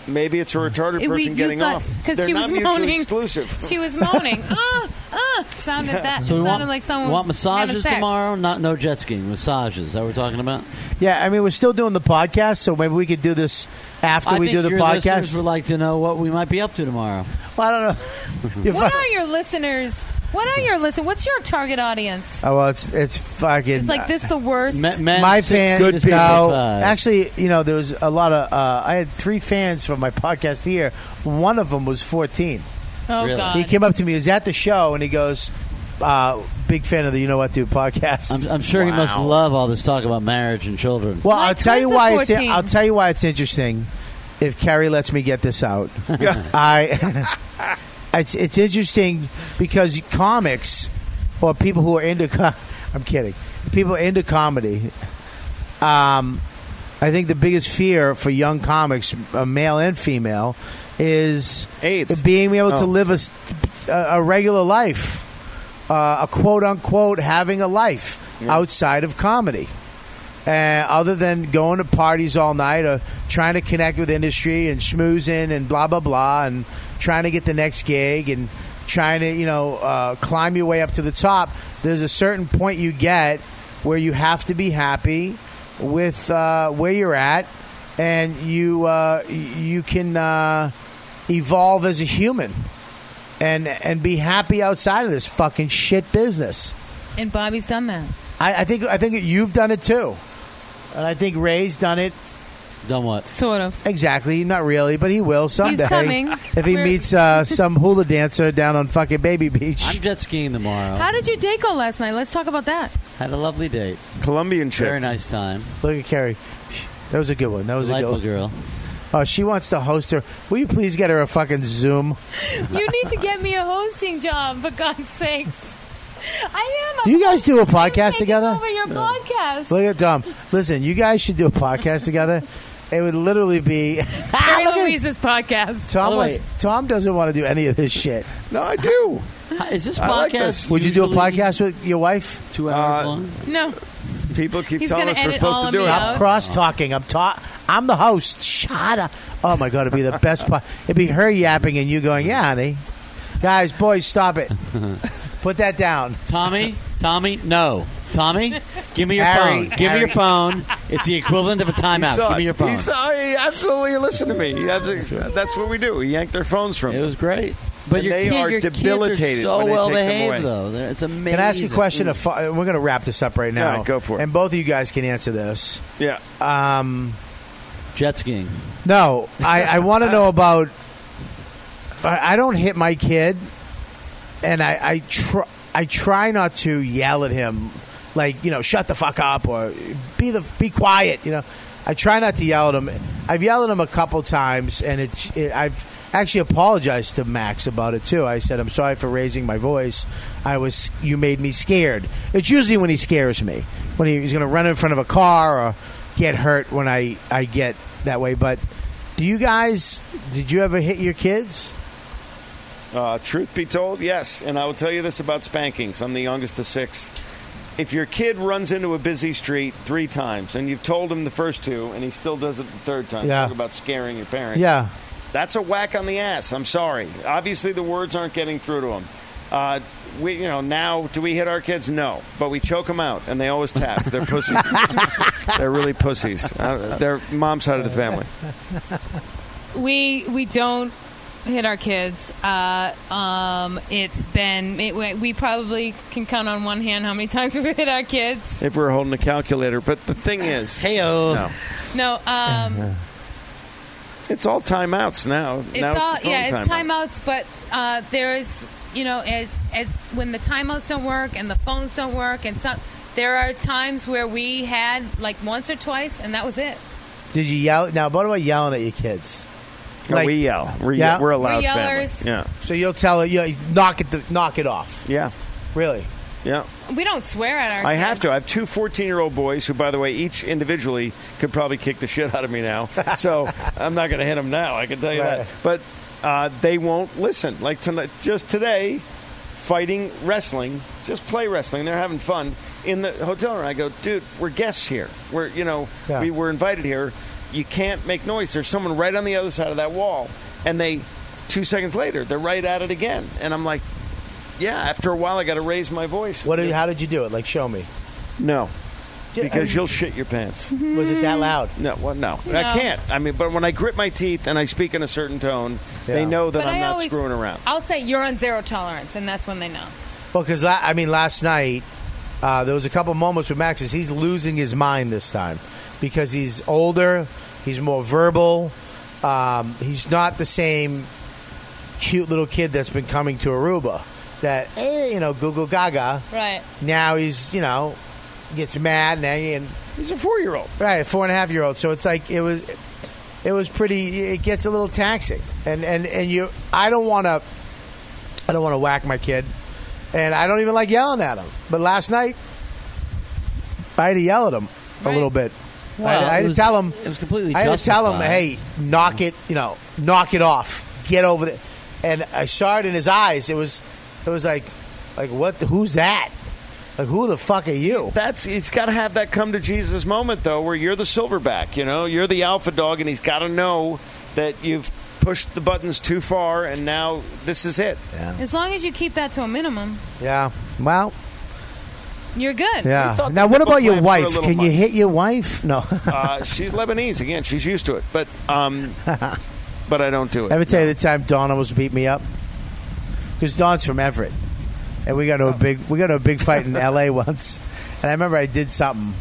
Speaker 10: Maybe it's a retarded
Speaker 8: We-
Speaker 10: person
Speaker 8: you
Speaker 10: getting
Speaker 8: thought-
Speaker 10: off.
Speaker 8: 'cause
Speaker 10: They're
Speaker 8: she
Speaker 10: not
Speaker 8: was
Speaker 10: mutually
Speaker 8: moaning.
Speaker 10: exclusive.
Speaker 8: She was moaning. Ah, ah! Sounded that.
Speaker 11: So
Speaker 8: it
Speaker 11: we
Speaker 8: sounded
Speaker 11: want,
Speaker 8: like someone
Speaker 11: want
Speaker 8: was having
Speaker 11: massages
Speaker 8: sex.
Speaker 11: tomorrow? Not no jet skiing. Massages. Is that what we're talking about?
Speaker 7: Yeah, I mean, we're still doing the podcast, so maybe we could do this after
Speaker 11: I
Speaker 7: we
Speaker 11: think
Speaker 7: do the
Speaker 11: your listeners
Speaker 7: podcast.
Speaker 11: would like to know what we might be up to tomorrow.
Speaker 7: Well, I don't know.
Speaker 8: What are your listeners? What are your listen? What's your target audience?
Speaker 7: Oh well, it's it's fucking. uh,
Speaker 8: It's like this the worst.
Speaker 7: my fans, no, actually, you know, there was a lot of. Uh, I had three fans from my podcast here. One of them was 14.
Speaker 8: Oh, Really? God.
Speaker 7: He came up to me. He was at the show, and he goes, uh, "Big fan of the You Know What Dude podcast."
Speaker 11: I'm, I'm sure he must love all this talk about marriage and children.
Speaker 7: Well, I'll tell you
Speaker 11: twins are
Speaker 7: why it's.
Speaker 11: 14.
Speaker 7: I'll tell you why it's interesting. If Carrie lets me get this out, I. it's it's interesting because comics or people who are into. Com- I'm kidding. People into comedy. Um, I think the biggest fear for young comics, uh, male and female, is AIDS. being able to
Speaker 10: Oh.
Speaker 7: live a, s- a- a regular life, uh, a quote unquote having a life outside of comedy. Uh, other than going to parties all night or trying to connect with industry and schmoozing and blah blah blah and trying to get the next gig and trying to you know uh, climb your way up to the top, there's a certain point you get where you have to be happy with uh, where you're at and you uh, y- you can uh, evolve as a human and and be happy outside of this fucking shit business.
Speaker 8: And Bobby's done that.
Speaker 7: I, I think I think you've done it too, and I think Ray's done it.
Speaker 11: Done what?
Speaker 8: Sort of.
Speaker 7: Exactly, not really, but he will someday.
Speaker 8: coming.
Speaker 7: If he
Speaker 8: We're-
Speaker 7: meets uh, some hula dancer down on fucking Baby Beach.
Speaker 11: I'm jet skiing
Speaker 7: Oh.
Speaker 11: tomorrow.
Speaker 8: How did your day go last night? Let's talk about that.
Speaker 11: Had a lovely date.
Speaker 10: Colombian chick.
Speaker 11: Very nice time.
Speaker 7: Look at Carrie. That was a good one. That was
Speaker 11: Delightful
Speaker 7: a good
Speaker 11: girl.
Speaker 7: Oh, she wants to host her. Will you please get her a fucking Zoom?
Speaker 8: You need to get me a hosting job, for God's sakes. I am.
Speaker 7: Do you guys do a podcast together?
Speaker 8: over your podcast.
Speaker 7: Look at Dom. Listen, you guys should do a podcast together. It would literally be. Ah,
Speaker 8: Carrie Louise's podcast.
Speaker 7: Tom, was- Tom doesn't want to do any of this shit.
Speaker 10: No, I do.
Speaker 11: Is this
Speaker 10: I like this.
Speaker 7: Would you do a podcast Uh, with your wife?
Speaker 11: Two hours long.
Speaker 8: No.
Speaker 10: People keep
Speaker 7: He's
Speaker 10: telling
Speaker 7: gonna
Speaker 10: us we're
Speaker 7: edit
Speaker 10: supposed
Speaker 7: all
Speaker 10: to
Speaker 7: of
Speaker 10: do
Speaker 7: me
Speaker 10: it.
Speaker 7: out. I'm cross-talking. I'm ta- I'm the host. Shut up. Oh my god, it'd be the best part. It'd be her yapping and you going, "Yeah, honey, guys, boys, stop it. Put that down."
Speaker 11: Tommy, Tommy, no. Tommy, give me your
Speaker 7: Harry,
Speaker 11: phone. Give me your
Speaker 7: Harry.
Speaker 11: phone. It's the equivalent of a timeout.
Speaker 10: He saw
Speaker 11: Give me
Speaker 10: it.
Speaker 11: your phone.
Speaker 10: He saw- he absolutely listened to me. He absolutely- that's what we do. We yank their phones from. It was
Speaker 11: great. But
Speaker 10: and
Speaker 11: your
Speaker 10: they
Speaker 11: kid-
Speaker 10: are
Speaker 11: your kids are
Speaker 10: debilitated.
Speaker 11: so
Speaker 10: when they
Speaker 11: well
Speaker 10: take them
Speaker 11: behaved,
Speaker 10: away.
Speaker 11: though. They're- It's amazing.
Speaker 7: Can I ask a question? If, uh, we're going to wrap this up right now.
Speaker 11: All right, go for it.
Speaker 7: And both of you guys can answer this.
Speaker 10: Yeah.
Speaker 7: Um,
Speaker 11: Jet skiing.
Speaker 7: No, I, I want to know about. I, I don't hit my kid, and I I try I try not to yell at him, like you know, shut the fuck up or be the be quiet. You know, I try not to yell at him. I've yelled at him a couple times, and it, it I've actually apologized to Max about it too. I said I'm sorry for raising my voice. I was you made me scared. It's usually when he scares me, when he, he's going to run in front of a car or get hurt when I I get that way. But do you guys? Did you ever hit your kids?
Speaker 10: Uh, truth be told, yes. And I will tell you this about spankings. I'm the youngest of six. If your kid runs into a busy street three times and you've told him the first two and he still does it the third time,
Speaker 7: Yeah.
Speaker 10: talk about scaring your parent.
Speaker 7: Yeah.
Speaker 10: That's a whack on the ass. I'm sorry. Obviously, the words aren't getting through to him. Uh, we, you know, now do we hit our kids? No, but we choke them out, and they always tap. They're pussies. they're really pussies. Uh, they're mom's side of the family.
Speaker 8: We we don't hit our kids. Uh, um, it's been it, we- we probably can count on one hand how many times we hit our kids.
Speaker 10: If we're holding a calculator, but the thing is,
Speaker 11: heyo,
Speaker 10: no.
Speaker 8: No, um,
Speaker 10: It's all timeouts now.
Speaker 8: it's
Speaker 10: now
Speaker 8: all
Speaker 10: it's the phone
Speaker 8: yeah, it's
Speaker 10: timeout.
Speaker 8: timeouts. But uh, there is you know it, it, when the timeouts don't work and the phones don't work and some there are times where we had like once or twice and that was it.
Speaker 7: Did you yell? Now, what about yelling at your kids?
Speaker 10: No, we yell. We're,
Speaker 7: Yeah?
Speaker 10: we're a
Speaker 7: We're
Speaker 10: loud
Speaker 8: yellers.
Speaker 10: family.
Speaker 7: So you'll tell you know, knock it the, knock it off.
Speaker 10: Yeah.
Speaker 7: Really?
Speaker 10: Yeah.
Speaker 8: We don't swear at our.
Speaker 10: I
Speaker 8: kids.
Speaker 10: have to. I have two 14 year old boys who, by the way, each individually could probably kick the shit out of me now. So I'm not going to hit them now. I can tell you
Speaker 7: Right.
Speaker 10: that. But uh, they won't listen. Like tonight, just today, fighting wrestling, just play wrestling. They're having fun in the hotel room. I go, dude, we're guests here. We're you know
Speaker 7: Yeah.
Speaker 10: we were invited here. you can't make noise. There's someone right on the other side of that wall, and they two seconds later they're right at it again, and I'm like, yeah. After a while, I got to raise my voice.
Speaker 7: What? do you- How did you do it? Like, show me.
Speaker 10: No.
Speaker 7: Yeah,
Speaker 10: Because
Speaker 7: I-
Speaker 10: you'll shit your pants.
Speaker 7: Was it that loud?
Speaker 10: No, well, no,
Speaker 8: Mm-hmm. No.
Speaker 10: I can't. I mean, but when I grit my teeth and I speak in a certain tone, they know that
Speaker 8: But
Speaker 10: I'm
Speaker 8: I
Speaker 10: not
Speaker 8: always-
Speaker 10: screwing around.
Speaker 8: I'll say you're on zero tolerance, and that's when they know.
Speaker 7: Well, because la- I mean, last night uh, there was a couple moments with Max. Is he's losing his mind this time because he's older, he's more verbal, um, he's not the same cute little kid that's been coming to Aruba. That eh, you know, Google Gaga.
Speaker 8: Right.
Speaker 7: Now he's you know gets mad now he- and
Speaker 10: he's a four year old,
Speaker 7: right? A four and a half year old. So it's like it was, it was pretty. It gets a little taxing, and and and you, I don't want to, I don't want to whack my kid, and I don't even like yelling at him. But last night, I had to yell at him a little bit. I had-
Speaker 11: Well,
Speaker 7: I, had
Speaker 11: it
Speaker 7: to
Speaker 11: was-
Speaker 7: tell him.
Speaker 11: it was completely
Speaker 7: I had to tell him,
Speaker 11: justified.
Speaker 7: hey, knock it, you know, knock it off, get over it. And I saw it in his eyes. It was, it was like, like what? the- Who's that? Like who the fuck are you?
Speaker 10: That's it's got to have that come to Jesus moment though, where you're the silverback. You know, you're the alpha dog, and he's got to know that you've pushed the buttons too far, and now this is it.
Speaker 8: As long as you keep that to a minimum,
Speaker 7: Yeah. Well,
Speaker 8: you're good.
Speaker 7: Yeah. Now, what
Speaker 10: the
Speaker 7: about your
Speaker 10: plan for a
Speaker 7: wife?
Speaker 10: little
Speaker 7: Can you
Speaker 10: money.
Speaker 7: hit your wife? No.
Speaker 10: uh, she's Lebanese again; she's used to it. But um, but I don't do it.
Speaker 7: Ever tell you the time Dawn almost beat me up? Because Dawn's from Everett, and we got
Speaker 10: Oh.
Speaker 7: to a big we got to a big fight in L.A. once, and I remember I did something,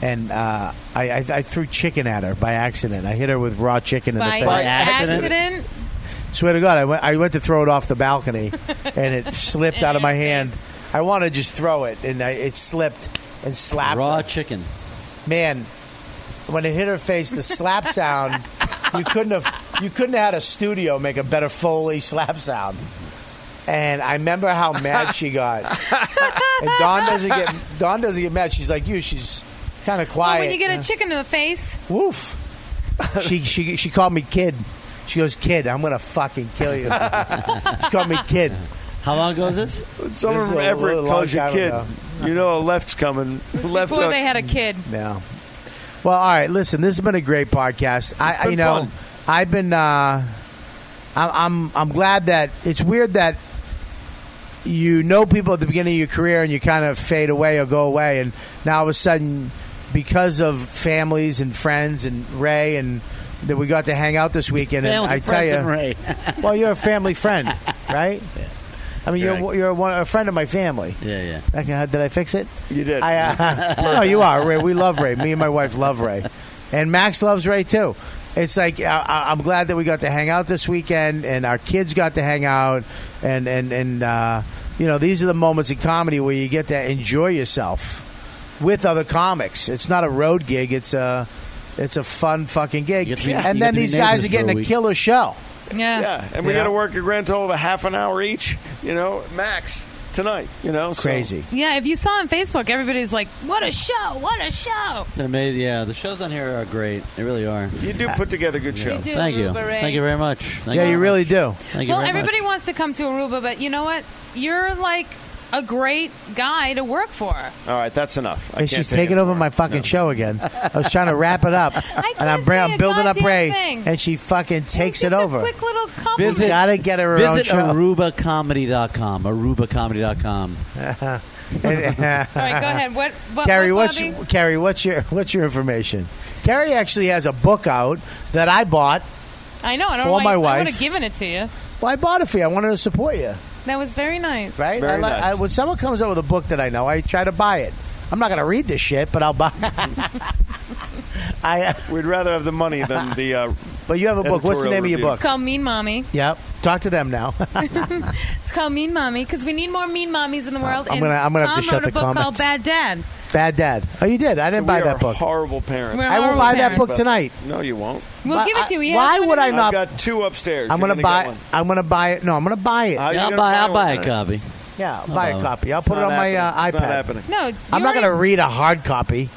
Speaker 7: and uh, I, I I threw chicken at her by accident. I hit her with raw chicken in
Speaker 8: By
Speaker 7: the face.
Speaker 8: accident.
Speaker 7: Swear to God, I went, I went to throw it off the balcony, and it slipped out of my hand. I want to just throw it, and I, it slipped and slapped. Raw
Speaker 11: chicken.
Speaker 7: Man, when it hit her face, the slap sound you couldn't have you couldn't have had a studio make a better Foley slap sound. And I remember how mad she got. and Dawn doesn't get Dawn doesn't get mad. She's like you. She's kind of quiet.
Speaker 8: But when you get a chicken in the face,
Speaker 7: Woof. she she she called me kid. She goes, kid, I'm gonna fucking kill you. she called me kid.
Speaker 11: How long ago is this?
Speaker 10: Someone from Everett calls you kid. You know, a left's coming. left
Speaker 8: before
Speaker 10: hook.
Speaker 8: they had a kid.
Speaker 7: Yeah. Well, all right. Listen, this has been a great podcast. I,
Speaker 10: been
Speaker 7: you know,
Speaker 10: fun.
Speaker 7: I've been. Uh, I, I'm I'm glad that it's weird that you know people at the beginning of your career and you kind of fade away or go away, and now all of a sudden, because of families and friends and Ray and that we got to hang out this weekend,
Speaker 11: Family,
Speaker 7: and I tell
Speaker 11: friends,
Speaker 7: you,
Speaker 11: and Ray.
Speaker 7: well, you're a family friend, right? I mean, you're
Speaker 11: Correct.
Speaker 7: you're one, a friend of my family.
Speaker 11: Yeah, yeah.
Speaker 7: Okay, did I fix it?
Speaker 10: You did.
Speaker 7: I, uh, no, you are Ray. We love Ray. Me and my wife love Ray, and Max loves Ray too. It's like I, I- I'm glad that we got to hang out this weekend, and our kids got to hang out, and and and uh, you know these are the moments in comedy where you get to enjoy yourself with other comics. It's not a road gig. It's a it's a fun fucking gig,
Speaker 10: to be- you
Speaker 7: and
Speaker 10: get
Speaker 7: then
Speaker 10: to be
Speaker 7: these guys
Speaker 10: neighbors
Speaker 7: are getting
Speaker 10: for a
Speaker 7: a
Speaker 10: week.
Speaker 7: killer show.
Speaker 8: Yeah.
Speaker 10: Yeah, and we
Speaker 7: Yeah.
Speaker 10: got to work a grand total of a half an hour each. You know, max tonight. You know, so-
Speaker 7: Crazy.
Speaker 8: Yeah, if you saw on Facebook, everybody's like, "What a show! What a show!"
Speaker 11: It's amazing. Yeah, the shows on here are great. They really are.
Speaker 10: You do put together good shows.
Speaker 8: do,
Speaker 11: Thank you.
Speaker 8: Uber Ray.
Speaker 11: Thank you very much. Thank
Speaker 7: yeah,
Speaker 11: you,
Speaker 7: you really do.
Speaker 11: Thank you
Speaker 8: well,
Speaker 11: very
Speaker 8: everybody wants to come to Aruba, but you know what? You're like a great guy to work for.
Speaker 10: All right, that's enough. I
Speaker 7: And
Speaker 10: can't
Speaker 7: she's
Speaker 10: take
Speaker 7: taking over my fucking show again. I was trying to wrap it up, and I'm, bra- I'm
Speaker 8: say a
Speaker 7: building up
Speaker 8: goddamn
Speaker 7: Ray,
Speaker 8: thing.
Speaker 7: and she fucking takes it over.
Speaker 8: Quick little compliment.
Speaker 7: Visit-
Speaker 11: Visit,
Speaker 7: Gotta get her
Speaker 11: visit
Speaker 7: own
Speaker 10: uh,
Speaker 7: show.
Speaker 11: arubacomedy.com. Arubacomedy.com.
Speaker 8: All right, go ahead. What, what
Speaker 7: Carrie,
Speaker 8: what,
Speaker 7: what's
Speaker 8: Bobby?
Speaker 7: Carrie? What's your what's your information? Carrie actually has a book out that I bought.
Speaker 8: I know. I don't
Speaker 7: for
Speaker 8: know why
Speaker 7: my
Speaker 8: you- I would
Speaker 7: wife.
Speaker 8: have given it to you.
Speaker 7: Well, I bought it for you. I wanted to support you,
Speaker 8: That was very nice.
Speaker 7: right? I, li- I, when someone comes up with a book that I know, I try to buy it. I'm not going to read this shit, but I'll buy. I.
Speaker 10: We'd rather have the money than the. Uh,
Speaker 7: But you have a book. What's the
Speaker 10: editorial
Speaker 7: name of your
Speaker 10: review.
Speaker 7: book?
Speaker 8: It's called Mean Mommy.
Speaker 7: Yep. Talk to them now.
Speaker 8: It's called Mean Mommy because we need more mean mommies in the world.
Speaker 7: Uh, I'm
Speaker 8: and
Speaker 7: gonna- I'm gonna have
Speaker 8: Tom
Speaker 7: to shut
Speaker 8: wrote
Speaker 7: the
Speaker 8: a book called
Speaker 7: comments.
Speaker 8: Bad Dad.
Speaker 7: Bad Dad. Oh, you did. I didn't
Speaker 10: So
Speaker 7: buy
Speaker 10: we
Speaker 7: that
Speaker 10: are
Speaker 7: book.
Speaker 10: Horrible parents.
Speaker 8: We're
Speaker 7: I will
Speaker 8: horrible
Speaker 7: buy that
Speaker 8: parents.
Speaker 7: book tonight.
Speaker 10: No, you won't.
Speaker 8: We'll
Speaker 7: But
Speaker 8: give it
Speaker 7: I-
Speaker 8: to you. He
Speaker 7: why
Speaker 8: has one
Speaker 7: would
Speaker 8: in
Speaker 7: I
Speaker 8: his-
Speaker 7: not?
Speaker 10: I've got two upstairs.
Speaker 7: I'm
Speaker 10: You're
Speaker 7: gonna,
Speaker 10: gonna
Speaker 7: buy.
Speaker 10: get one.
Speaker 7: I'm gonna buy it. No, I'm gonna buy it.
Speaker 9: Uh,
Speaker 10: How you
Speaker 11: Yeah, I'll
Speaker 10: gonna
Speaker 11: buy, I'll
Speaker 10: one
Speaker 11: buy a
Speaker 10: then?
Speaker 11: copy.
Speaker 7: Yeah, I'll
Speaker 11: I'll
Speaker 7: buy
Speaker 11: buy
Speaker 7: a
Speaker 11: it.
Speaker 7: copy. I'll
Speaker 10: It's
Speaker 7: put it
Speaker 10: not
Speaker 7: on my uh, iPad.
Speaker 10: happening. It's not happening.
Speaker 8: No,
Speaker 7: I'm
Speaker 8: you
Speaker 7: not gonna
Speaker 8: already-
Speaker 7: read a hard copy.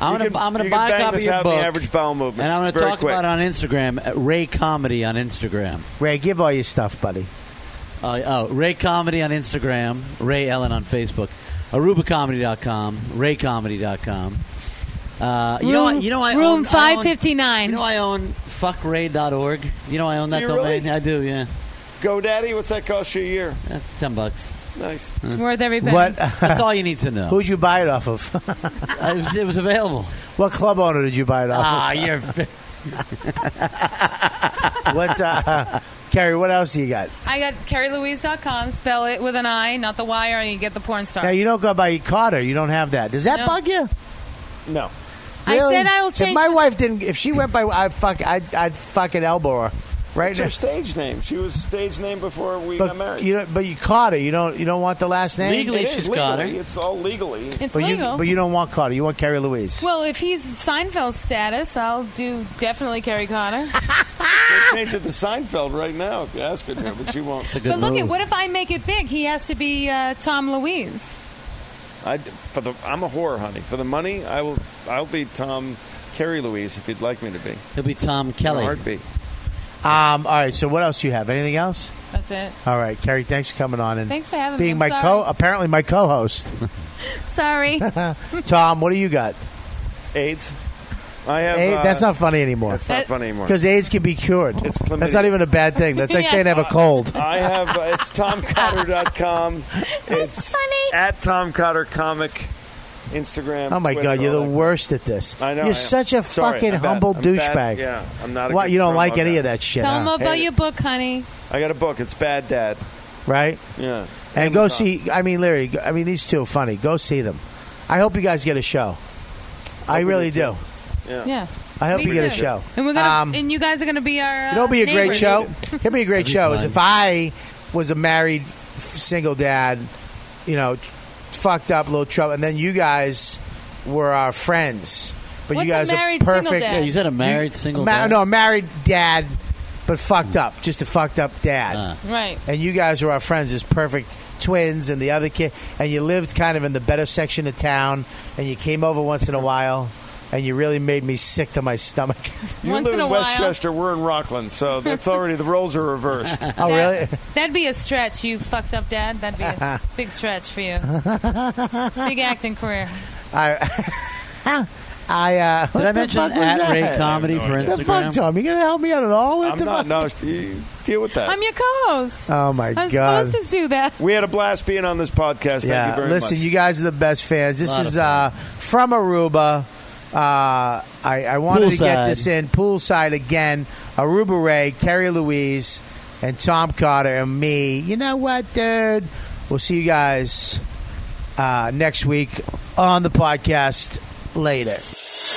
Speaker 11: I'm
Speaker 10: You
Speaker 11: going
Speaker 10: can-
Speaker 11: to I'm going
Speaker 10: you
Speaker 11: to buy
Speaker 10: can
Speaker 11: a
Speaker 10: bang
Speaker 11: copy
Speaker 10: this
Speaker 11: of your
Speaker 10: out in
Speaker 11: book.
Speaker 10: the average bowel movement.
Speaker 11: And I'm going
Speaker 10: It's
Speaker 11: to
Speaker 10: very
Speaker 11: talk
Speaker 10: quick.
Speaker 11: about it on Instagram, at Ray Comedy on Instagram.
Speaker 7: Ray, give all your stuff, buddy.
Speaker 11: Uh, oh, Ray Comedy on Instagram, Uh, Ray Ellen on Facebook, arubacomedy.com, raycomedy.com. Uh, you know, I-
Speaker 8: Room-
Speaker 11: you know, I
Speaker 8: room
Speaker 11: own, I own-
Speaker 8: 559.
Speaker 11: You know, I own fuckray.org. You know, I own
Speaker 10: Do
Speaker 11: that
Speaker 10: you
Speaker 11: domain.
Speaker 10: really?
Speaker 11: I do, yeah.
Speaker 7: uh,
Speaker 10: GoDaddy, what's that cost you a year?
Speaker 11: Uh, Ten bucks.
Speaker 10: Nice.
Speaker 8: Worth every penny.
Speaker 7: What?
Speaker 11: That's all you need to know.
Speaker 7: Who'd you buy it off of?
Speaker 11: it, was, it was available.
Speaker 7: What club owner did you buy it off
Speaker 11: Ah,
Speaker 7: of?
Speaker 11: you're.
Speaker 7: what, uh, Carrie? What else do you got?
Speaker 8: I got carrielouise.com. Spell it with an I, not the Y, or you get the porn star.
Speaker 7: Now you don't go by Carter. You don't have that. Does that
Speaker 8: No.
Speaker 7: bug you?
Speaker 10: No.
Speaker 8: I
Speaker 7: Really?
Speaker 8: said I will
Speaker 7: If
Speaker 8: change.
Speaker 7: my wife didn't, if she went by, I fuck, I'd, I'd fucking elbow her right
Speaker 10: It's
Speaker 7: now.
Speaker 10: her stage name. She was stage name before we got
Speaker 7: But
Speaker 10: married.
Speaker 7: you, don't, but you Carter. You don't, you don't want the last name.
Speaker 11: Legally,
Speaker 10: It is
Speaker 11: she's
Speaker 10: legally.
Speaker 11: got her.
Speaker 10: It's all legally.
Speaker 8: it's
Speaker 7: but
Speaker 8: legal.
Speaker 7: You, but you don't want Carter. You want Carrie Louise.
Speaker 8: well, if he's Seinfeld status, I'll do definitely Carrie Connor.
Speaker 10: They change it to Seinfeld right now if you ask her to, but she won't.
Speaker 11: It's a good
Speaker 8: but look
Speaker 11: move.
Speaker 8: at what if I make it big? He has to be uh, Tom Louise.
Speaker 10: I, for the, I'm a whore, honey. For the money, I will. I'll be Tom Carrie Louise if you'd like me to be.
Speaker 11: It'll be Tom
Speaker 10: In a
Speaker 11: Kelly.
Speaker 10: heartbeat.
Speaker 7: Um. All right. So what else you have? Anything else?
Speaker 8: That's it.
Speaker 7: All right, Carrie. Thanks for coming on and
Speaker 8: Thanks for having
Speaker 7: being
Speaker 8: me.
Speaker 7: my
Speaker 8: I'm
Speaker 7: co. Apparently, my co-host.
Speaker 8: Sorry.
Speaker 7: Tom, what do you got?
Speaker 10: AIDS. I have.
Speaker 7: AIDS,
Speaker 10: uh,
Speaker 7: that's not funny anymore.
Speaker 10: That's not funny anymore.
Speaker 7: Because AIDS can be cured.
Speaker 10: It's chlamydia.
Speaker 7: that's not even a bad thing. That's like
Speaker 8: Yeah.
Speaker 7: saying I have a cold.
Speaker 10: I have. Uh, it's TomCotter.com. It's
Speaker 8: funny.
Speaker 10: at Tom Cotter Comic, Instagram.
Speaker 7: Oh my
Speaker 10: Twitter,
Speaker 7: God, you're
Speaker 10: all
Speaker 7: the
Speaker 10: that.
Speaker 7: worst at this.
Speaker 10: I know. I am.
Speaker 7: You're such a
Speaker 10: Sorry,
Speaker 7: fucking
Speaker 10: I'm bad.
Speaker 7: humble
Speaker 10: I'm
Speaker 7: douchebag.
Speaker 10: bad. Yeah, I'm not. A
Speaker 7: What?
Speaker 10: good
Speaker 7: You don't like
Speaker 10: promo
Speaker 7: any
Speaker 10: guy.
Speaker 7: of that shit,
Speaker 8: Tell him
Speaker 7: huh?
Speaker 8: about
Speaker 10: Hate it.
Speaker 8: your book, honey.
Speaker 10: I got a book. It's Bad Dad.
Speaker 7: right?
Speaker 10: Yeah.
Speaker 7: And go
Speaker 10: Amazon.
Speaker 7: see. I mean, Larry. I mean, these two are funny. Go see them. I hope you guys get a show. I
Speaker 10: Hope we
Speaker 7: really
Speaker 10: do, too.
Speaker 7: do.
Speaker 10: Yeah.
Speaker 8: Yeah.
Speaker 7: I hope
Speaker 8: Me
Speaker 7: you get a
Speaker 8: too.
Speaker 7: show.
Speaker 8: And we're gonna
Speaker 7: Um,
Speaker 8: and you guys are gonna be our. Uh,
Speaker 7: It'll be a great
Speaker 8: neighbors.
Speaker 7: show. It'll be a
Speaker 11: That'd
Speaker 7: great
Speaker 11: be
Speaker 7: show. Is
Speaker 11: fun.
Speaker 7: if I was a married f- single dad, you know, t- fucked up, little trouble, and then you guys were our friends. But
Speaker 8: What's
Speaker 7: you
Speaker 8: a
Speaker 7: guys
Speaker 8: married
Speaker 7: are
Speaker 8: single
Speaker 7: perfect.
Speaker 8: dad?
Speaker 11: Yeah, you said a married single.
Speaker 7: Ma-
Speaker 11: dad.
Speaker 7: No, a married dad, but fucked up. Just a fucked up dad.
Speaker 11: Ah.
Speaker 8: Right.
Speaker 7: And you guys were our friends. As perfect twins, and the other kid, and you lived kind of in the better section of town, and you came over once in a while, and you really made me sick to my stomach.
Speaker 10: You
Speaker 8: Once
Speaker 10: live
Speaker 8: in
Speaker 10: in
Speaker 8: a while.
Speaker 10: Westchester. We're in Rockland, so that's already the roles are reversed.
Speaker 7: oh,
Speaker 8: That-
Speaker 7: really?
Speaker 8: That'd be a stretch. You fucked up, Dad. That'd be a big stretch for you. big acting career.
Speaker 7: I, I uh, what
Speaker 11: Did I
Speaker 7: the
Speaker 11: mention
Speaker 7: fuck was
Speaker 11: at Ray
Speaker 7: that?
Speaker 11: Comedy for
Speaker 7: The
Speaker 11: Instagram?
Speaker 7: fuck, Tom? You gonna help me out at all? What
Speaker 10: I'm
Speaker 7: the
Speaker 10: not.
Speaker 7: fuck?
Speaker 10: No, you deal with that.
Speaker 8: I'm your co-host.
Speaker 7: Oh my
Speaker 8: I'm
Speaker 7: god!
Speaker 8: supposed to do that.
Speaker 10: we had a blast being on this podcast. Thank
Speaker 7: yeah,
Speaker 10: you very
Speaker 7: listen,
Speaker 10: much.
Speaker 7: you guys are the best fans. This
Speaker 11: Lot
Speaker 7: is
Speaker 11: of fun.
Speaker 7: uh, from Aruba. Uh, I, I wanted to get
Speaker 11: Poolside.
Speaker 7: this in poolside again. Aruba Ray, Kerry Louise, and Tom Carter and me. You know what, dude? We'll see you guys uh, next week on the podcast. Later.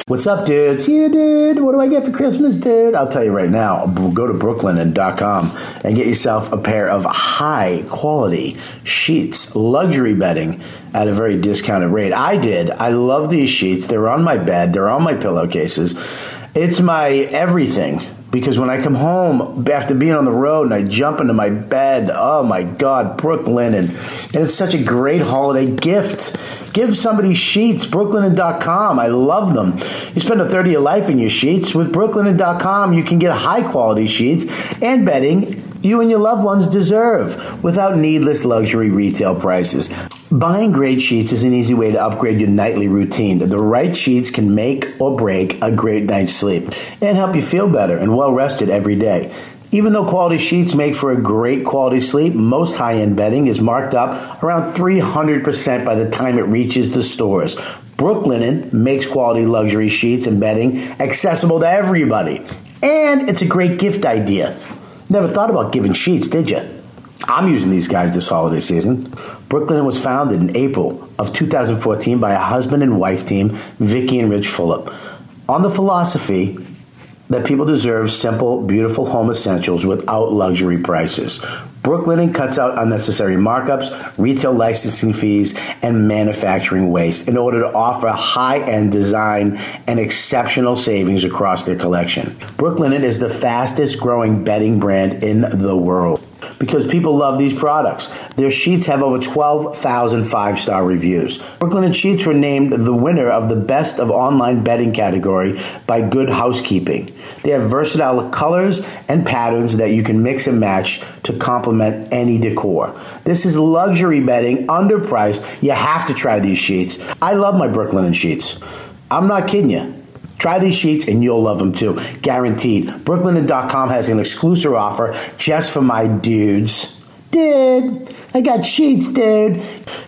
Speaker 2: What's up, dudes? Yeah, dude. What do I get for Christmas, dude? I'll tell you right now. B- Go to brooklinen.com and get yourself a pair of high quality sheets, luxury bedding at a very discounted rate. I did. I love these sheets. They're on my bed, they're on my pillowcases. It's my everything because when I come home after being on the road and I jump into my bed, oh my God, Brooklyn. And, and it's such a great holiday gift. Give somebody sheets, brooklinen.com. I love them. You spend a third of your life in your sheets. With brooklinen.com, you can get high quality sheets and bedding you and your loved ones deserve without needless luxury retail prices. Buying great sheets is an easy way to upgrade your nightly routine. The right sheets can make or break a great night's sleep and help you feel better and well rested every day. Even though quality sheets make for a great quality sleep, most high end bedding is marked up around 300% by the time it reaches the stores. Brooklinen makes quality luxury sheets and bedding accessible to everybody. And it's a great gift idea. Never thought about giving sheets, did you? I'm using these guys this holiday season. Brooklyn was founded in April of 2014 by a husband and wife team, Vicky and Rich Fulop, on the philosophy that people deserve simple, beautiful home essentials without luxury prices. Brooklinen cuts out unnecessary markups, retail licensing fees, and manufacturing waste in order to offer high end design and exceptional savings across their collection. Brooklinen is the fastest growing bedding brand in the world because people love these products. Their sheets have over 12,000 five star reviews. Brooklyn and Sheets were named the winner of the best of online bedding category by Good Housekeeping. They have versatile colors and patterns that you can mix and match to complement any decor. This is luxury bedding, underpriced. You have to try these sheets. I love my Brooklyn and Sheets. I'm not kidding you. Try these sheets and you'll love them too. Guaranteed. Brooklinen.com has an exclusive offer just for my dudes. Dude, I got sheets, dude.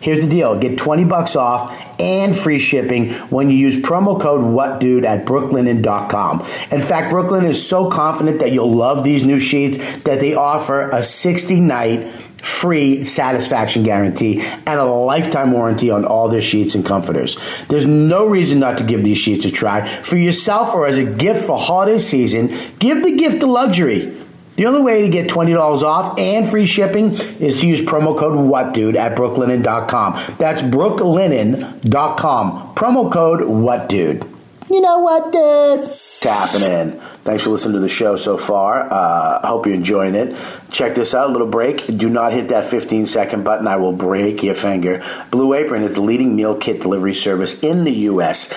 Speaker 2: Here's the deal get 20 bucks off and free shipping when you use promo code WhatDude at brooklinen.com. In fact, Brooklyn is so confident that you'll love these new sheets that they offer a 60 night free satisfaction guarantee and a lifetime warranty on all their sheets and comforters. There's no reason not to give these sheets a try for yourself or as a gift for holiday season. Give the gift of luxury. The only way to get $20 off and free shipping is to use promo code WhatDude at brooklinen.com. That's brooklinen.com. Promo code WhatDude. You know what, dude? It's happening. Thanks for listening to the show so far. Uh, I hope you're enjoying it. Check this out, a little break. Do not hit that 15 second button. I will break your finger. Blue Apron is the leading meal kit delivery service in the U.S.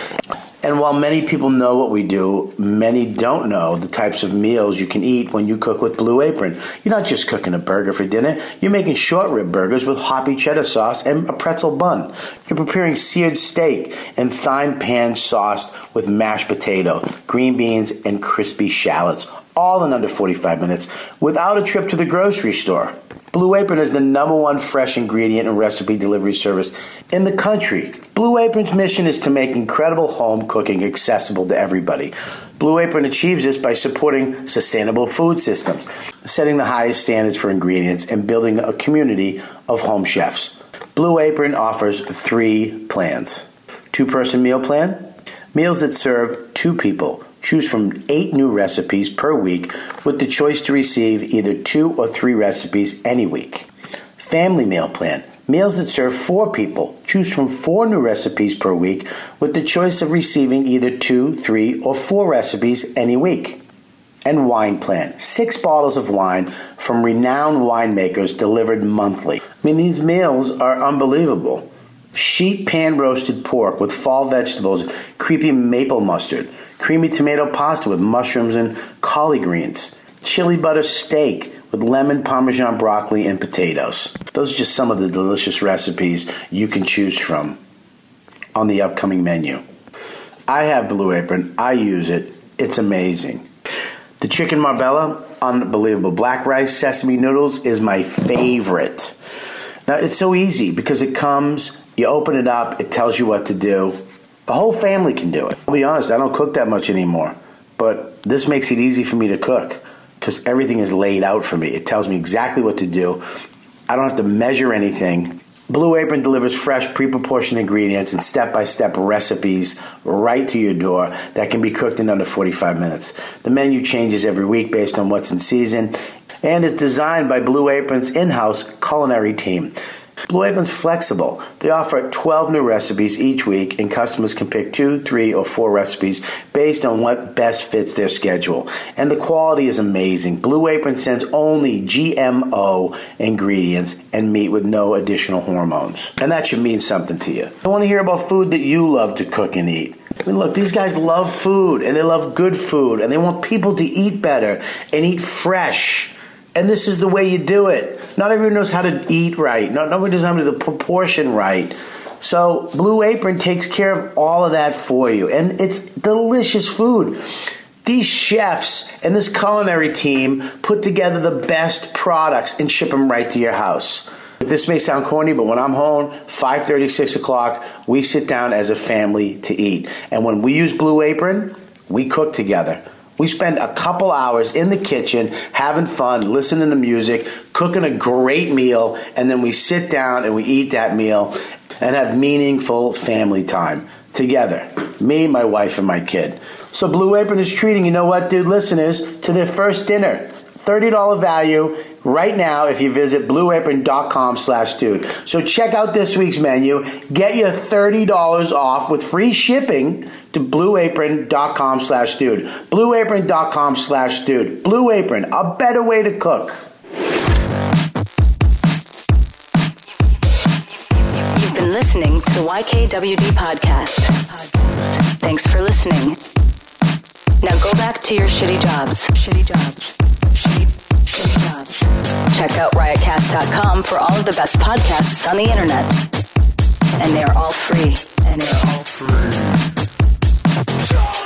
Speaker 2: And while many people know what we do, many don't know the types of meals you can eat when you cook with Blue Apron. You're not just cooking a burger for dinner, you're making short rib burgers with hoppy cheddar sauce and a pretzel bun. You're preparing seared steak and thyme pan sauced with mashed potato, green beans, and crispy shallots, all in under 45 minutes without a trip to the grocery store. Blue Apron is the number one fresh ingredient and recipe delivery service in the country. Blue Apron's mission is to make incredible home cooking accessible to everybody. Blue Apron achieves this by supporting sustainable food systems, setting the highest standards for ingredients, and building a community of home chefs. Blue Apron offers three plans two person meal plan, meals that serve two people. Choose from eight new recipes per week with the choice to receive either two or three recipes any week. Family meal plan. Meals that serve four people. Choose from four new recipes per week with the choice of receiving either two, three, or four recipes any week. And wine plan. Six bottles of wine from renowned winemakers delivered monthly. I mean, these meals are unbelievable. Sheet pan roasted pork with fall vegetables, creepy maple mustard, creamy tomato pasta with mushrooms and collard greens, chili butter steak with lemon, parmesan, broccoli, and potatoes. Those are just some of the delicious recipes you can choose from on the upcoming menu. I have Blue Apron, I use it, it's amazing. The chicken marbella, unbelievable. Black rice, sesame noodles is my favorite. Now it's so easy because it comes, you open it up, it tells you what to do. The whole family can do it. I'll be honest, I don't cook that much anymore, but this makes it easy for me to cook because everything is laid out for me. It tells me exactly what to do. I don't have to measure anything. Blue Apron delivers fresh, pre proportioned ingredients and step by step recipes right to your door that can be cooked in under 45 minutes. The menu changes every week based on what's in season and is designed by Blue Apron's in house culinary team. Blue Apron's flexible. They offer 12 new recipes each week, and customers can pick two, three, or four recipes based on what best fits their schedule. And the quality is amazing. Blue Apron sends only GMO ingredients and meat with no additional hormones. And that should mean something to you. I want to hear about food that you love to cook and eat. I mean, look, these guys love food, and they love good food, and they want people to eat better and eat fresh and this is the way you do it. Not everyone knows how to eat right. Not nobody knows how to do the proportion right. So Blue Apron takes care of all of that for you, and it's delicious food. These chefs and this culinary team put together the best products and ship them right to your house. This may sound corny, but when I'm home, 5:30, 6 o'clock, we sit down as a family to eat. And when we use Blue Apron, we cook together. We spend a couple hours in the kitchen having fun, listening to music, cooking a great meal, and then we sit down and we eat that meal and have meaningful family time together. Me, my wife, and my kid. So Blue Apron is treating, you know what, dude, listeners, to their first dinner. $30 value right now if you visit blueapron.com slash dude. So check out this week's menu. Get your $30 off with free shipping to blueapron.com slash dude. Blueapron.com slash dude. Blue Apron, a better way to cook.
Speaker 12: You've been listening to the YKWD podcast. Thanks for listening. Now go back to your shitty jobs. Shitty jobs. Shitty, shitty jobs. Check out riotcast.com for all of the best podcasts on the internet. And they are all free. And they are all free.
Speaker 3: Show.